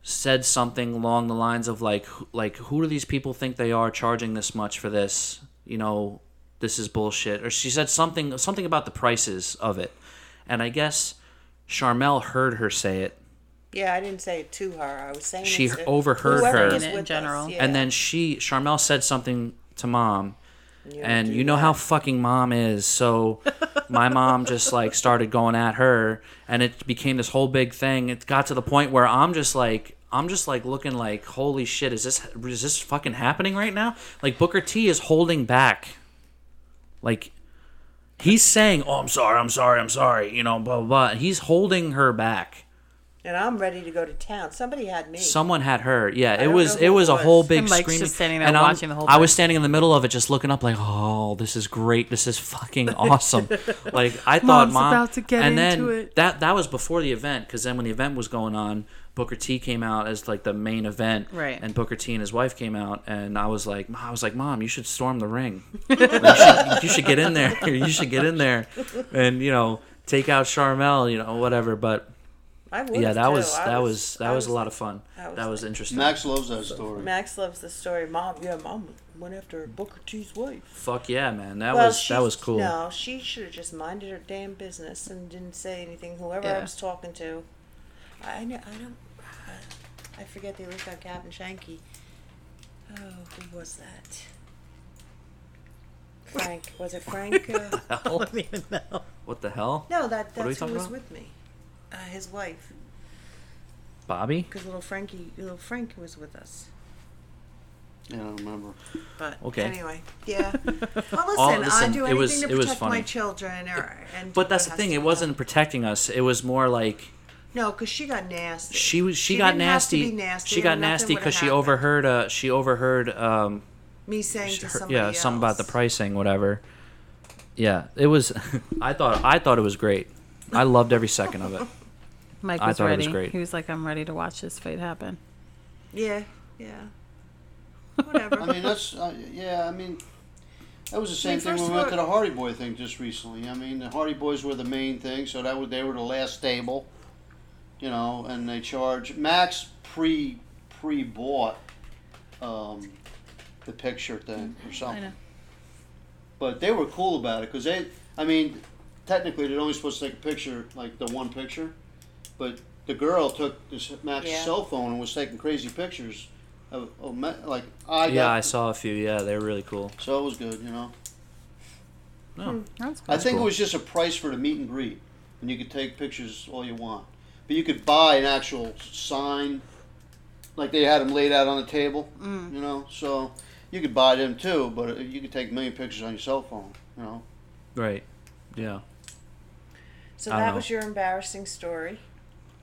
Speaker 1: said something along the lines of like wh- like who do these people think they are charging this much for this you know this is bullshit or she said something something about the prices of it and i guess charmel heard her say it
Speaker 5: Yeah, I didn't say it to her. I was saying
Speaker 1: She
Speaker 5: it to
Speaker 1: overheard
Speaker 5: whoever
Speaker 1: her.
Speaker 5: was
Speaker 2: In
Speaker 5: with
Speaker 2: general.
Speaker 5: us, yeah.
Speaker 1: and then she charmel said something to mom
Speaker 5: You
Speaker 1: and
Speaker 5: do
Speaker 1: you know how fucking mom is so my mom just like started going at her and it became this whole big thing it got to the point where i'm just like i'm just like looking like holy shit is this is this fucking happening right now like booker t is holding back like he's saying oh i'm sorry i'm sorry i'm sorry you know blah blah, blah. he's holding her back
Speaker 5: and I'm ready to go to town. Somebody had me.
Speaker 1: Someone had her. Yeah, it
Speaker 5: don't
Speaker 1: was
Speaker 5: know
Speaker 1: it
Speaker 5: who
Speaker 1: was
Speaker 5: it
Speaker 1: a
Speaker 5: was.
Speaker 1: whole big
Speaker 2: And Mike's
Speaker 1: screaming.
Speaker 2: just standing there
Speaker 1: and I'm-
Speaker 2: watching the whole
Speaker 1: I
Speaker 2: thing.
Speaker 1: was standing in the middle of it, just looking up, like, oh, this is great. This is fucking awesome. like I thought,
Speaker 2: Mom's
Speaker 1: mom.
Speaker 2: about to get
Speaker 1: and
Speaker 2: into
Speaker 1: then
Speaker 2: it.
Speaker 1: that that was before the event, because then when the event was going on, Booker T came out as like the main event,
Speaker 2: Right.
Speaker 1: And Booker T and his wife came out, and I was like, I was like, mom, you should storm the ring. Like, you, should, you should get in there. *laughs* you should get in there, and you know, take out Charmel. You know, whatever. But
Speaker 5: I would
Speaker 1: yeah,
Speaker 5: have,
Speaker 1: that
Speaker 5: too.
Speaker 1: was
Speaker 5: I
Speaker 1: that was that
Speaker 5: I
Speaker 1: was a lot of fun.
Speaker 5: I was
Speaker 1: That was
Speaker 5: like-
Speaker 1: interesting.
Speaker 3: Max loves that story.
Speaker 5: Max loves the story. Mom, yeah, mom went after Booker T's wife.
Speaker 1: Fuck yeah, man. That
Speaker 5: Well,
Speaker 1: was
Speaker 5: she-
Speaker 1: that was cool. *laughs*
Speaker 5: No, she should have just minded her damn business and didn't say anything. Whoever I
Speaker 2: Yeah.
Speaker 5: was talking to, I know, I don't, I forget they looked like Captain Shanky. Oh, who was that? Frank was
Speaker 1: *laughs*
Speaker 5: it Frank? Uh,
Speaker 1: Hell? What the hell?
Speaker 5: no, that
Speaker 1: are we
Speaker 5: that's who
Speaker 1: talking
Speaker 5: was
Speaker 1: about?
Speaker 5: with me. Uh, his wife,
Speaker 1: Bobby?
Speaker 5: because little Frankie, little Frank was with us.
Speaker 3: Yeah, I don't remember.
Speaker 5: But
Speaker 1: Okay.
Speaker 5: anyway,
Speaker 1: *laughs*
Speaker 5: yeah. Well, listen,
Speaker 1: All-
Speaker 5: I
Speaker 1: listen,
Speaker 5: do
Speaker 1: it
Speaker 5: anything
Speaker 1: was-
Speaker 5: to
Speaker 1: it was
Speaker 5: protect my
Speaker 1: funny.
Speaker 5: children. Or, and
Speaker 1: But that's the
Speaker 5: has
Speaker 1: thing,
Speaker 5: to
Speaker 1: it
Speaker 5: know.
Speaker 1: wasn't protecting us. It was more like
Speaker 5: No, because she got nasty.
Speaker 1: she was she, got
Speaker 5: didn't have to
Speaker 1: nasty.
Speaker 5: be nasty.
Speaker 1: She got
Speaker 5: and nothing
Speaker 1: nasty
Speaker 5: would've
Speaker 1: because she
Speaker 5: happened.
Speaker 1: overheard uh she overheard um
Speaker 5: me saying to
Speaker 1: her-
Speaker 5: somebody
Speaker 1: yeah,
Speaker 5: else.
Speaker 1: something about the pricing, whatever. Yeah. It was *laughs* I thought I thought it was great. I loved every second
Speaker 5: *laughs*
Speaker 1: of it.
Speaker 2: Mike
Speaker 1: I
Speaker 2: was
Speaker 1: thought it was
Speaker 2: ready.
Speaker 1: great.
Speaker 2: He was like, "I'm ready to watch this fight happen."
Speaker 5: Yeah, yeah. Whatever. *laughs*
Speaker 3: I mean, that's uh, yeah. I mean, that was the same thing
Speaker 5: first
Speaker 3: when we
Speaker 5: of
Speaker 3: went
Speaker 5: all-
Speaker 3: to the Hardy Boy thing just recently. I mean, the Hardy Boys were the main thing, so that was they were the last stable, you know, and they charge Max pre pre bought um, the picture thing
Speaker 5: Mm-hmm.
Speaker 3: or something. But they were cool about it because they, I mean, technically they're only supposed to take a picture, like the one picture, but the girl took this Max's
Speaker 5: Yeah.
Speaker 3: cell phone and was taking crazy pictures. Of, of, Ma- like I
Speaker 1: Yeah, I saw a few. Yeah, they were really cool.
Speaker 3: so it was good, you know.
Speaker 1: No.
Speaker 2: Hmm, That's cool.
Speaker 3: I think
Speaker 1: cool.
Speaker 3: it was just a price for the meet and greet, and you could take pictures all you want, but you could buy an actual sign, like they had them laid out on the table,
Speaker 2: Mm.
Speaker 3: you know. So you could buy them too, but you could take a million pictures on your cell phone, you know.
Speaker 1: Right. Yeah.
Speaker 5: So
Speaker 1: I don't
Speaker 5: that
Speaker 1: know.
Speaker 5: was your embarrassing story.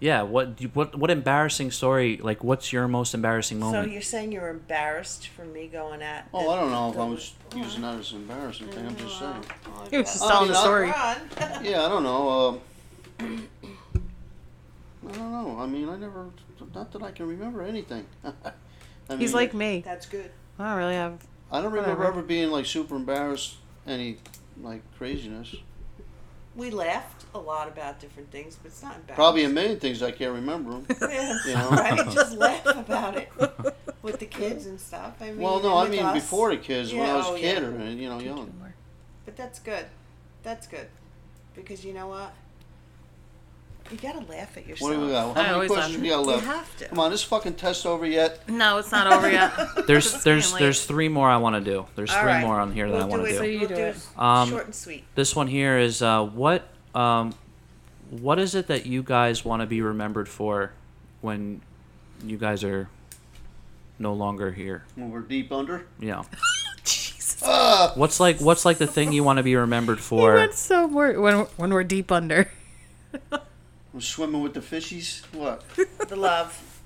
Speaker 1: Yeah. What? do you- What? What embarrassing story? Like, what's your most embarrassing
Speaker 5: So
Speaker 1: moment?
Speaker 5: you're saying you're embarrassed from me going at?
Speaker 3: Oh,
Speaker 5: the-
Speaker 3: I don't know if
Speaker 5: the-
Speaker 3: I was using that as an embarrassing thing. I'm just saying.
Speaker 2: He was just
Speaker 3: Oh,
Speaker 2: telling the
Speaker 3: you know,
Speaker 2: story.
Speaker 5: Run.
Speaker 3: Yeah, I don't know. Um, *coughs* I don't know. I mean, I never. Not that I can remember anything. *laughs* I
Speaker 2: He's
Speaker 3: mean,
Speaker 2: like me.
Speaker 5: *laughs* That's good.
Speaker 2: I don't really have.
Speaker 3: I don't remember
Speaker 2: whatever.
Speaker 3: ever being like super embarrassed any like craziness.
Speaker 5: We laughed a lot about different things, but it's not embarrassing.
Speaker 3: Probably a million things I can't remember.
Speaker 5: *laughs* Yeah,
Speaker 3: You know?
Speaker 5: *laughs*
Speaker 3: *laughs*
Speaker 5: right? Just laugh about *laughs* it with the kids and stuff. I mean,
Speaker 3: Well, no,
Speaker 5: and
Speaker 3: I
Speaker 5: with
Speaker 3: mean
Speaker 5: us.
Speaker 3: before the kids, when
Speaker 5: Yeah,
Speaker 3: I was
Speaker 5: oh,
Speaker 3: a kid
Speaker 5: yeah.
Speaker 3: or you know young.
Speaker 5: But that's good. That's good because you know what? You gotta laugh at yourself.
Speaker 3: What do we got?
Speaker 2: I
Speaker 3: How many
Speaker 2: always
Speaker 3: questions
Speaker 2: am.
Speaker 3: we got
Speaker 5: You
Speaker 3: left?
Speaker 5: have to.
Speaker 3: Come on, this fucking test over yet?
Speaker 2: No, it's not over yet.
Speaker 1: there's there's
Speaker 2: getting late.
Speaker 1: there's three more I want to do. There's
Speaker 5: All
Speaker 1: three
Speaker 5: right.
Speaker 1: more on here that
Speaker 5: We'll
Speaker 1: I want to
Speaker 5: it.
Speaker 1: do.
Speaker 2: So you
Speaker 5: we'll
Speaker 2: do
Speaker 5: do
Speaker 2: it.
Speaker 5: s-
Speaker 1: Um,
Speaker 5: short and sweet.
Speaker 1: This one here is uh, what um, what is it that you guys want to be remembered for when you guys are no longer here?
Speaker 3: When we're deep under.
Speaker 1: You know,
Speaker 2: Jesus.
Speaker 1: what's like what's like the thing you want to be remembered
Speaker 2: He
Speaker 1: for?
Speaker 2: went so more when when we're deep under.
Speaker 3: We're swimming with the fishies. What?
Speaker 5: The love,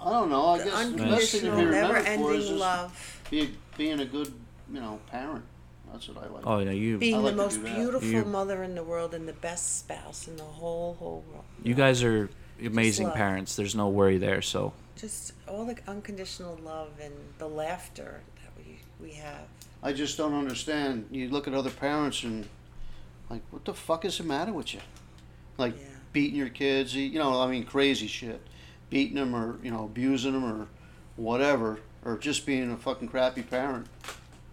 Speaker 3: I don't know. I guess the best thing to
Speaker 5: unconditional,
Speaker 3: be remembered for is
Speaker 5: never-ending
Speaker 3: just
Speaker 5: love,
Speaker 3: be, being a good, you know, parent. That's what I like.
Speaker 1: Oh, you know, you
Speaker 5: being
Speaker 3: like to
Speaker 5: the most
Speaker 3: do that.
Speaker 5: beautiful
Speaker 1: You-
Speaker 5: mother in the world and the best spouse in the whole whole world.
Speaker 1: you guys are amazing
Speaker 5: love.
Speaker 1: parents. There's no worry there. So
Speaker 5: Just all the unconditional love and the laughter that we we have.
Speaker 3: I just don't understand. You look at other parents and, like, what the fuck is the matter with you? Like,
Speaker 5: Yeah.
Speaker 3: beating your kids, you know, I mean, crazy shit. Beating them or, you know, abusing them or whatever, or just being a fucking crappy parent.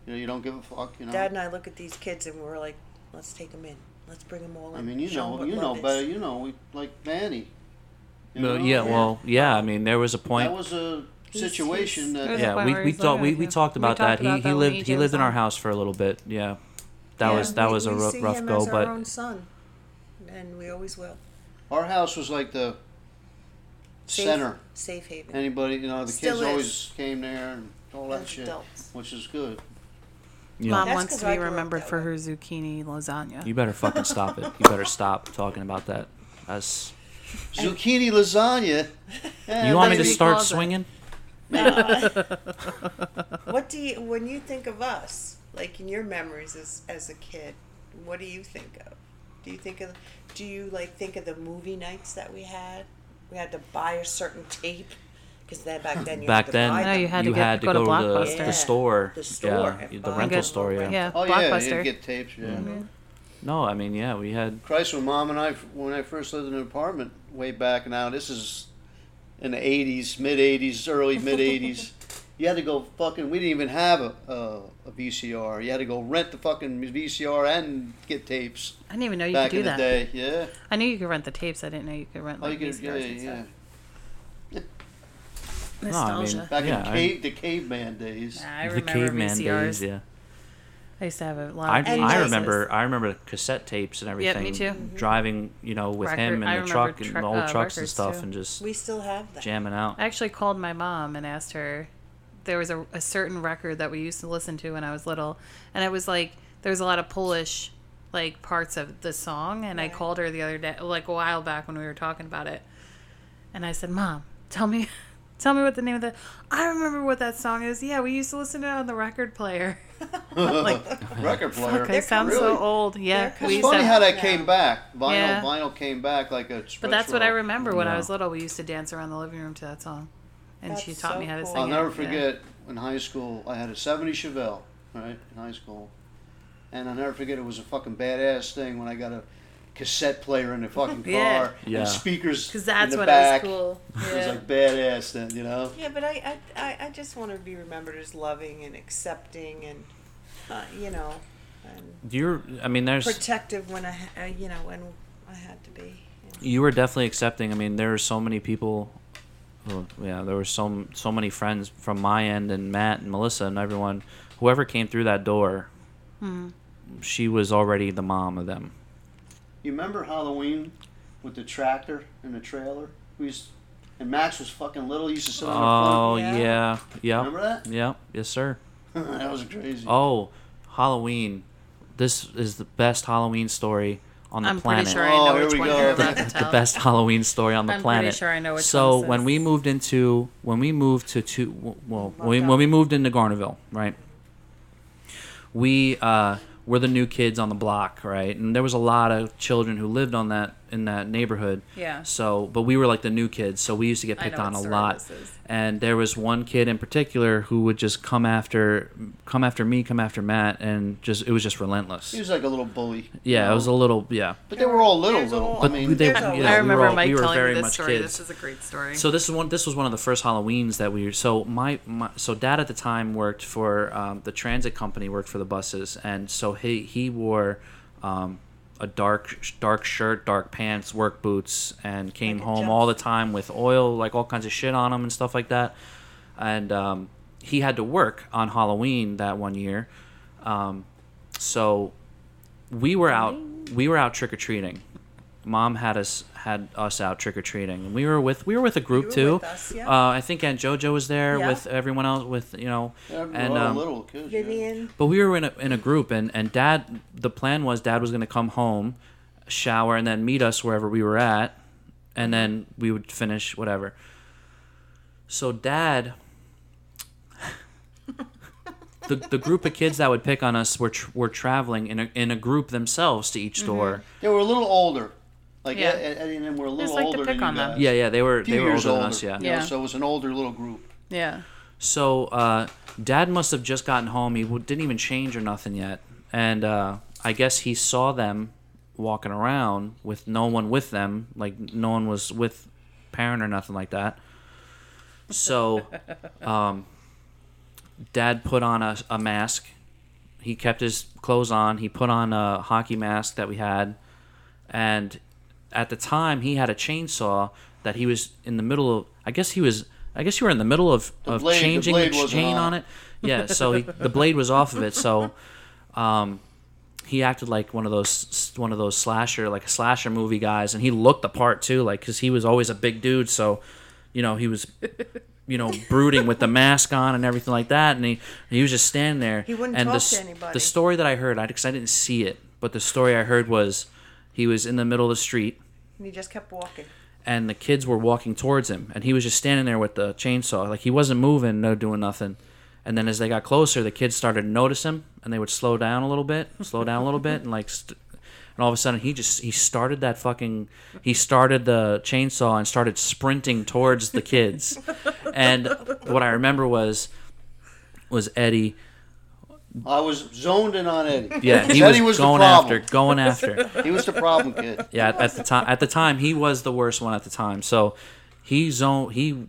Speaker 3: You know, you don't give a fuck, you know?
Speaker 5: Dad and I look at these kids and we're like, let's take them in. Let's bring them all in.
Speaker 3: I mean, you
Speaker 5: Show 'em
Speaker 3: know,
Speaker 5: what
Speaker 3: you know
Speaker 5: love is."
Speaker 3: better, you know, we, like, Vanny. you
Speaker 1: Well,
Speaker 3: know?
Speaker 1: yeah, well, yeah. I mean, there was a
Speaker 3: That
Speaker 1: point.
Speaker 3: was a situation
Speaker 2: he's-
Speaker 3: that.
Speaker 2: That's
Speaker 1: yeah,
Speaker 2: why
Speaker 1: we,
Speaker 2: we're
Speaker 1: we
Speaker 2: so
Speaker 1: thought we,
Speaker 2: good,
Speaker 1: we
Speaker 2: yeah.
Speaker 1: talked
Speaker 2: We
Speaker 1: about
Speaker 2: talked
Speaker 1: that. he
Speaker 2: about
Speaker 1: he
Speaker 2: that when
Speaker 1: lived
Speaker 2: he
Speaker 1: he
Speaker 2: gave
Speaker 1: lived in
Speaker 2: us
Speaker 1: our
Speaker 2: on.
Speaker 1: house for a little bit. Yeah, that
Speaker 5: Yeah,
Speaker 1: was that
Speaker 5: we-
Speaker 1: was a
Speaker 5: we
Speaker 1: ru-
Speaker 5: see
Speaker 1: rough
Speaker 5: him
Speaker 1: go,
Speaker 5: as
Speaker 1: but
Speaker 5: our own son, and we always will.
Speaker 3: Our house was like the
Speaker 5: Safe,
Speaker 3: center.
Speaker 5: safe haven.
Speaker 3: Anybody, you know, the
Speaker 5: Still
Speaker 3: kids
Speaker 5: is.
Speaker 3: always came there and all that
Speaker 5: As
Speaker 3: shit,
Speaker 5: adults.
Speaker 3: which is good.
Speaker 1: you know,
Speaker 2: Mom
Speaker 5: That's
Speaker 2: wants
Speaker 5: 'cause
Speaker 2: to be
Speaker 5: I grew up
Speaker 2: remembered
Speaker 5: that
Speaker 2: for
Speaker 5: way.
Speaker 2: her zucchini lasagna.
Speaker 1: you better fucking stop it. You better stop talking about that. That's
Speaker 3: Zucchini lasagna. Eh,
Speaker 1: You want me to
Speaker 3: maybe.
Speaker 2: he
Speaker 1: start
Speaker 2: calls it.
Speaker 1: swinging?
Speaker 5: *laughs* What do you when you think of us, like in your memories as as a kid? What do you think of? Do you think of? Do you like think of the movie nights that we had? We had to buy a certain tape because then back then you had
Speaker 1: Back
Speaker 5: to
Speaker 1: then,
Speaker 5: buy
Speaker 2: No,
Speaker 5: them.
Speaker 2: you had to get- go to
Speaker 1: the,
Speaker 2: Blockbuster.
Speaker 1: the
Speaker 5: Yeah.
Speaker 1: store.
Speaker 5: The store
Speaker 1: Yeah,
Speaker 5: and
Speaker 1: the
Speaker 5: buy
Speaker 1: rental
Speaker 2: them.
Speaker 1: store. Yeah.
Speaker 2: Yeah,
Speaker 3: Oh yeah,
Speaker 2: blockbuster. Mm-hmm.
Speaker 3: you get tapes. Yeah.
Speaker 1: No, I mean, yeah, we had.
Speaker 3: Christ, when mom and I, when I first lived in an apartment way back now, this is in the '80s, mid '80s, early mid
Speaker 5: *laughs*
Speaker 3: '80s. You had to go fucking. We didn't even have a, a a VCR. You had to go rent the fucking VCR and get tapes
Speaker 2: I didn't even know you could
Speaker 3: back in
Speaker 2: do
Speaker 3: the
Speaker 2: that.
Speaker 3: day. Yeah.
Speaker 2: I knew you could rent the tapes. I didn't know you could rent
Speaker 3: Oh, you
Speaker 2: like
Speaker 3: could.
Speaker 2: these
Speaker 3: Yeah,
Speaker 2: guys and
Speaker 3: yeah.
Speaker 2: stuff.
Speaker 1: No, I
Speaker 2: Nostalgia.
Speaker 1: mean,
Speaker 3: Back
Speaker 1: yeah,
Speaker 3: in
Speaker 1: I-
Speaker 3: cave, the caveman days.
Speaker 2: I
Speaker 1: the
Speaker 2: remember
Speaker 1: caveman
Speaker 2: VCRs.
Speaker 1: days. Yeah,
Speaker 2: I used to have a lot.
Speaker 1: I,
Speaker 2: of
Speaker 5: And
Speaker 1: I
Speaker 5: Jason.
Speaker 1: remember. I remember cassette tapes and
Speaker 2: Yep,
Speaker 1: everything.
Speaker 2: me too.
Speaker 1: Driving, you know, with
Speaker 2: Record-
Speaker 1: him
Speaker 2: I
Speaker 1: in the
Speaker 2: remember
Speaker 1: truck and
Speaker 2: truck-
Speaker 1: the old
Speaker 2: uh,
Speaker 1: trucks and
Speaker 2: records,
Speaker 1: stuff,
Speaker 2: too.
Speaker 1: and just
Speaker 5: We still have that.
Speaker 1: jamming out.
Speaker 2: I actually called my mom and asked her. There was a, a certain record that we used to listen to when I was little, and it was like there was a lot of Polish like parts of the song. And I called her the other day, like a while back when we were talking about it, and I said, "Mom, tell me, *laughs* tell me what the name of the." I remember what that song is. Yeah, we used to listen to it on the record player. like,
Speaker 3: Record player.
Speaker 2: okay, sounds so old. Yeah,
Speaker 5: They're
Speaker 2: we
Speaker 3: It's
Speaker 2: used
Speaker 3: funny
Speaker 2: to-
Speaker 3: how that came back. Vinyl,
Speaker 2: Yeah.
Speaker 3: vinyl came back like a.
Speaker 2: But that's what I
Speaker 3: retro.
Speaker 2: remember when I
Speaker 1: Yeah.
Speaker 2: was little. We used to dance around the living room to that song, and she
Speaker 5: That's
Speaker 2: taught
Speaker 5: so
Speaker 2: me how to
Speaker 5: cool.
Speaker 2: sing.
Speaker 3: I'll
Speaker 2: it.
Speaker 3: never
Speaker 2: Yeah.
Speaker 3: forget in high school. I had a '70 Chevelle, right, in high school, and I'll never forget it was a fucking badass thing when I got a cassette player in the fucking car
Speaker 2: *laughs* Yeah.
Speaker 1: Yeah.
Speaker 3: and speakers
Speaker 2: Because that's
Speaker 3: in the
Speaker 2: what
Speaker 3: back.
Speaker 2: was
Speaker 1: *laughs*
Speaker 2: cool.
Speaker 3: It was like badass then, you know.
Speaker 5: Yeah, but I, I- I, I just want to be remembered as loving and accepting and, uh, you know, and
Speaker 1: Do you? I mean, there's.
Speaker 5: protective when I, ha- I, you know, when I had to be. you
Speaker 1: you were definitely accepting. I mean, there were so many people. well, yeah, there were so so many friends from my end and Matt and Melissa and everyone, whoever came through that door.
Speaker 2: Hmm.
Speaker 1: She was already the mom of them.
Speaker 3: You remember Halloween with the tractor and the trailer? We used, and Max was fucking little. He used to sit
Speaker 1: Oh
Speaker 3: on the
Speaker 1: yeah,
Speaker 5: Yeah.
Speaker 1: yeah, yep.
Speaker 3: Remember that? *laughs*
Speaker 1: Yep. yes sir.
Speaker 3: front. that was crazy.
Speaker 1: Oh, Halloween. This is the best Halloween story on the
Speaker 2: I'm
Speaker 1: planet.
Speaker 2: pretty sure I
Speaker 3: Oh,
Speaker 2: know
Speaker 3: here
Speaker 2: which
Speaker 3: we
Speaker 2: one
Speaker 3: go.
Speaker 2: you're about to
Speaker 1: *laughs* the
Speaker 2: tell.
Speaker 1: best Halloween story on the
Speaker 2: I'm pretty
Speaker 1: planet.
Speaker 2: sure I know which
Speaker 1: So
Speaker 2: one this
Speaker 1: when
Speaker 2: is.
Speaker 1: we moved into when we moved to two well when we, when we moved into Garnerville right, we uh, were the new kids on the block right, and there was a lot of children who lived on that in that neighborhood.
Speaker 2: Yeah.
Speaker 1: So but we were like the new kids, so we used to get
Speaker 2: I
Speaker 1: picked
Speaker 2: know
Speaker 1: on
Speaker 2: what
Speaker 1: a
Speaker 2: story
Speaker 1: lot.
Speaker 2: this is.
Speaker 1: And there was one kid in particular who would just come after come after me, come after Matt, and just it was just relentless.
Speaker 3: He was like a little bully.
Speaker 1: yeah, it was a little yeah.
Speaker 3: But they were all little,
Speaker 5: There's a
Speaker 3: though.
Speaker 5: little-
Speaker 3: I
Speaker 1: But
Speaker 3: mean,
Speaker 1: they,
Speaker 5: there's a-
Speaker 1: you know,
Speaker 2: I
Speaker 1: we were,
Speaker 2: remember
Speaker 1: all-
Speaker 2: Mike
Speaker 1: we were
Speaker 2: telling
Speaker 1: very
Speaker 2: me this
Speaker 1: much
Speaker 2: story.
Speaker 1: kids.
Speaker 2: This is a great story.
Speaker 1: So this is one. This was one of the first Halloweens that we. So my, my so dad at the time worked for um, the transit company, worked for the buses, and so he he wore um, a dark dark shirt, dark pants, work boots, and came home all the time with oil, like all kinds of shit on him and stuff like that. And um, he had to work on Halloween that one year. Um, so we were out we were out trick or treating. Mom had us had us out trick or treating, and we were with we were with a group
Speaker 5: were
Speaker 1: too.
Speaker 5: with us, yeah.
Speaker 1: uh, I think Aunt JoJo was there
Speaker 5: Yeah.
Speaker 1: with everyone else, with you know,
Speaker 3: they were
Speaker 1: and
Speaker 3: all
Speaker 1: um,
Speaker 3: little kids. yeah.
Speaker 5: Vivian.
Speaker 1: but we were in a, in a group, and and Dad the plan was Dad was going to come home, shower, and then meet us wherever we were at, and then we would finish whatever. So Dad. The, the group of kids that would pick on us were, tr- were traveling in a, in a group themselves to
Speaker 3: Mm-hmm.
Speaker 1: each store
Speaker 3: They were a little older. Like
Speaker 2: Yeah.
Speaker 3: Ed- Ed- Eddie and them were a little
Speaker 2: like to
Speaker 3: older
Speaker 2: pick
Speaker 3: than you
Speaker 2: on them.
Speaker 3: guys.
Speaker 1: Yeah, yeah, they were
Speaker 3: few
Speaker 1: they were
Speaker 3: years
Speaker 1: older,
Speaker 3: older.
Speaker 1: than us. Yeah.
Speaker 3: you know,
Speaker 2: Yeah.
Speaker 3: so it was an older little group.
Speaker 2: yeah.
Speaker 1: So uh, dad must have just gotten home. He w- didn't even change or nothing yet, and uh, I guess he saw them walking around with no one with them, like no one was with parent or nothing like that. So, um, dad put on a, a mask. He kept his clothes on. He put on a hockey mask that we had, and at the time he had a chainsaw that he was in the middle of. I guess he was. I guess you were in the middle of, of
Speaker 3: blade- the
Speaker 1: changing the,
Speaker 3: blade wasn't
Speaker 1: chain
Speaker 3: on.
Speaker 1: on it. Yeah, so he, the blade was off of it. So um, he acted like one of those one of those slasher like slasher movie guys and he looked the part too like because he was always a big dude so you know he was you know brooding with the mask on and everything like that and he he was just standing there he
Speaker 5: wouldn't
Speaker 1: and
Speaker 5: talk
Speaker 1: the,
Speaker 5: to
Speaker 1: s-
Speaker 5: anybody.
Speaker 1: the story that i heard i because i didn't see it but the story i heard was he was in the middle of the street
Speaker 5: And he just kept walking.
Speaker 1: and the kids were walking towards him and he was just standing there with the chainsaw like he wasn't moving no doing nothing and then as they got closer the kids started to notice him and they would slow down a little bit slow down a little bit and like st- and all of a sudden he just he started that fucking he started the chainsaw and started sprinting towards the kids and what i remember was was eddie
Speaker 3: I was zoned in on Eddie. *laughs*
Speaker 1: yeah he was,
Speaker 3: Eddie was the
Speaker 1: going after
Speaker 3: problem.
Speaker 1: going after
Speaker 3: he was the problem kid.
Speaker 1: Yeah, at, at the time, at the time he was the worst one at the time. So he zone he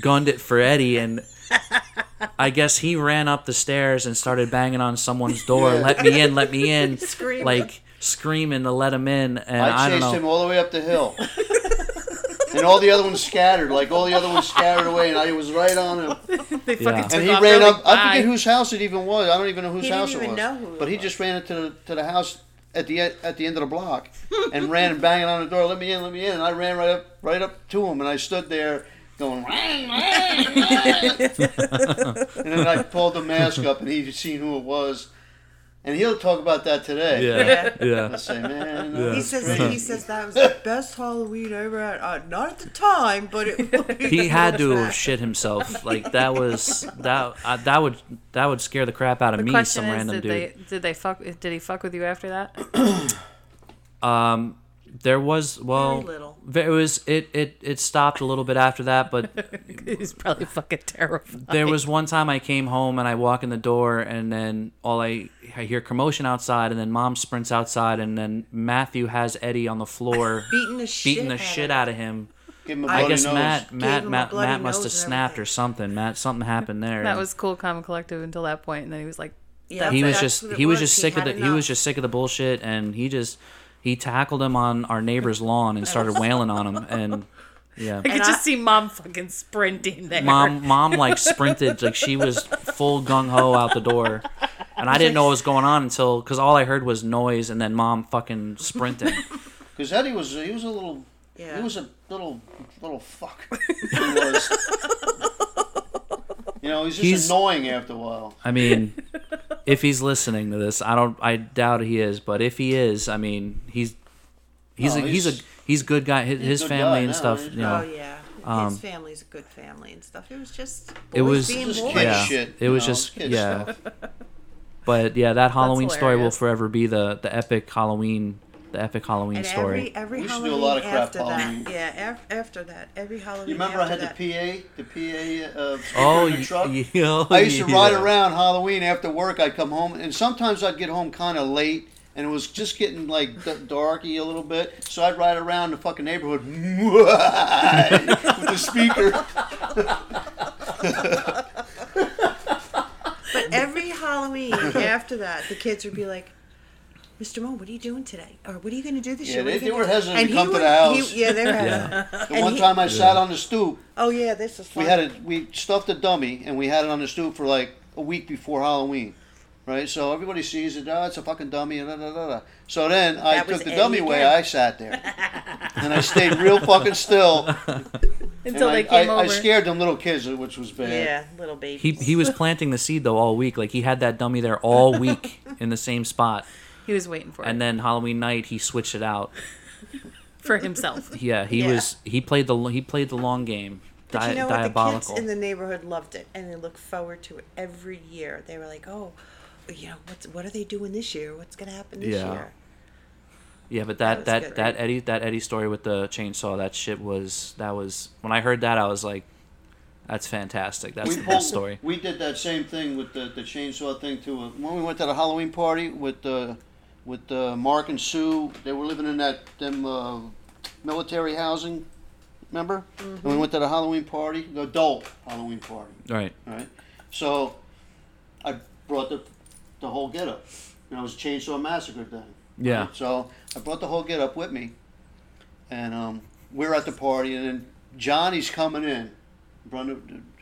Speaker 1: gunned it for Eddie, and I guess he ran up the stairs and started banging on someone's door. Let me in, let me
Speaker 2: *laughs*
Speaker 1: in,
Speaker 5: Screaming.
Speaker 1: like screaming to let him in. And I,
Speaker 3: I
Speaker 1: don't
Speaker 3: chased
Speaker 1: know.
Speaker 3: him all the way up
Speaker 2: *laughs*
Speaker 3: the hill. and all the other ones scattered, like all the other ones scattered away, and I was right on him.
Speaker 2: They
Speaker 1: Yeah.
Speaker 2: fucking took
Speaker 3: And he
Speaker 2: off.
Speaker 3: ran
Speaker 2: They're
Speaker 3: up.
Speaker 2: like,
Speaker 3: I forget
Speaker 2: "Bye."
Speaker 3: whose house it even was. I don't even know whose
Speaker 5: He didn't
Speaker 3: house it
Speaker 5: even
Speaker 3: was.
Speaker 5: know who it
Speaker 3: but he just ran into the, to the house at the e- at the end of the block and ran and banging on the door. Let me in, let me in. And I ran right up right up to him, and I stood there going. "Rang, rang, rang." *laughs* and then I pulled the mask up, and he seen who it was. And he'll talk about that today. *laughs*
Speaker 1: Yeah, yeah.
Speaker 3: I say, man,
Speaker 1: Yeah.
Speaker 5: He
Speaker 3: that's
Speaker 5: says
Speaker 3: crazy."
Speaker 5: he says that was
Speaker 1: *laughs*
Speaker 5: the best Halloween I ever had. Uh, not at the time, but it
Speaker 1: He had to have shit himself. Like that was that uh, that would that would scare the crap out of
Speaker 2: The
Speaker 1: me.
Speaker 2: question
Speaker 1: Some
Speaker 2: is,
Speaker 1: random
Speaker 2: did
Speaker 1: dude.
Speaker 2: they did they fuck did he fuck with you after that? *laughs*
Speaker 1: There was well,
Speaker 5: little.
Speaker 1: It was it it it stopped a little bit after that, but
Speaker 2: He's probably fucking terrified.
Speaker 1: There was one time I came home and I walk in the door and then all I I hear commotion outside and then mom sprints outside and then Matthew has Eddie on the
Speaker 5: *laughs*
Speaker 1: floor
Speaker 5: *laughs* beating the shit
Speaker 1: beating the
Speaker 5: out
Speaker 1: shit
Speaker 5: of
Speaker 1: out of him.
Speaker 3: Give him a
Speaker 1: I
Speaker 3: bloody
Speaker 1: guess
Speaker 3: nose.
Speaker 1: Matt Matt
Speaker 5: him a
Speaker 1: Matt,
Speaker 5: bloody
Speaker 1: Matt must have
Speaker 5: nose and
Speaker 1: snapped
Speaker 5: everything.
Speaker 1: or something. Matt something happened there.
Speaker 2: That
Speaker 1: and
Speaker 2: was cool, Common Collective until that point, and then he was like,
Speaker 5: Yeah,
Speaker 1: he was
Speaker 5: that's
Speaker 1: just
Speaker 5: what it
Speaker 1: he was
Speaker 5: was.
Speaker 1: just
Speaker 5: He
Speaker 1: sick of the
Speaker 5: had
Speaker 1: he was
Speaker 5: enough.
Speaker 1: just sick of the bullshit and he just he tackled him on our neighbor's lawn and started wailing on him
Speaker 5: *laughs*
Speaker 1: and yeah.
Speaker 2: I could just see mom fucking sprinting there.
Speaker 1: mom mom like sprinted like she was full gung ho out the door and I didn't know what was going on until because all I heard was noise and then mom fucking sprinting.
Speaker 3: Because Eddie was he was a little
Speaker 5: Yeah.
Speaker 3: he was a little little fuck. *laughs* he was. You know, he's just
Speaker 1: He's-
Speaker 3: annoying after a while.
Speaker 1: I mean, if he's listening to this, I don't I doubt he is, but if he is, I mean he's He's
Speaker 3: Oh,
Speaker 1: a, he's,
Speaker 3: he's-
Speaker 1: a he's good guy. His, his
Speaker 3: good
Speaker 1: family
Speaker 3: guy
Speaker 1: and
Speaker 3: now,
Speaker 1: stuff.
Speaker 3: he's
Speaker 1: You know, um,
Speaker 5: Oh yeah, his family's a good family and stuff. It was just boys
Speaker 1: it was
Speaker 5: being
Speaker 3: Just
Speaker 5: boys.
Speaker 3: kid
Speaker 1: yeah,
Speaker 3: shit,
Speaker 1: it was
Speaker 3: you know,
Speaker 1: just
Speaker 3: kid
Speaker 1: yeah. But yeah, that Halloween story will
Speaker 2: hilarious.
Speaker 1: forever be the the epic Halloween the epic Halloween
Speaker 5: And
Speaker 1: story.
Speaker 5: every every
Speaker 3: We used to
Speaker 5: Halloween
Speaker 3: do a lot of crap
Speaker 5: after
Speaker 3: Halloween.
Speaker 5: that, yeah, af- after that, every Halloween.
Speaker 3: You remember I
Speaker 5: after
Speaker 3: had the PA,
Speaker 5: that,
Speaker 3: the PA uh, speaker
Speaker 1: oh,
Speaker 3: in the
Speaker 1: y- *laughs*
Speaker 3: truck.
Speaker 1: y- oh,
Speaker 3: I used to
Speaker 1: yeah.
Speaker 3: ride around Halloween after work. I'd come home, and sometimes I'd get home kind of late, and it was just getting like d- darky a little bit. So I'd ride around the fucking neighborhood *laughs* with the speaker.
Speaker 5: But every Halloween after that, the kids would be like, "Mr. Moon, what are you doing today? Or what are you going to do this
Speaker 3: Yeah,
Speaker 5: year? What
Speaker 3: they-
Speaker 5: are you
Speaker 3: they
Speaker 5: gonna
Speaker 3: were
Speaker 5: do?"
Speaker 3: hesitant
Speaker 5: And
Speaker 3: to
Speaker 5: he
Speaker 3: come to
Speaker 5: would-
Speaker 3: the house.
Speaker 5: he- yeah, they were hesitant.
Speaker 3: The one
Speaker 5: he-
Speaker 3: time I sat on the stoop,
Speaker 5: Oh yeah, this is
Speaker 3: we
Speaker 5: fun.
Speaker 3: had it. We stuffed a dummy, and we had it on the stoop for like a week before Halloween. Right, so everybody sees it. Oh, it's a fucking dummy. and Da, da, da, da. So then I
Speaker 5: That was
Speaker 3: took the
Speaker 5: Eddie
Speaker 3: dummy away.
Speaker 5: again.
Speaker 3: I sat there, and I stayed real fucking still.
Speaker 2: *laughs* Until
Speaker 3: And
Speaker 2: they
Speaker 3: I,
Speaker 2: came
Speaker 3: I,
Speaker 2: over.
Speaker 3: I scared them little kids, which was bad.
Speaker 5: yeah, little baby.
Speaker 1: He he was planting the seed though all week. Like he had that dummy there all
Speaker 3: *laughs*
Speaker 1: week in the same spot,
Speaker 2: he was waiting for
Speaker 1: and
Speaker 2: it
Speaker 1: then Halloween night he switched it out. *laughs*
Speaker 2: for himself.
Speaker 1: Yeah, he
Speaker 5: Yeah.
Speaker 1: was he played the he played the long game.
Speaker 5: But
Speaker 1: Di-
Speaker 5: you know what?
Speaker 1: diabolical.
Speaker 5: The kids in the neighborhood loved it, and they looked forward to it every year. They were like, "Oh, you know, what's what are they doing this year? What's going to happen this
Speaker 1: Yeah.
Speaker 5: year?"
Speaker 1: yeah, but that
Speaker 5: That
Speaker 1: that
Speaker 5: was
Speaker 1: that,
Speaker 5: good.
Speaker 1: Eddie that Eddie story with the chainsaw that shit was that was when I heard that I was like, that's fantastic. That's
Speaker 3: We
Speaker 1: the
Speaker 3: pulled,
Speaker 1: best story.
Speaker 3: We did that same thing with the, the chainsaw thing too. When we went to the Halloween party with uh, with uh, Mark and Sue, they were living in that them uh, military housing. Remember? And we went to the Halloween party, the adult Halloween party.
Speaker 1: Right.
Speaker 3: Right. So I brought the the whole get up. And it was a chainsaw massacre thing.
Speaker 1: Yeah.
Speaker 3: So I brought the whole get up with me. And um, we're at the party and then Johnny's coming in. Brother,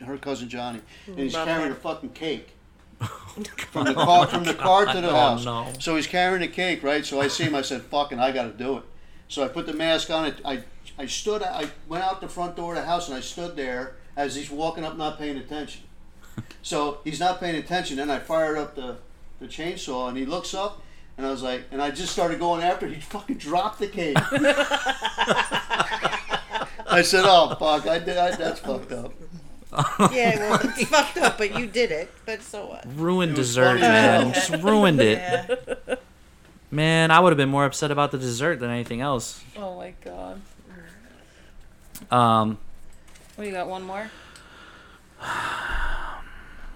Speaker 3: her cousin Johnny. And
Speaker 1: Mm.
Speaker 3: he's
Speaker 5: Brother.
Speaker 3: carrying a fucking cake.
Speaker 1: *laughs*
Speaker 3: from the car from the car to the
Speaker 1: Oh,
Speaker 3: house.
Speaker 1: no.
Speaker 3: So he's carrying a cake, right? So I see him, I said, Fucking I gotta do it. So I put the mask on it I I stood I went out the front door of the house and I stood there as he's walking up not paying
Speaker 1: *laughs*
Speaker 3: attention. So he's not paying attention. Then I fired up the, the chainsaw and he looks up and I was like, and I just started going after it. He fucking dropped
Speaker 1: *laughs*
Speaker 3: the cake. I said, oh, fuck, I did, I, that's fucked up.
Speaker 5: Yeah, well,
Speaker 1: *laughs*
Speaker 5: it's fucked up, but you did it. But so what?
Speaker 1: Ruined
Speaker 3: It was
Speaker 1: dessert,
Speaker 3: funny as
Speaker 1: man.
Speaker 3: *laughs* hell.
Speaker 1: Just ruined it.
Speaker 5: Yeah.
Speaker 1: Man, I would have been more upset about the dessert than anything else.
Speaker 2: Oh my god.
Speaker 1: Um,
Speaker 2: What you got?
Speaker 1: *sighs*
Speaker 2: One more.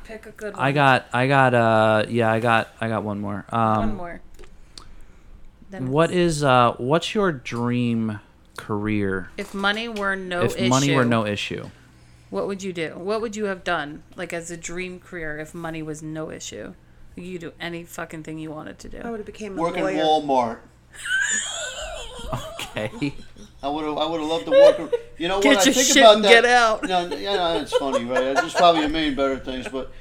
Speaker 2: Pick a good one.
Speaker 1: I got, I got, uh, yeah, I got, I got one more. Um,
Speaker 2: one more. Then
Speaker 1: What
Speaker 2: it's-
Speaker 1: is, uh, what's your dream career?
Speaker 2: if money were no
Speaker 1: if
Speaker 2: issue?
Speaker 1: money were no issue,
Speaker 2: what would you do? What would you have done, like as a dream career, if money was no issue? You could do any fucking thing you wanted to do.
Speaker 5: I would have became a
Speaker 3: Working
Speaker 5: lawyer.
Speaker 3: Walmart.
Speaker 1: okay.
Speaker 3: I would have, I would have loved to work. You
Speaker 2: *laughs*
Speaker 3: know
Speaker 2: Get
Speaker 3: what? I
Speaker 2: your
Speaker 3: think
Speaker 2: shit
Speaker 3: about
Speaker 2: and
Speaker 3: that.
Speaker 2: get out.
Speaker 3: No, no, yeah, no, it's funny, right? There's probably a million better things, but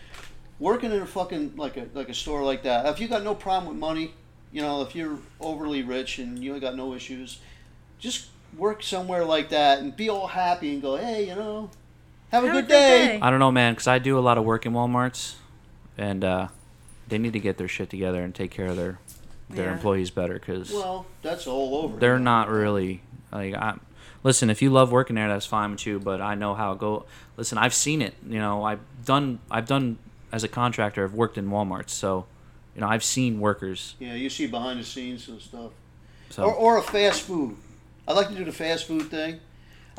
Speaker 3: working in a fucking like a like a store like that. If you got no problem with money, you know, if you're overly rich and you ain't got no issues, just work somewhere like that and be all happy and go, hey, you know, have a
Speaker 2: Have a
Speaker 3: good
Speaker 2: good
Speaker 3: day.
Speaker 2: day.
Speaker 1: I don't know, man, because I do a lot of work in WalMarts, and uh, they need to get their shit together and take care of their their
Speaker 2: Yeah.
Speaker 1: employees better because
Speaker 3: Well, that's all over.
Speaker 1: they're not really like. I, listen, if you love working there, that's fine with you. But I know how it go. Listen, I've seen it. You know, I've done. I've done as a contractor. I've worked in WalMarts, so you know, I've seen workers.
Speaker 3: Yeah, you see behind the scenes and stuff.
Speaker 1: So
Speaker 3: Or, or a fast food. I like to do the fast food thing.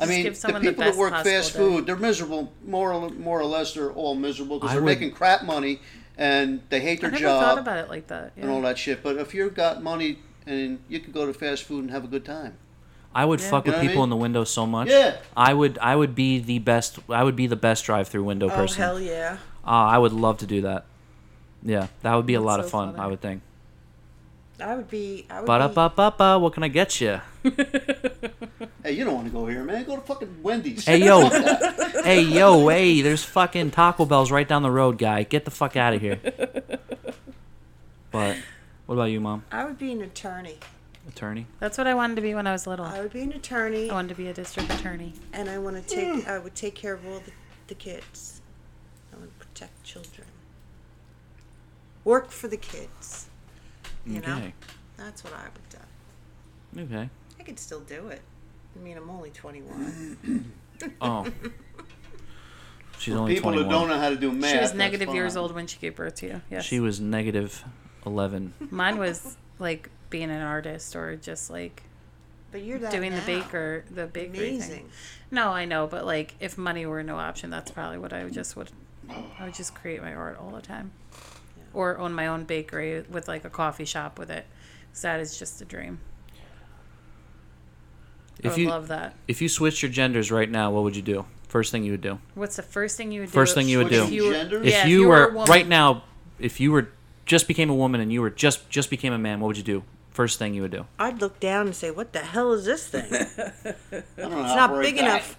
Speaker 3: I
Speaker 2: Just
Speaker 3: mean,
Speaker 2: give
Speaker 3: the
Speaker 2: someone the
Speaker 3: people that
Speaker 2: best
Speaker 3: work
Speaker 2: possible
Speaker 3: fast
Speaker 2: day.
Speaker 3: food, they're miserable. More or, more or less, they're all miserable because
Speaker 1: I
Speaker 3: they're
Speaker 1: would-
Speaker 3: making crap money and they
Speaker 2: I
Speaker 3: hate their
Speaker 2: never
Speaker 3: job
Speaker 2: thought about it like that.
Speaker 3: and all
Speaker 2: Yeah.
Speaker 3: that shit. But if you've got money and you can go to fast food and have a good time.
Speaker 1: I would fuck with
Speaker 3: You know what I
Speaker 1: people
Speaker 3: mean?
Speaker 1: in the window so much.
Speaker 3: Yeah.
Speaker 1: I would. I would be the best. I would be the best drive-through window
Speaker 5: Oh
Speaker 1: person.
Speaker 5: hell yeah!
Speaker 1: Ah, I would love to do that. Yeah, that would be a lot
Speaker 2: That's
Speaker 1: of
Speaker 2: so
Speaker 1: fun,
Speaker 2: funny.
Speaker 1: I would think.
Speaker 5: I would be. I would
Speaker 1: Ba da
Speaker 5: be-
Speaker 1: ba ba ba, what can I get
Speaker 2: *laughs*
Speaker 1: you?
Speaker 3: Hey, you don't want to go here, man. Go to fucking Wendy's.
Speaker 1: Hey yo, hey yo, hey, there's fucking Taco Bell's right down the road, guy. Get the fuck out of here. But what about you, mom?
Speaker 5: I would be an attorney.
Speaker 1: Attorney?
Speaker 2: That's what I wanted to be when I was little.
Speaker 5: I
Speaker 2: I
Speaker 5: would be an attorney,
Speaker 2: wanted to be a district attorney.
Speaker 5: and I want to take. I would take care of all the, the kids. I would protect children. Work for the kids. You know,
Speaker 1: Okay.
Speaker 5: that's what I would do.
Speaker 1: Okay.
Speaker 5: I could still do it. I mean, I'm only 21.
Speaker 3: *laughs*
Speaker 1: Oh. She's only
Speaker 3: People
Speaker 1: 21.
Speaker 3: that don't know how to do math.
Speaker 2: She was
Speaker 3: that's
Speaker 2: negative years
Speaker 3: fine.
Speaker 2: old when she gave birth to you. Yes.
Speaker 1: She was negative
Speaker 2: *laughs*
Speaker 1: 11.
Speaker 2: Mine was like being an artist or just like
Speaker 5: But you're that
Speaker 2: doing the
Speaker 5: now.
Speaker 2: baker, the bakery
Speaker 5: Amazing.
Speaker 2: thing. No, I know, but like if money were no option, that's probably what I would just would. I would just create my art all the time, or own my own bakery with like a coffee shop with it. 'Cause that is just a dream. I
Speaker 1: If
Speaker 2: would
Speaker 1: you
Speaker 2: love that.
Speaker 1: if you switch your genders right now, what would you do? First thing you would do.
Speaker 2: What's the first thing you would do?
Speaker 1: First thing you would
Speaker 3: Switching
Speaker 1: do.
Speaker 2: If you were,
Speaker 3: genders?
Speaker 1: If
Speaker 2: yeah,
Speaker 1: you,
Speaker 2: were,
Speaker 1: were,
Speaker 2: a woman,
Speaker 1: right now, if you were just became a woman and you were just just became a man, what would you do? First thing you would do.
Speaker 5: I'd look down and say, "What the hell is
Speaker 3: *laughs*
Speaker 5: this thing? It's
Speaker 3: I don't know how to
Speaker 5: not
Speaker 3: operate
Speaker 5: big
Speaker 3: that.
Speaker 5: enough."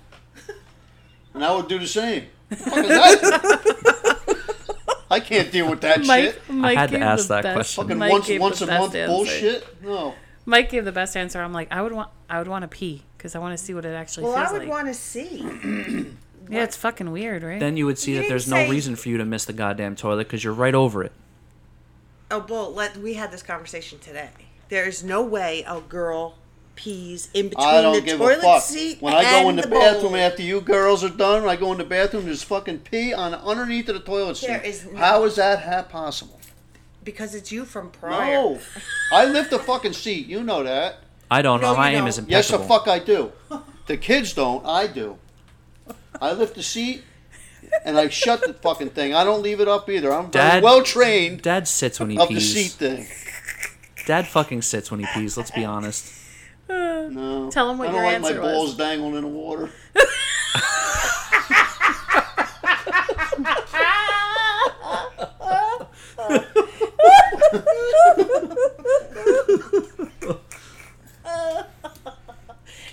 Speaker 3: And I would do the same. Fuck is that?
Speaker 2: *laughs*
Speaker 3: I can't deal with that shit.
Speaker 2: Mike, Mike
Speaker 1: had to
Speaker 2: gave
Speaker 1: ask
Speaker 2: the
Speaker 1: that
Speaker 2: best-
Speaker 1: question.
Speaker 3: Fucking
Speaker 2: Mike
Speaker 3: once
Speaker 2: gave the
Speaker 3: once a
Speaker 2: best
Speaker 3: month
Speaker 2: answer.
Speaker 3: bullshit. No.
Speaker 2: Mike gave the best answer. I'm like, I would want, I would want to pee because I want to see what it actually
Speaker 5: Well,
Speaker 2: feels
Speaker 5: I would
Speaker 2: like.
Speaker 5: want to see.
Speaker 2: yeah, it's fucking weird, right?
Speaker 1: Then you would see
Speaker 5: You
Speaker 1: that
Speaker 5: didn't
Speaker 1: there's no
Speaker 5: say-
Speaker 1: reason for you to miss the goddamn toilet because you're right over it.
Speaker 5: Oh, bull! Let we had this conversation today. There is no way a girl pees in between
Speaker 3: I don't
Speaker 5: the
Speaker 3: give a
Speaker 5: toilet
Speaker 3: fuck.
Speaker 5: seat
Speaker 3: When I go
Speaker 5: and
Speaker 3: in the,
Speaker 5: bowl.
Speaker 3: bathroom after you girls are done, when I go in the bathroom, there's fucking pee on underneath of the toilet seat.
Speaker 5: There is no-
Speaker 3: How is that ha- possible?
Speaker 5: because it's you from prior.
Speaker 3: No. I lift the fucking seat. You know that.
Speaker 1: I don't
Speaker 5: No,
Speaker 1: know. I
Speaker 5: you
Speaker 1: am
Speaker 5: don't.
Speaker 1: as impeccable.
Speaker 3: Yes, the fuck I do. The kids don't. I do. I lift the seat and I shut the fucking thing. I don't leave it up either. I'm very
Speaker 1: Dad-
Speaker 3: well trained
Speaker 1: Dad sits when he
Speaker 3: of the
Speaker 1: pees.
Speaker 3: seat thing.
Speaker 1: Dad fucking sits when he pees. Let's be honest.
Speaker 3: No.
Speaker 2: Tell 'em what
Speaker 3: I don't
Speaker 2: your
Speaker 3: like
Speaker 2: answer
Speaker 3: my
Speaker 2: was.
Speaker 3: balls dangling in the water.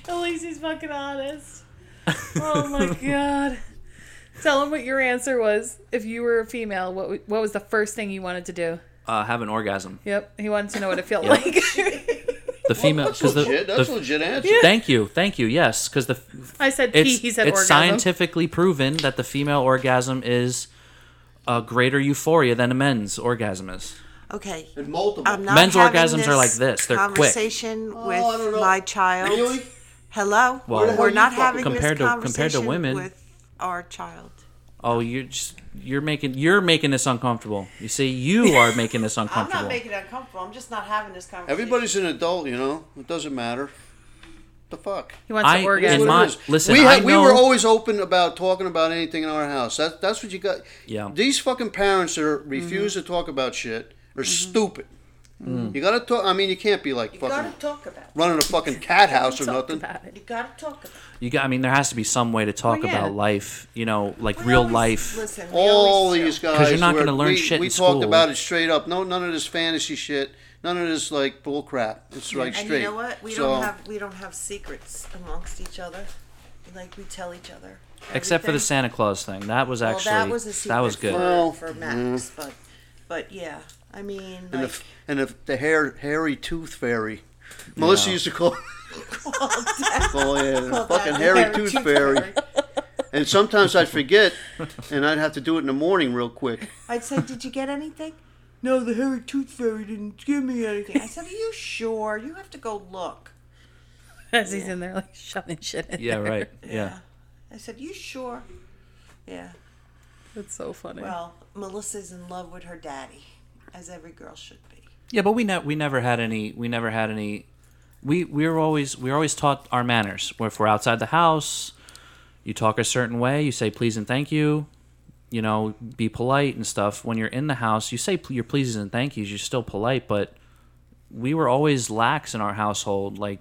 Speaker 2: At least he's fucking *laughs* honest. Oh my god. Tell him what your answer was. If you were a female, what w- what was the first thing you wanted to do?
Speaker 1: Uh, have an orgasm.
Speaker 2: Yep, he wanted to know what it *laughs* felt like.
Speaker 1: The female.
Speaker 3: That's
Speaker 1: 'cause the-
Speaker 3: legit.
Speaker 1: the,
Speaker 3: That's legit answer.
Speaker 1: Thank you, thank you. Yes, because the
Speaker 2: I said pee.
Speaker 1: it's
Speaker 2: he said
Speaker 1: it's
Speaker 2: orgasm.
Speaker 1: scientifically proven that the female orgasm is a greater euphoria than a men's orgasm is.
Speaker 5: Okay.
Speaker 3: And multiple.
Speaker 5: I'm not
Speaker 1: Men's
Speaker 5: having
Speaker 1: orgasms
Speaker 5: this
Speaker 1: are like this, they're quick.
Speaker 5: conversation with
Speaker 3: I don't know.
Speaker 5: my child.
Speaker 3: Really?
Speaker 5: Hello.
Speaker 1: Well, Where the hell
Speaker 5: we're
Speaker 3: you
Speaker 5: not
Speaker 3: fucking-
Speaker 5: having
Speaker 1: Compared
Speaker 5: this
Speaker 1: to- compared to
Speaker 5: conversation
Speaker 1: women-
Speaker 5: with our child.
Speaker 1: Oh, you're just you're making you're making this uncomfortable. You see,
Speaker 2: *laughs*
Speaker 1: you are making this uncomfortable.
Speaker 5: it uncomfortable. I'm just not having this conversation.
Speaker 3: Everybody's an adult, you know. It doesn't matter. The fuck.
Speaker 2: he wants
Speaker 1: I-
Speaker 2: to orgasm.
Speaker 1: in
Speaker 3: What it
Speaker 1: my-
Speaker 3: is.
Speaker 1: listen,
Speaker 3: we
Speaker 1: I
Speaker 3: had, we were
Speaker 1: know-
Speaker 3: always open about talking about anything in our house. That, that's what you got.
Speaker 1: Yeah.
Speaker 3: These fucking parents that are,
Speaker 5: Mm-hmm.
Speaker 3: refuse to talk about shit are stupid.
Speaker 1: Mm.
Speaker 3: You gotta talk. I mean, you can't be like fucking
Speaker 5: talk about. it.
Speaker 3: running a fucking cat house or
Speaker 2: Talk
Speaker 3: nothing.
Speaker 2: about it. *laughs*
Speaker 5: You gotta talk about. it.
Speaker 1: You got. I mean, there has to be some way to talk
Speaker 2: Well, yeah.
Speaker 1: about life. You know, like
Speaker 5: We
Speaker 1: real
Speaker 5: always-
Speaker 1: life.
Speaker 5: Listen, we
Speaker 3: All
Speaker 5: always do.
Speaker 3: these guys.
Speaker 1: 'Cause you're not
Speaker 3: were-
Speaker 1: gonna learn
Speaker 3: we,
Speaker 1: shit in
Speaker 3: We talked
Speaker 1: school.
Speaker 3: about it straight up. No, none of this fantasy shit. None of this like bull crap. It's like
Speaker 5: And
Speaker 3: straight.
Speaker 5: you know what? We
Speaker 3: So,
Speaker 5: don't have we don't have secrets amongst each other. Like we tell each other.
Speaker 1: Except for the
Speaker 5: everything.
Speaker 1: Santa Claus thing, that was actually
Speaker 5: well, that was a secret
Speaker 1: that was good.
Speaker 5: for,
Speaker 3: Well, mm-hmm.
Speaker 5: for Max, but but yeah, I mean,
Speaker 3: And
Speaker 5: like,
Speaker 3: if and if the hair hairy tooth fairy, Melissa used to call. oh yeah, the fucking hairy tooth fairy. And sometimes I'd forget, and I'd have to do it in the morning real
Speaker 1: *laughs*
Speaker 3: quick.
Speaker 5: I'd say, did you get anything? *laughs* No, the hairy tooth fairy didn't give me anything. I said, are you sure? You have to go look.
Speaker 2: As he's in there like shoving shit in.
Speaker 1: Yeah,
Speaker 2: there. *laughs*
Speaker 1: right. Yeah.
Speaker 5: I said, you sure? Yeah.
Speaker 2: That's so funny.
Speaker 5: Well, Melissa's in love with her daddy, as every girl should be.
Speaker 1: Yeah, but we ne- we never had any we never had any we we were always we were always taught our manners. Where if we're outside the house, you talk a certain way, you say please and thank you, you know, be polite and stuff. When you're in the house, you say pl- your pleases and thank yous, you're still polite, but we were always lax in our household. Like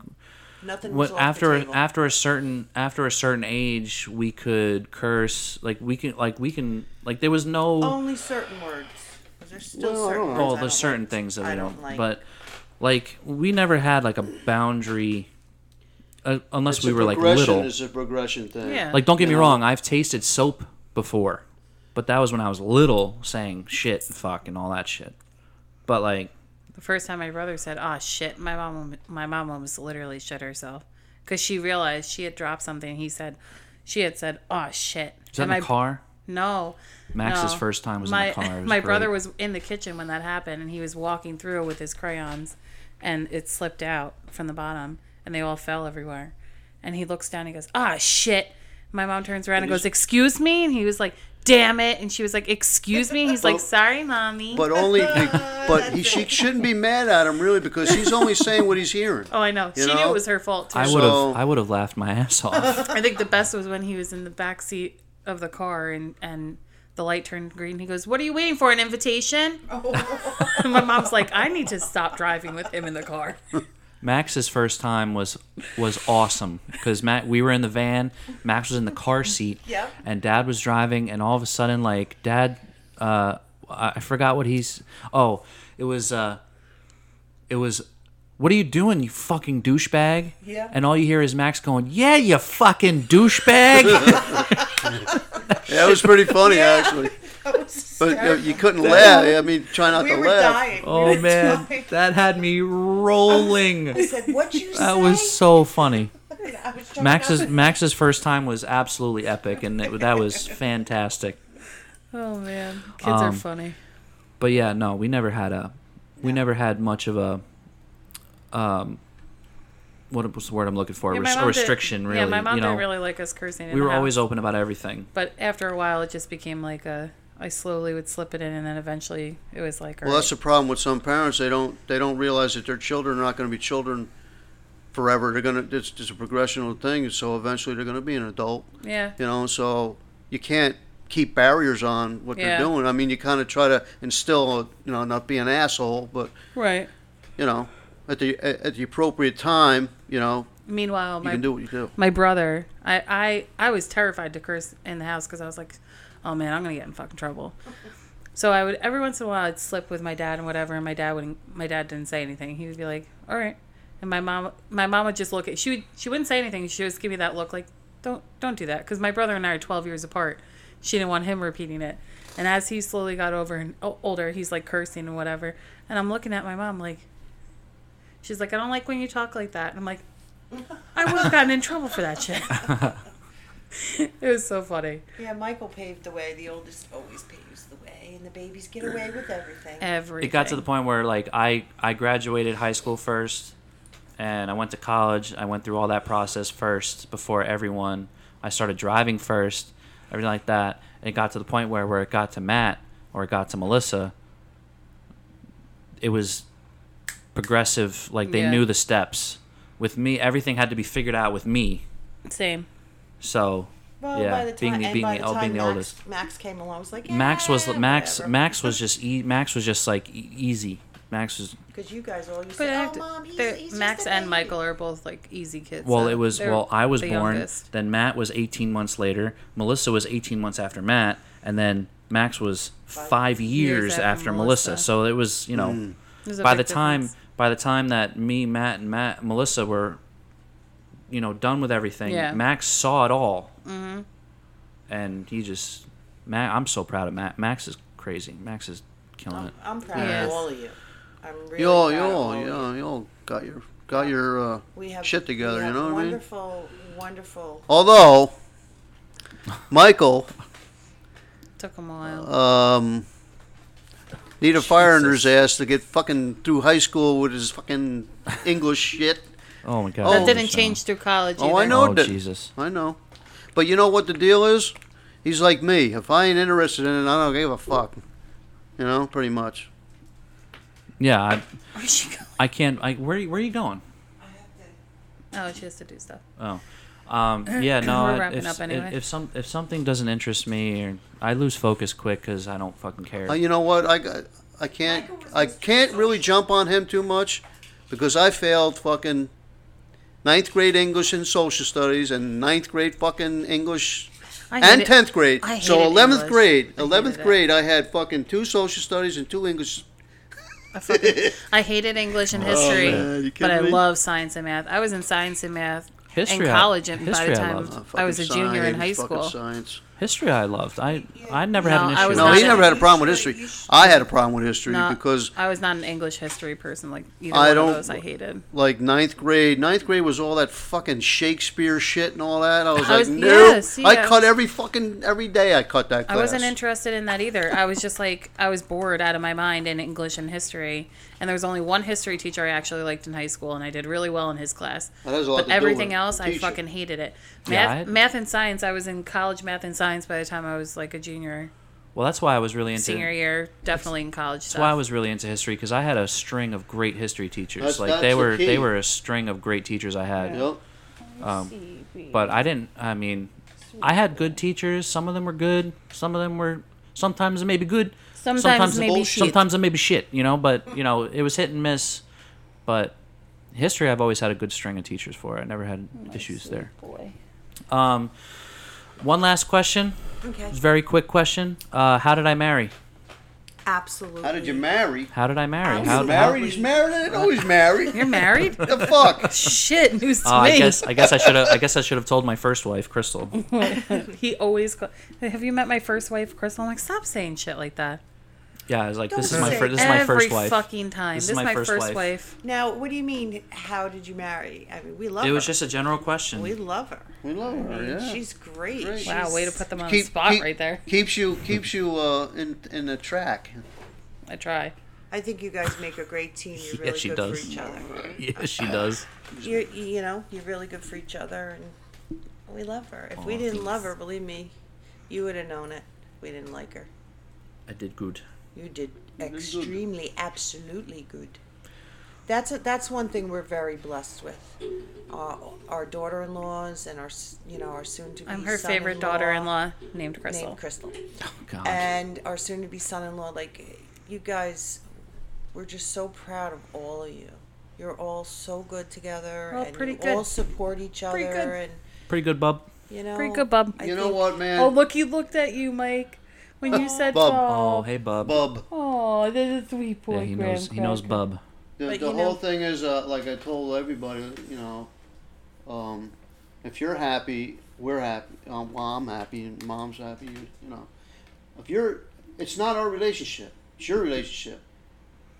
Speaker 5: Nothing was
Speaker 1: what
Speaker 5: off
Speaker 1: after
Speaker 5: the table.
Speaker 1: after a certain after a certain age, we could curse. Like we can like we can like there was no
Speaker 5: only certain words. 'Cause There's still
Speaker 3: Well, I
Speaker 5: certain
Speaker 3: don't know.
Speaker 5: words.
Speaker 1: well,
Speaker 5: I
Speaker 1: Oh, there's
Speaker 5: don't
Speaker 1: certain
Speaker 5: like.
Speaker 1: things that
Speaker 5: I
Speaker 1: we
Speaker 5: don't
Speaker 1: don't,
Speaker 5: like.
Speaker 1: but like we never had like a boundary, uh, unless
Speaker 3: It's
Speaker 1: we
Speaker 3: a
Speaker 1: were like
Speaker 3: progression
Speaker 1: little.
Speaker 3: is a progression thing.
Speaker 2: yeah.
Speaker 1: Like, don't get me wrong, I've tasted soap before, but that was when I was little, saying shit, and fuck, and all that shit. But like,
Speaker 2: the first time my brother said, "Ah, shit," my mom, my mom almost literally shit herself because she realized she had dropped something. He said, she had said, "Ah, shit."
Speaker 1: is that
Speaker 2: And
Speaker 1: in the
Speaker 2: my-
Speaker 1: car?
Speaker 2: No.
Speaker 1: Max's
Speaker 2: No.
Speaker 1: first time was
Speaker 2: my, *laughs*
Speaker 1: in the car. It was
Speaker 2: my brother
Speaker 1: great.
Speaker 2: was in the kitchen when that happened, and he was walking through with his crayons, and it slipped out from the bottom. and they all fell everywhere. And he looks down and he goes, ah, shit. My mom turns around and goes, excuse me? And he was like, damn it. And she was like, excuse me? And he's like,
Speaker 3: But-
Speaker 2: sorry, mommy.
Speaker 3: But only, *laughs* be, but he, she shouldn't be mad at him really because he's only saying what he's hearing.
Speaker 2: *laughs* oh, I know.
Speaker 3: You
Speaker 2: She knew
Speaker 3: know?
Speaker 2: it was her fault, too.
Speaker 1: I would have
Speaker 3: So-
Speaker 1: I would have laughed my ass off.
Speaker 2: I think the best was when he was in the back seat of the car and and the light turned green. He goes, "What are you waiting for? An invitation?"
Speaker 3: Oh.
Speaker 2: *laughs* And my mom's like, "I need to stop driving with him in the car."
Speaker 1: Max's first time was was awesome because Matt we were in the van, Max was in the car seat,
Speaker 5: Yep.
Speaker 1: and Dad was driving, and all of a sudden like Dad, uh, I I forgot what he's oh it was uh, it was. What are you doing, you fucking douchebag?
Speaker 5: Yeah.
Speaker 1: And all you hear is Max going, "Yeah, you fucking douchebag." *laughs*
Speaker 3: That was pretty funny *laughs* actually. But uh, you couldn't laugh. I mean, try not
Speaker 5: we
Speaker 3: to
Speaker 5: were
Speaker 3: laugh.
Speaker 5: dying.
Speaker 1: oh man, that had me rolling.
Speaker 5: *laughs* I said, "What you
Speaker 1: *laughs* That
Speaker 5: say?"
Speaker 1: was so funny.
Speaker 5: I was trying
Speaker 1: Max's
Speaker 5: not to-
Speaker 1: Max's first time was absolutely epic, and it, that was fantastic.
Speaker 2: Oh man, kids
Speaker 1: Um,
Speaker 2: are funny.
Speaker 1: But yeah, no, we never had a, we never had much of a, um, what was the word I'm looking for? Res- a restriction, really.
Speaker 2: Yeah, my mom
Speaker 1: you know,
Speaker 2: didn't really like us cursing. in
Speaker 1: we
Speaker 2: the
Speaker 1: were
Speaker 2: house.
Speaker 1: always open about everything.
Speaker 2: but after a while, it just became like a. I slowly would slip it in, and then eventually it was like,
Speaker 3: Well, that's the problem with some parents. They don't they don't realize that their children are not going to be children forever. They're gonna it's just a progressional thing. So eventually they're going to be an adult.
Speaker 2: yeah,
Speaker 3: You know, so you can't keep barriers on what
Speaker 2: Yeah.
Speaker 3: they're doing. I mean, you kind of try to instill, you know, not be an asshole, but
Speaker 2: right.
Speaker 3: you know, at the at at the appropriate time, you know,
Speaker 2: Meanwhile,
Speaker 3: you
Speaker 2: my
Speaker 3: can do what you do.
Speaker 2: my brother i i i was terrified to curse in the house because i was like oh man i'm gonna get in fucking trouble so i would every once in a while i'd slip with my dad and whatever and my dad wouldn't my dad didn't say anything he would be like all right and my mom my mom would just look at she would she wouldn't say anything she would just give me that look like don't don't do that because my brother and i are 12 years apart she didn't want him repeating it and as he slowly got over and o- older he's like cursing and whatever and i'm looking at my mom like she's like i don't like when you talk like that and i'm like I *laughs* would have gotten in trouble for that shit. *laughs* it was so funny.
Speaker 5: Yeah, Michael paved the way. The oldest always paves the way, and the babies
Speaker 1: *clears throat*
Speaker 5: get away with everything.
Speaker 2: Every
Speaker 1: It got to the point where like I I graduated high school first, and I went to college. I went through all that process first before everyone. I started driving first, everything like that. And it got to the point where where it got to Matt or it got to Melissa. It was progressive. Like they
Speaker 2: Yeah.
Speaker 1: knew the steps. With me, everything had to be figured out with me.
Speaker 2: same.
Speaker 1: So
Speaker 5: Well,
Speaker 1: yeah,
Speaker 5: by the
Speaker 1: being
Speaker 5: time,
Speaker 1: the-
Speaker 5: and
Speaker 1: being
Speaker 5: by
Speaker 1: the-
Speaker 5: the
Speaker 1: oh,
Speaker 5: time
Speaker 1: being the
Speaker 5: Max,
Speaker 1: oldest.
Speaker 5: Max came along. I was like,
Speaker 1: Max was
Speaker 5: "Yeah,
Speaker 1: Max.
Speaker 5: whatever."
Speaker 1: Max was just e- Max was just like e- easy. Max was
Speaker 5: Because you guys all used
Speaker 2: But
Speaker 5: to,
Speaker 2: I
Speaker 5: oh,
Speaker 2: have to,
Speaker 5: mom, he's,
Speaker 2: they're-
Speaker 5: he's just
Speaker 2: Max
Speaker 5: a
Speaker 2: and
Speaker 5: baby."
Speaker 2: Michael are both like easy kids.
Speaker 1: Well,
Speaker 2: so
Speaker 1: it was
Speaker 2: they're
Speaker 1: well, I was
Speaker 2: the
Speaker 1: born.
Speaker 2: youngest.
Speaker 1: Then Matt was 18 months later. Melissa was 18 months after Matt, and then Max was five, years, after, Melissa.
Speaker 2: Melissa.
Speaker 1: So it was, you know,
Speaker 2: There's a
Speaker 1: by the
Speaker 2: big
Speaker 1: time
Speaker 2: difference.
Speaker 1: by the time that me, Matt, and Matt Melissa were, you know, done with everything.
Speaker 2: Yeah. Mm-hmm.
Speaker 1: Max saw it all, and he just, Matt, I'm so proud of Matt. Max is crazy. Max is killing it.
Speaker 5: I'm proud
Speaker 2: Yes.
Speaker 5: of all of you. I'm really
Speaker 3: You all,
Speaker 5: proud
Speaker 3: you
Speaker 5: of all
Speaker 3: all,
Speaker 5: of
Speaker 3: you
Speaker 5: you.
Speaker 3: all, you all got your got your uh,
Speaker 5: We have
Speaker 3: shit together.
Speaker 5: we
Speaker 3: You
Speaker 5: have
Speaker 3: know what I mean?
Speaker 5: Wonderful, wonderful.
Speaker 3: Although, Michael.
Speaker 2: took them a while.
Speaker 3: um, need a fire under his ass to get fucking through high school with his fucking English shit.
Speaker 1: Oh my god.
Speaker 3: That
Speaker 2: that
Speaker 1: holy
Speaker 2: didn't
Speaker 1: cow.
Speaker 2: change through college. Either.
Speaker 3: Oh, I know.
Speaker 1: Oh,
Speaker 3: that-
Speaker 1: Jesus.
Speaker 3: I know. But you know what the deal is? He's like me. If I ain't interested in it, I don't give a fuck. You know, pretty much.
Speaker 1: Yeah, I, I can't. I, where where are you going?
Speaker 2: Oh, she has to do stuff.
Speaker 1: Oh, um,
Speaker 2: *clears throat*
Speaker 1: yeah. No,
Speaker 2: We're
Speaker 1: I-
Speaker 2: wrapping
Speaker 1: if,
Speaker 2: up anyway.
Speaker 1: if, if some if something doesn't interest me, or I lose focus quick because I don't fucking care.
Speaker 3: Uh, you know what? I got- I can't I can't really jump on him too much because I failed fucking ninth grade English and social studies and ninth grade fucking English
Speaker 2: I
Speaker 3: and
Speaker 2: hated-
Speaker 3: tenth grade.
Speaker 2: I
Speaker 3: so
Speaker 2: hated
Speaker 3: eleventh
Speaker 2: English. I
Speaker 3: grade,
Speaker 2: hated
Speaker 3: eleventh
Speaker 2: it.
Speaker 3: grade, I had fucking two social studies and two English.
Speaker 2: I, fucking, I hated English
Speaker 1: Oh,
Speaker 2: and history,
Speaker 3: man, you
Speaker 2: but I
Speaker 3: kidding me?
Speaker 2: love science and math. I was in science and math
Speaker 1: History
Speaker 2: in
Speaker 1: I-
Speaker 2: college, and by
Speaker 1: history
Speaker 2: the
Speaker 1: I
Speaker 2: time
Speaker 1: loved.
Speaker 2: I was a
Speaker 3: fucking
Speaker 2: junior in
Speaker 3: science,
Speaker 2: high
Speaker 3: fucking
Speaker 2: school,
Speaker 3: Science.
Speaker 1: History I loved. I I never had
Speaker 2: No,
Speaker 1: an issue.
Speaker 2: I was
Speaker 1: with
Speaker 3: No,
Speaker 2: not
Speaker 1: it.
Speaker 3: he never had a problem with history. I had a problem with history
Speaker 2: No,
Speaker 3: because
Speaker 2: I was not an English history person. Like either
Speaker 3: I
Speaker 2: one
Speaker 3: don't-
Speaker 2: of those, I hated.
Speaker 3: like ninth grade. Ninth grade was all that fucking Shakespeare shit and all that. I was
Speaker 2: I
Speaker 3: like,
Speaker 2: was-
Speaker 3: no,
Speaker 2: yes,
Speaker 3: I
Speaker 2: yes.
Speaker 3: cut every fucking every day. I cut that. Class.
Speaker 2: I wasn't interested in that either. I was just like I was bored out of my mind in English and history. And there was only one history teacher I actually liked in high school, and I did really well in his class.
Speaker 3: That has a lot
Speaker 2: But
Speaker 3: to do
Speaker 2: everything
Speaker 3: with
Speaker 2: else, I
Speaker 3: teaching.
Speaker 2: fucking hated it. Math,
Speaker 1: Yeah, I-
Speaker 2: math and science. I was in college math and science by the time I was like a junior,
Speaker 1: Well, that's why I was really into.
Speaker 2: senior year. Definitely in college.
Speaker 1: That's why I was really into history because I had a string of great history teachers.
Speaker 3: That's-
Speaker 1: like
Speaker 3: that's
Speaker 1: they
Speaker 3: the
Speaker 1: were
Speaker 3: key.
Speaker 1: they were a string of great teachers I had.
Speaker 3: Yep.
Speaker 1: But I didn't. I mean, I had good teachers. Some of them were good. Some of them were sometimes maybe good. *laughs*
Speaker 2: Sometimes
Speaker 1: they-
Speaker 2: maybe
Speaker 1: sometimes
Speaker 2: shit.
Speaker 1: they maybe shit. You know, but you know it was hit and miss. But history, I've always had a good string of teachers for. I never had issues there.
Speaker 2: boy.
Speaker 1: Um, one last question.
Speaker 4: Okay.
Speaker 1: It's a very quick question. Uh, how did I marry?
Speaker 4: Absolutely.
Speaker 3: How did you marry?
Speaker 1: How did I marry?
Speaker 4: was
Speaker 1: how,
Speaker 3: He's married. He's married. I know he's married.
Speaker 2: You're married?
Speaker 3: the
Speaker 2: *laughs*
Speaker 3: fuck.
Speaker 2: Shit, news to
Speaker 1: How, uh, *laughs*
Speaker 2: me.
Speaker 1: I Oh, guess I guess I should have I guess I should have told my first wife, Crystal.
Speaker 2: He always. Call- Have you met my first wife, Crystal? I'm like, stop saying shit like that.
Speaker 1: Yeah, I was like, this
Speaker 4: Don't
Speaker 1: is my
Speaker 4: say
Speaker 1: fir- this is my
Speaker 2: Every
Speaker 1: first wife.
Speaker 2: fucking time. This, is my, first, wife.
Speaker 5: Now, what do you mean? How did you marry? I mean, we love.
Speaker 1: It was
Speaker 5: her.
Speaker 1: just a general question.
Speaker 5: We love her.
Speaker 3: We love her. Yeah.
Speaker 5: She's great.
Speaker 3: Great.
Speaker 2: Wow,
Speaker 5: She's-
Speaker 2: way to put them on the spot right there.
Speaker 3: Keeps you keeps you uh, in in the track.
Speaker 2: I try.
Speaker 5: I think you guys make a great team. You're
Speaker 1: Yeah,
Speaker 5: really
Speaker 1: she
Speaker 5: good
Speaker 1: does.
Speaker 5: for each other.
Speaker 1: *laughs* yeah, she does.
Speaker 5: You you know you're really good for each other, and we love her. If we
Speaker 1: Aw,
Speaker 5: didn't
Speaker 1: thanks.
Speaker 5: love her, believe me, you would have known it. We didn't like her.
Speaker 1: I did good.
Speaker 5: You did extremely, absolutely good. That's a, that's one thing we're very blessed with. Uh, our daughter-in-laws and our s- you know our soon-to-be
Speaker 2: I'm her favorite daughter-in-law named Crystal.
Speaker 5: named Crystal
Speaker 1: God.
Speaker 5: and our soon-to-be son-in-law. Like you guys, we're just so proud of all of you. You're all so good together,
Speaker 2: Well,
Speaker 5: and
Speaker 2: pretty
Speaker 5: you
Speaker 2: good.
Speaker 5: all support each other,
Speaker 2: Pretty good.
Speaker 5: and
Speaker 1: Pretty good, bub.
Speaker 5: you know,
Speaker 2: Pretty good, bub.
Speaker 5: I
Speaker 3: You know
Speaker 5: think-
Speaker 3: what, man?
Speaker 1: uh,
Speaker 2: Oh, look, he looked at you, Mike, when you said
Speaker 3: Bub.
Speaker 1: Oh,
Speaker 2: bub.
Speaker 1: hey, bub.
Speaker 3: Bub.
Speaker 2: Oh, this is sweet boy.
Speaker 1: yeah, he knows. He knows bub.
Speaker 3: The,
Speaker 2: But
Speaker 3: the
Speaker 2: you know-
Speaker 3: whole thing is uh, like I told everybody. You know, um, if you're happy, we're happy. Um, well, I'm happy, and mom's happy. You, you know, if you're, it's not our relationship. It's your relationship.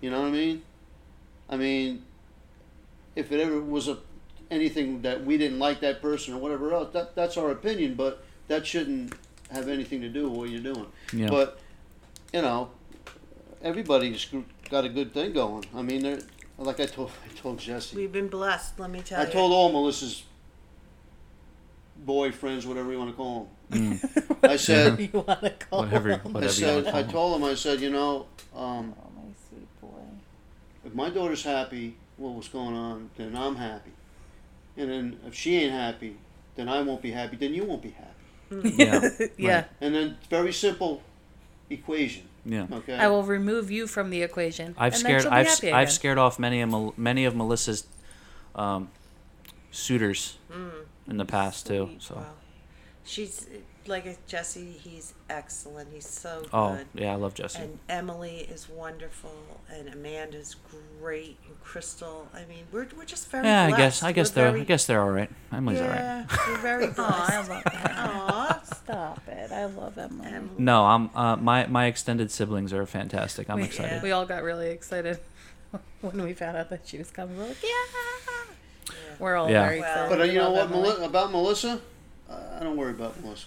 Speaker 3: You know what I mean? I mean, if it ever was a anything that we didn't like that person or whatever else, that that's our opinion. But that shouldn't have anything to do with what you're doing.
Speaker 1: Yeah.
Speaker 3: But you know, everybody's g- got a good thing going. I mean, they're like I told *laughs* I told Jesse.
Speaker 5: We've been blessed. Let me tell
Speaker 3: I
Speaker 5: you.
Speaker 3: told all Melissa's boyfriends, whatever you want to call them.
Speaker 2: *laughs*
Speaker 3: I said,
Speaker 2: You want to call
Speaker 1: Whatever.
Speaker 3: I
Speaker 1: Mm. *laughs* Whatever. You
Speaker 3: said,
Speaker 1: wanna call
Speaker 3: I
Speaker 1: him.
Speaker 3: told him, I said, you know, um,
Speaker 2: Oh, my sweet boy.
Speaker 3: if my daughter's happy, what was going on, then I'm happy. And then if she ain't happy, then I won't be happy. Then you won't be happy.
Speaker 1: Yeah.
Speaker 2: Yeah.
Speaker 1: Right.
Speaker 3: And then it's very simple equation.
Speaker 1: *laughs* Yeah.
Speaker 3: Okay.
Speaker 2: I will remove you from the equation.
Speaker 1: I've
Speaker 2: and then
Speaker 1: scared.
Speaker 2: she'll be
Speaker 1: I've
Speaker 2: happy
Speaker 1: s-
Speaker 2: again.
Speaker 1: I've scared off many of Mel- many of Melissa's um, suitors
Speaker 2: Mm.
Speaker 1: in the past too. So.
Speaker 5: Wow. She's like Jesse. He's excellent. He's so
Speaker 1: Oh
Speaker 5: good.
Speaker 1: yeah, I love Jesse.
Speaker 5: And Emily is wonderful, and Amanda's great, and Crystal. I mean, we're, we're just very
Speaker 1: yeah, I
Speaker 5: blessed.
Speaker 1: guess. I guess
Speaker 5: we're
Speaker 1: they're.
Speaker 5: very,
Speaker 1: I guess they're all right. Emily's all right.
Speaker 5: yeah, we're very
Speaker 2: Aw, I
Speaker 5: blessed.
Speaker 2: love that.
Speaker 1: *laughs*
Speaker 5: *laughs* Aw,
Speaker 2: Stop it. I love that moment.
Speaker 5: Emily.
Speaker 1: No, I'm. Uh, my my extended siblings are fantastic. I'm excited.
Speaker 2: *laughs* We all got really excited *laughs* when we found out that she was coming. We're like, yeah. We're all
Speaker 1: Yeah.
Speaker 2: very
Speaker 5: Well,
Speaker 2: excited.
Speaker 3: But uh, you
Speaker 2: We
Speaker 3: know
Speaker 2: love
Speaker 3: what,
Speaker 2: Emily.
Speaker 3: Meli- about Melissa? Uh, I don't worry about Melissa.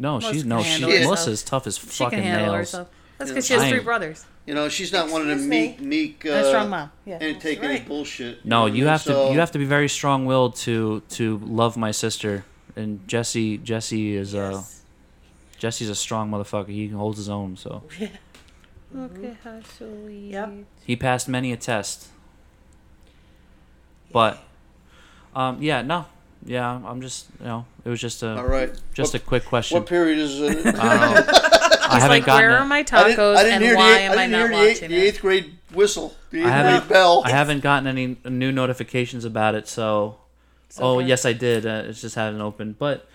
Speaker 1: No,
Speaker 2: Melissa
Speaker 1: she's
Speaker 2: can
Speaker 1: no. She,
Speaker 2: handle
Speaker 3: herself.
Speaker 1: Melissa's tough as
Speaker 2: She
Speaker 1: fucking
Speaker 2: can handle
Speaker 1: nails.
Speaker 2: herself. That's because
Speaker 1: Yeah.
Speaker 2: she has
Speaker 1: I-
Speaker 2: three brothers.
Speaker 3: You know, she's not one of them meek,
Speaker 5: Excuse
Speaker 3: meek, uh,
Speaker 2: And a strong mom. Yeah.
Speaker 3: and take any
Speaker 5: right.
Speaker 3: bullshit.
Speaker 1: No,
Speaker 3: know
Speaker 1: you
Speaker 3: what I
Speaker 1: have
Speaker 3: mean?
Speaker 1: to. You have to be very strong-willed to to love my sister. And Jesse, Jesse is uh,
Speaker 5: Yes.
Speaker 1: Jesse's a strong motherfucker. He holds his own. So
Speaker 2: Look at how sweet.
Speaker 5: Yep.
Speaker 1: he passed many a test. But, um, yeah, no, yeah, I'm just, you know, it was just a
Speaker 3: All right.
Speaker 1: just
Speaker 3: what,
Speaker 1: a quick question.
Speaker 3: What period is it?
Speaker 1: I haven't
Speaker 2: like,
Speaker 1: gotten.
Speaker 2: where
Speaker 1: a-
Speaker 2: are my
Speaker 3: I didn't,
Speaker 2: tacos
Speaker 3: I didn't
Speaker 2: and
Speaker 3: hear
Speaker 2: why
Speaker 3: the, eight-
Speaker 2: am I,
Speaker 3: I didn't
Speaker 2: not
Speaker 3: hear the, eight,
Speaker 2: watching
Speaker 3: the
Speaker 2: it?
Speaker 3: eighth grade whistle, the eighth
Speaker 1: I haven't.
Speaker 3: grade bell.
Speaker 1: I haven't gotten any new notifications about it. So, oh
Speaker 2: far.
Speaker 1: yes, I did. Uh, it just hadn't opened. But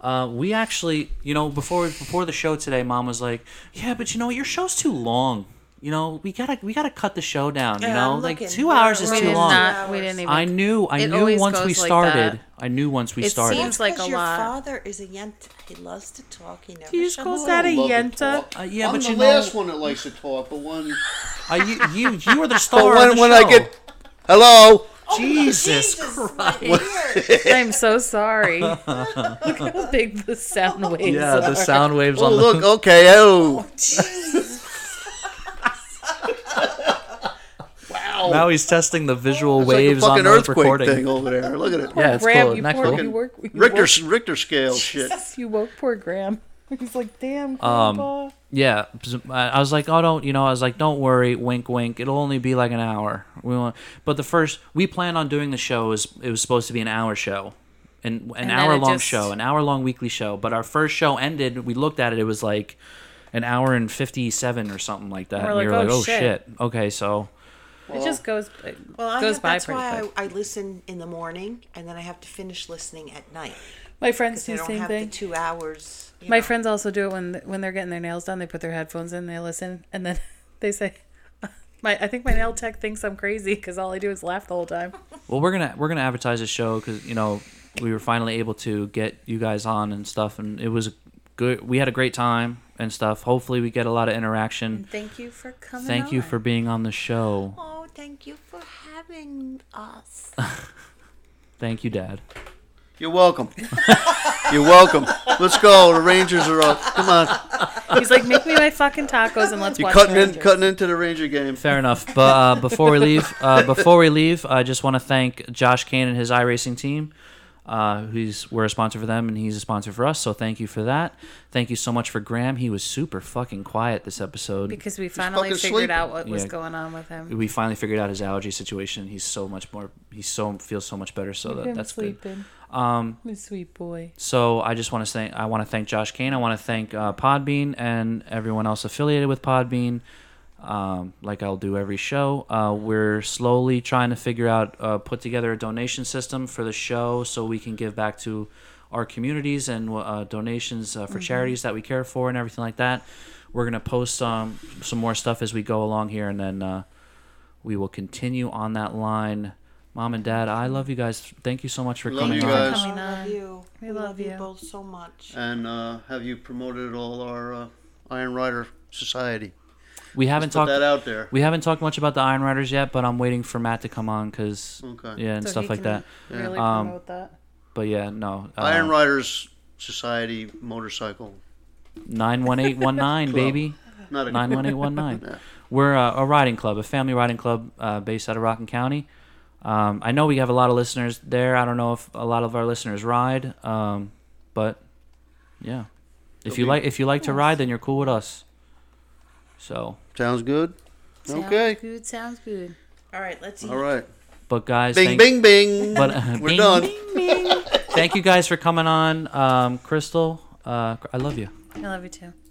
Speaker 1: uh, we actually, you know, before before the show today, Mom was like, "Yeah, but you know, your show's too long." You know, we gotta we gotta cut the show down. You
Speaker 4: Yeah,
Speaker 1: know,
Speaker 4: I'm
Speaker 1: like
Speaker 4: looking.
Speaker 1: two hours is
Speaker 4: We're
Speaker 2: we
Speaker 1: too
Speaker 2: did
Speaker 1: long.
Speaker 2: not. We didn't even.
Speaker 1: I knew. I
Speaker 2: It
Speaker 1: knew
Speaker 2: always
Speaker 1: once we
Speaker 2: goes like
Speaker 1: started.
Speaker 2: that.
Speaker 1: I knew once we
Speaker 2: It
Speaker 1: started.
Speaker 2: seems like a
Speaker 5: your
Speaker 2: lot.
Speaker 5: father is a yent. He loves to talk. He never
Speaker 2: He just
Speaker 5: shuts
Speaker 2: calls
Speaker 5: up.
Speaker 2: that a
Speaker 3: Love to
Speaker 2: yenta.
Speaker 3: talk.
Speaker 1: Uh, yeah,
Speaker 3: I'm
Speaker 1: but
Speaker 3: the
Speaker 1: you know-
Speaker 3: last one that likes to talk, but when
Speaker 1: Uh, you, you you are
Speaker 2: *laughs*
Speaker 1: the
Speaker 3: but
Speaker 1: star. of
Speaker 3: when,
Speaker 1: the
Speaker 3: when
Speaker 1: show. Oh,
Speaker 3: I get hello,
Speaker 2: Oh,
Speaker 1: Jesus,
Speaker 4: Jesus,
Speaker 1: Christ.
Speaker 2: I'm so sorry. *laughs* Look how big the sound waves
Speaker 1: Yeah, the
Speaker 2: are.
Speaker 1: sound waves
Speaker 3: oh
Speaker 1: on the
Speaker 3: look, okay, oh
Speaker 1: *laughs* Now he's testing the visual
Speaker 3: it's
Speaker 1: waves
Speaker 3: like a
Speaker 1: on
Speaker 3: fucking
Speaker 1: the
Speaker 3: earthquake
Speaker 1: recording.
Speaker 3: thing over there. Look at it,
Speaker 1: Yeah, it's
Speaker 2: Graham,
Speaker 1: cool.
Speaker 2: you
Speaker 1: Not
Speaker 2: poor,
Speaker 1: cool.
Speaker 2: you work, you
Speaker 3: Richter
Speaker 2: Woke,
Speaker 3: Richter scale shit.
Speaker 2: you woke poor Graham. He's like, damn,
Speaker 1: Um,
Speaker 2: Grandpa.
Speaker 1: Yeah, I I was like, oh, don't you know? I was like, don't worry, wink, wink. It'll only be like an hour. We want, but the first we planned on doing the show is it was supposed to be an hour show, an an
Speaker 2: then
Speaker 1: hour
Speaker 2: it
Speaker 1: long
Speaker 2: just-
Speaker 1: show, an hour long weekly show. But our first show ended. We looked at it. It was like an hour and fifty seven or something like that.
Speaker 2: We're
Speaker 1: and we were
Speaker 2: like,
Speaker 1: like,
Speaker 2: oh,
Speaker 1: oh
Speaker 2: shit.
Speaker 1: shit. Okay, so
Speaker 2: it just goes, it
Speaker 5: Well, I
Speaker 2: goes
Speaker 5: have,
Speaker 2: by
Speaker 5: that's
Speaker 2: pretty
Speaker 5: why
Speaker 2: quick.
Speaker 5: I, I listen in the morning, and then I have to finish listening at night
Speaker 2: My friends
Speaker 5: because I
Speaker 2: do the same
Speaker 5: don't have
Speaker 2: thing.
Speaker 5: the two hours. you
Speaker 2: My
Speaker 5: know.
Speaker 2: friends also do it when when they're getting their nails done. They put their headphones in, they listen, and then *laughs* they say, "My, I think my nail tech thinks I'm crazy because all I do is laugh the whole time."
Speaker 1: well, we're gonna we're gonna advertise the show because you know we were finally able to get you guys on and stuff, and it was good. We had a great time and stuff. Hopefully, we get a lot of interaction.
Speaker 2: Thank you for coming.
Speaker 1: Thank you for being on the show.
Speaker 5: Oh, thank you for having us.
Speaker 1: Thank you, Dad.
Speaker 3: You're welcome. *laughs* You're welcome. Let's go. The Rangers are up. Come on.
Speaker 2: He's like, "Make me my fucking tacos and let's
Speaker 3: You're
Speaker 2: watch."
Speaker 3: cutting in,
Speaker 2: Rangers."
Speaker 3: cutting into the Ranger game.
Speaker 1: Fair enough. But uh, before we leave, *laughs* uh, before we leave, I just want to thank Josh Kane and his iRacing team. Uh, he's we're a sponsor for them, and he's a sponsor for us. So thank you for that. Thank you so much for Graham. He was super fucking quiet this episode.
Speaker 2: because we finally
Speaker 3: fucking
Speaker 2: figured
Speaker 3: sleeping.
Speaker 2: out what was
Speaker 1: Yeah.
Speaker 2: going on with him.
Speaker 1: we finally figured out his allergy situation. He's so much more. He so feels so much better. So that, that's good.
Speaker 2: Um, my sweet boy.
Speaker 1: So I just want to thank I want to thank Josh Kane. I want to thank uh, Podbean and everyone else affiliated with Podbean. Um, like I'll do every show, uh, we're slowly trying to figure out uh, put together a donation system for the show so we can give back to our communities and uh, donations uh, for charities that we care for and everything like that. We're gonna post um, some more stuff as we go along here, and then uh, we will continue on that line. Mom and Dad, I love you guys. Thank you so much for
Speaker 3: Love
Speaker 1: coming
Speaker 3: you
Speaker 1: on.
Speaker 3: guys.
Speaker 5: Oh,
Speaker 2: Coming
Speaker 5: love
Speaker 2: on.
Speaker 5: you.
Speaker 2: We
Speaker 5: We
Speaker 2: love
Speaker 5: love you
Speaker 2: you.
Speaker 5: both so much.
Speaker 3: And uh, have you promoted all our uh, Iron Rider Society?
Speaker 1: We haven't
Speaker 3: Put
Speaker 1: talked
Speaker 3: that out there.
Speaker 1: We haven't talked much about the Iron Riders yet, but I'm waiting for Matt to come on because
Speaker 3: Okay.
Speaker 1: yeah, and
Speaker 2: So
Speaker 1: stuff
Speaker 2: he
Speaker 1: like
Speaker 2: can
Speaker 1: that.
Speaker 2: Really
Speaker 1: Um,
Speaker 2: promote that.
Speaker 1: But yeah, no,
Speaker 3: Iron
Speaker 1: uh,
Speaker 3: Riders Society motorcycle.
Speaker 1: nine one eight one
Speaker 3: *laughs*
Speaker 1: nine, baby,
Speaker 3: Not a
Speaker 1: nine one eight one
Speaker 3: *laughs*
Speaker 1: nine. We're uh, a riding club, a family riding club uh, based out of Rockland County. Um, I know we have a lot of listeners there. I don't know if a lot of our listeners ride, um, but yeah, if you
Speaker 3: be-
Speaker 1: like if you like to ride, then you're cool with us. So,
Speaker 3: Sounds good. Okay.
Speaker 2: Sounds good. Sounds good.
Speaker 5: All right, let's eat.
Speaker 3: All right.
Speaker 1: but guys,
Speaker 3: Bing,
Speaker 1: thank-
Speaker 3: bing, bing.
Speaker 1: But *laughs* uh,
Speaker 3: We're
Speaker 1: bing,
Speaker 3: done.
Speaker 1: Thank you guys for coming on, um, Crystal. Uh, I love you.
Speaker 2: I love you too.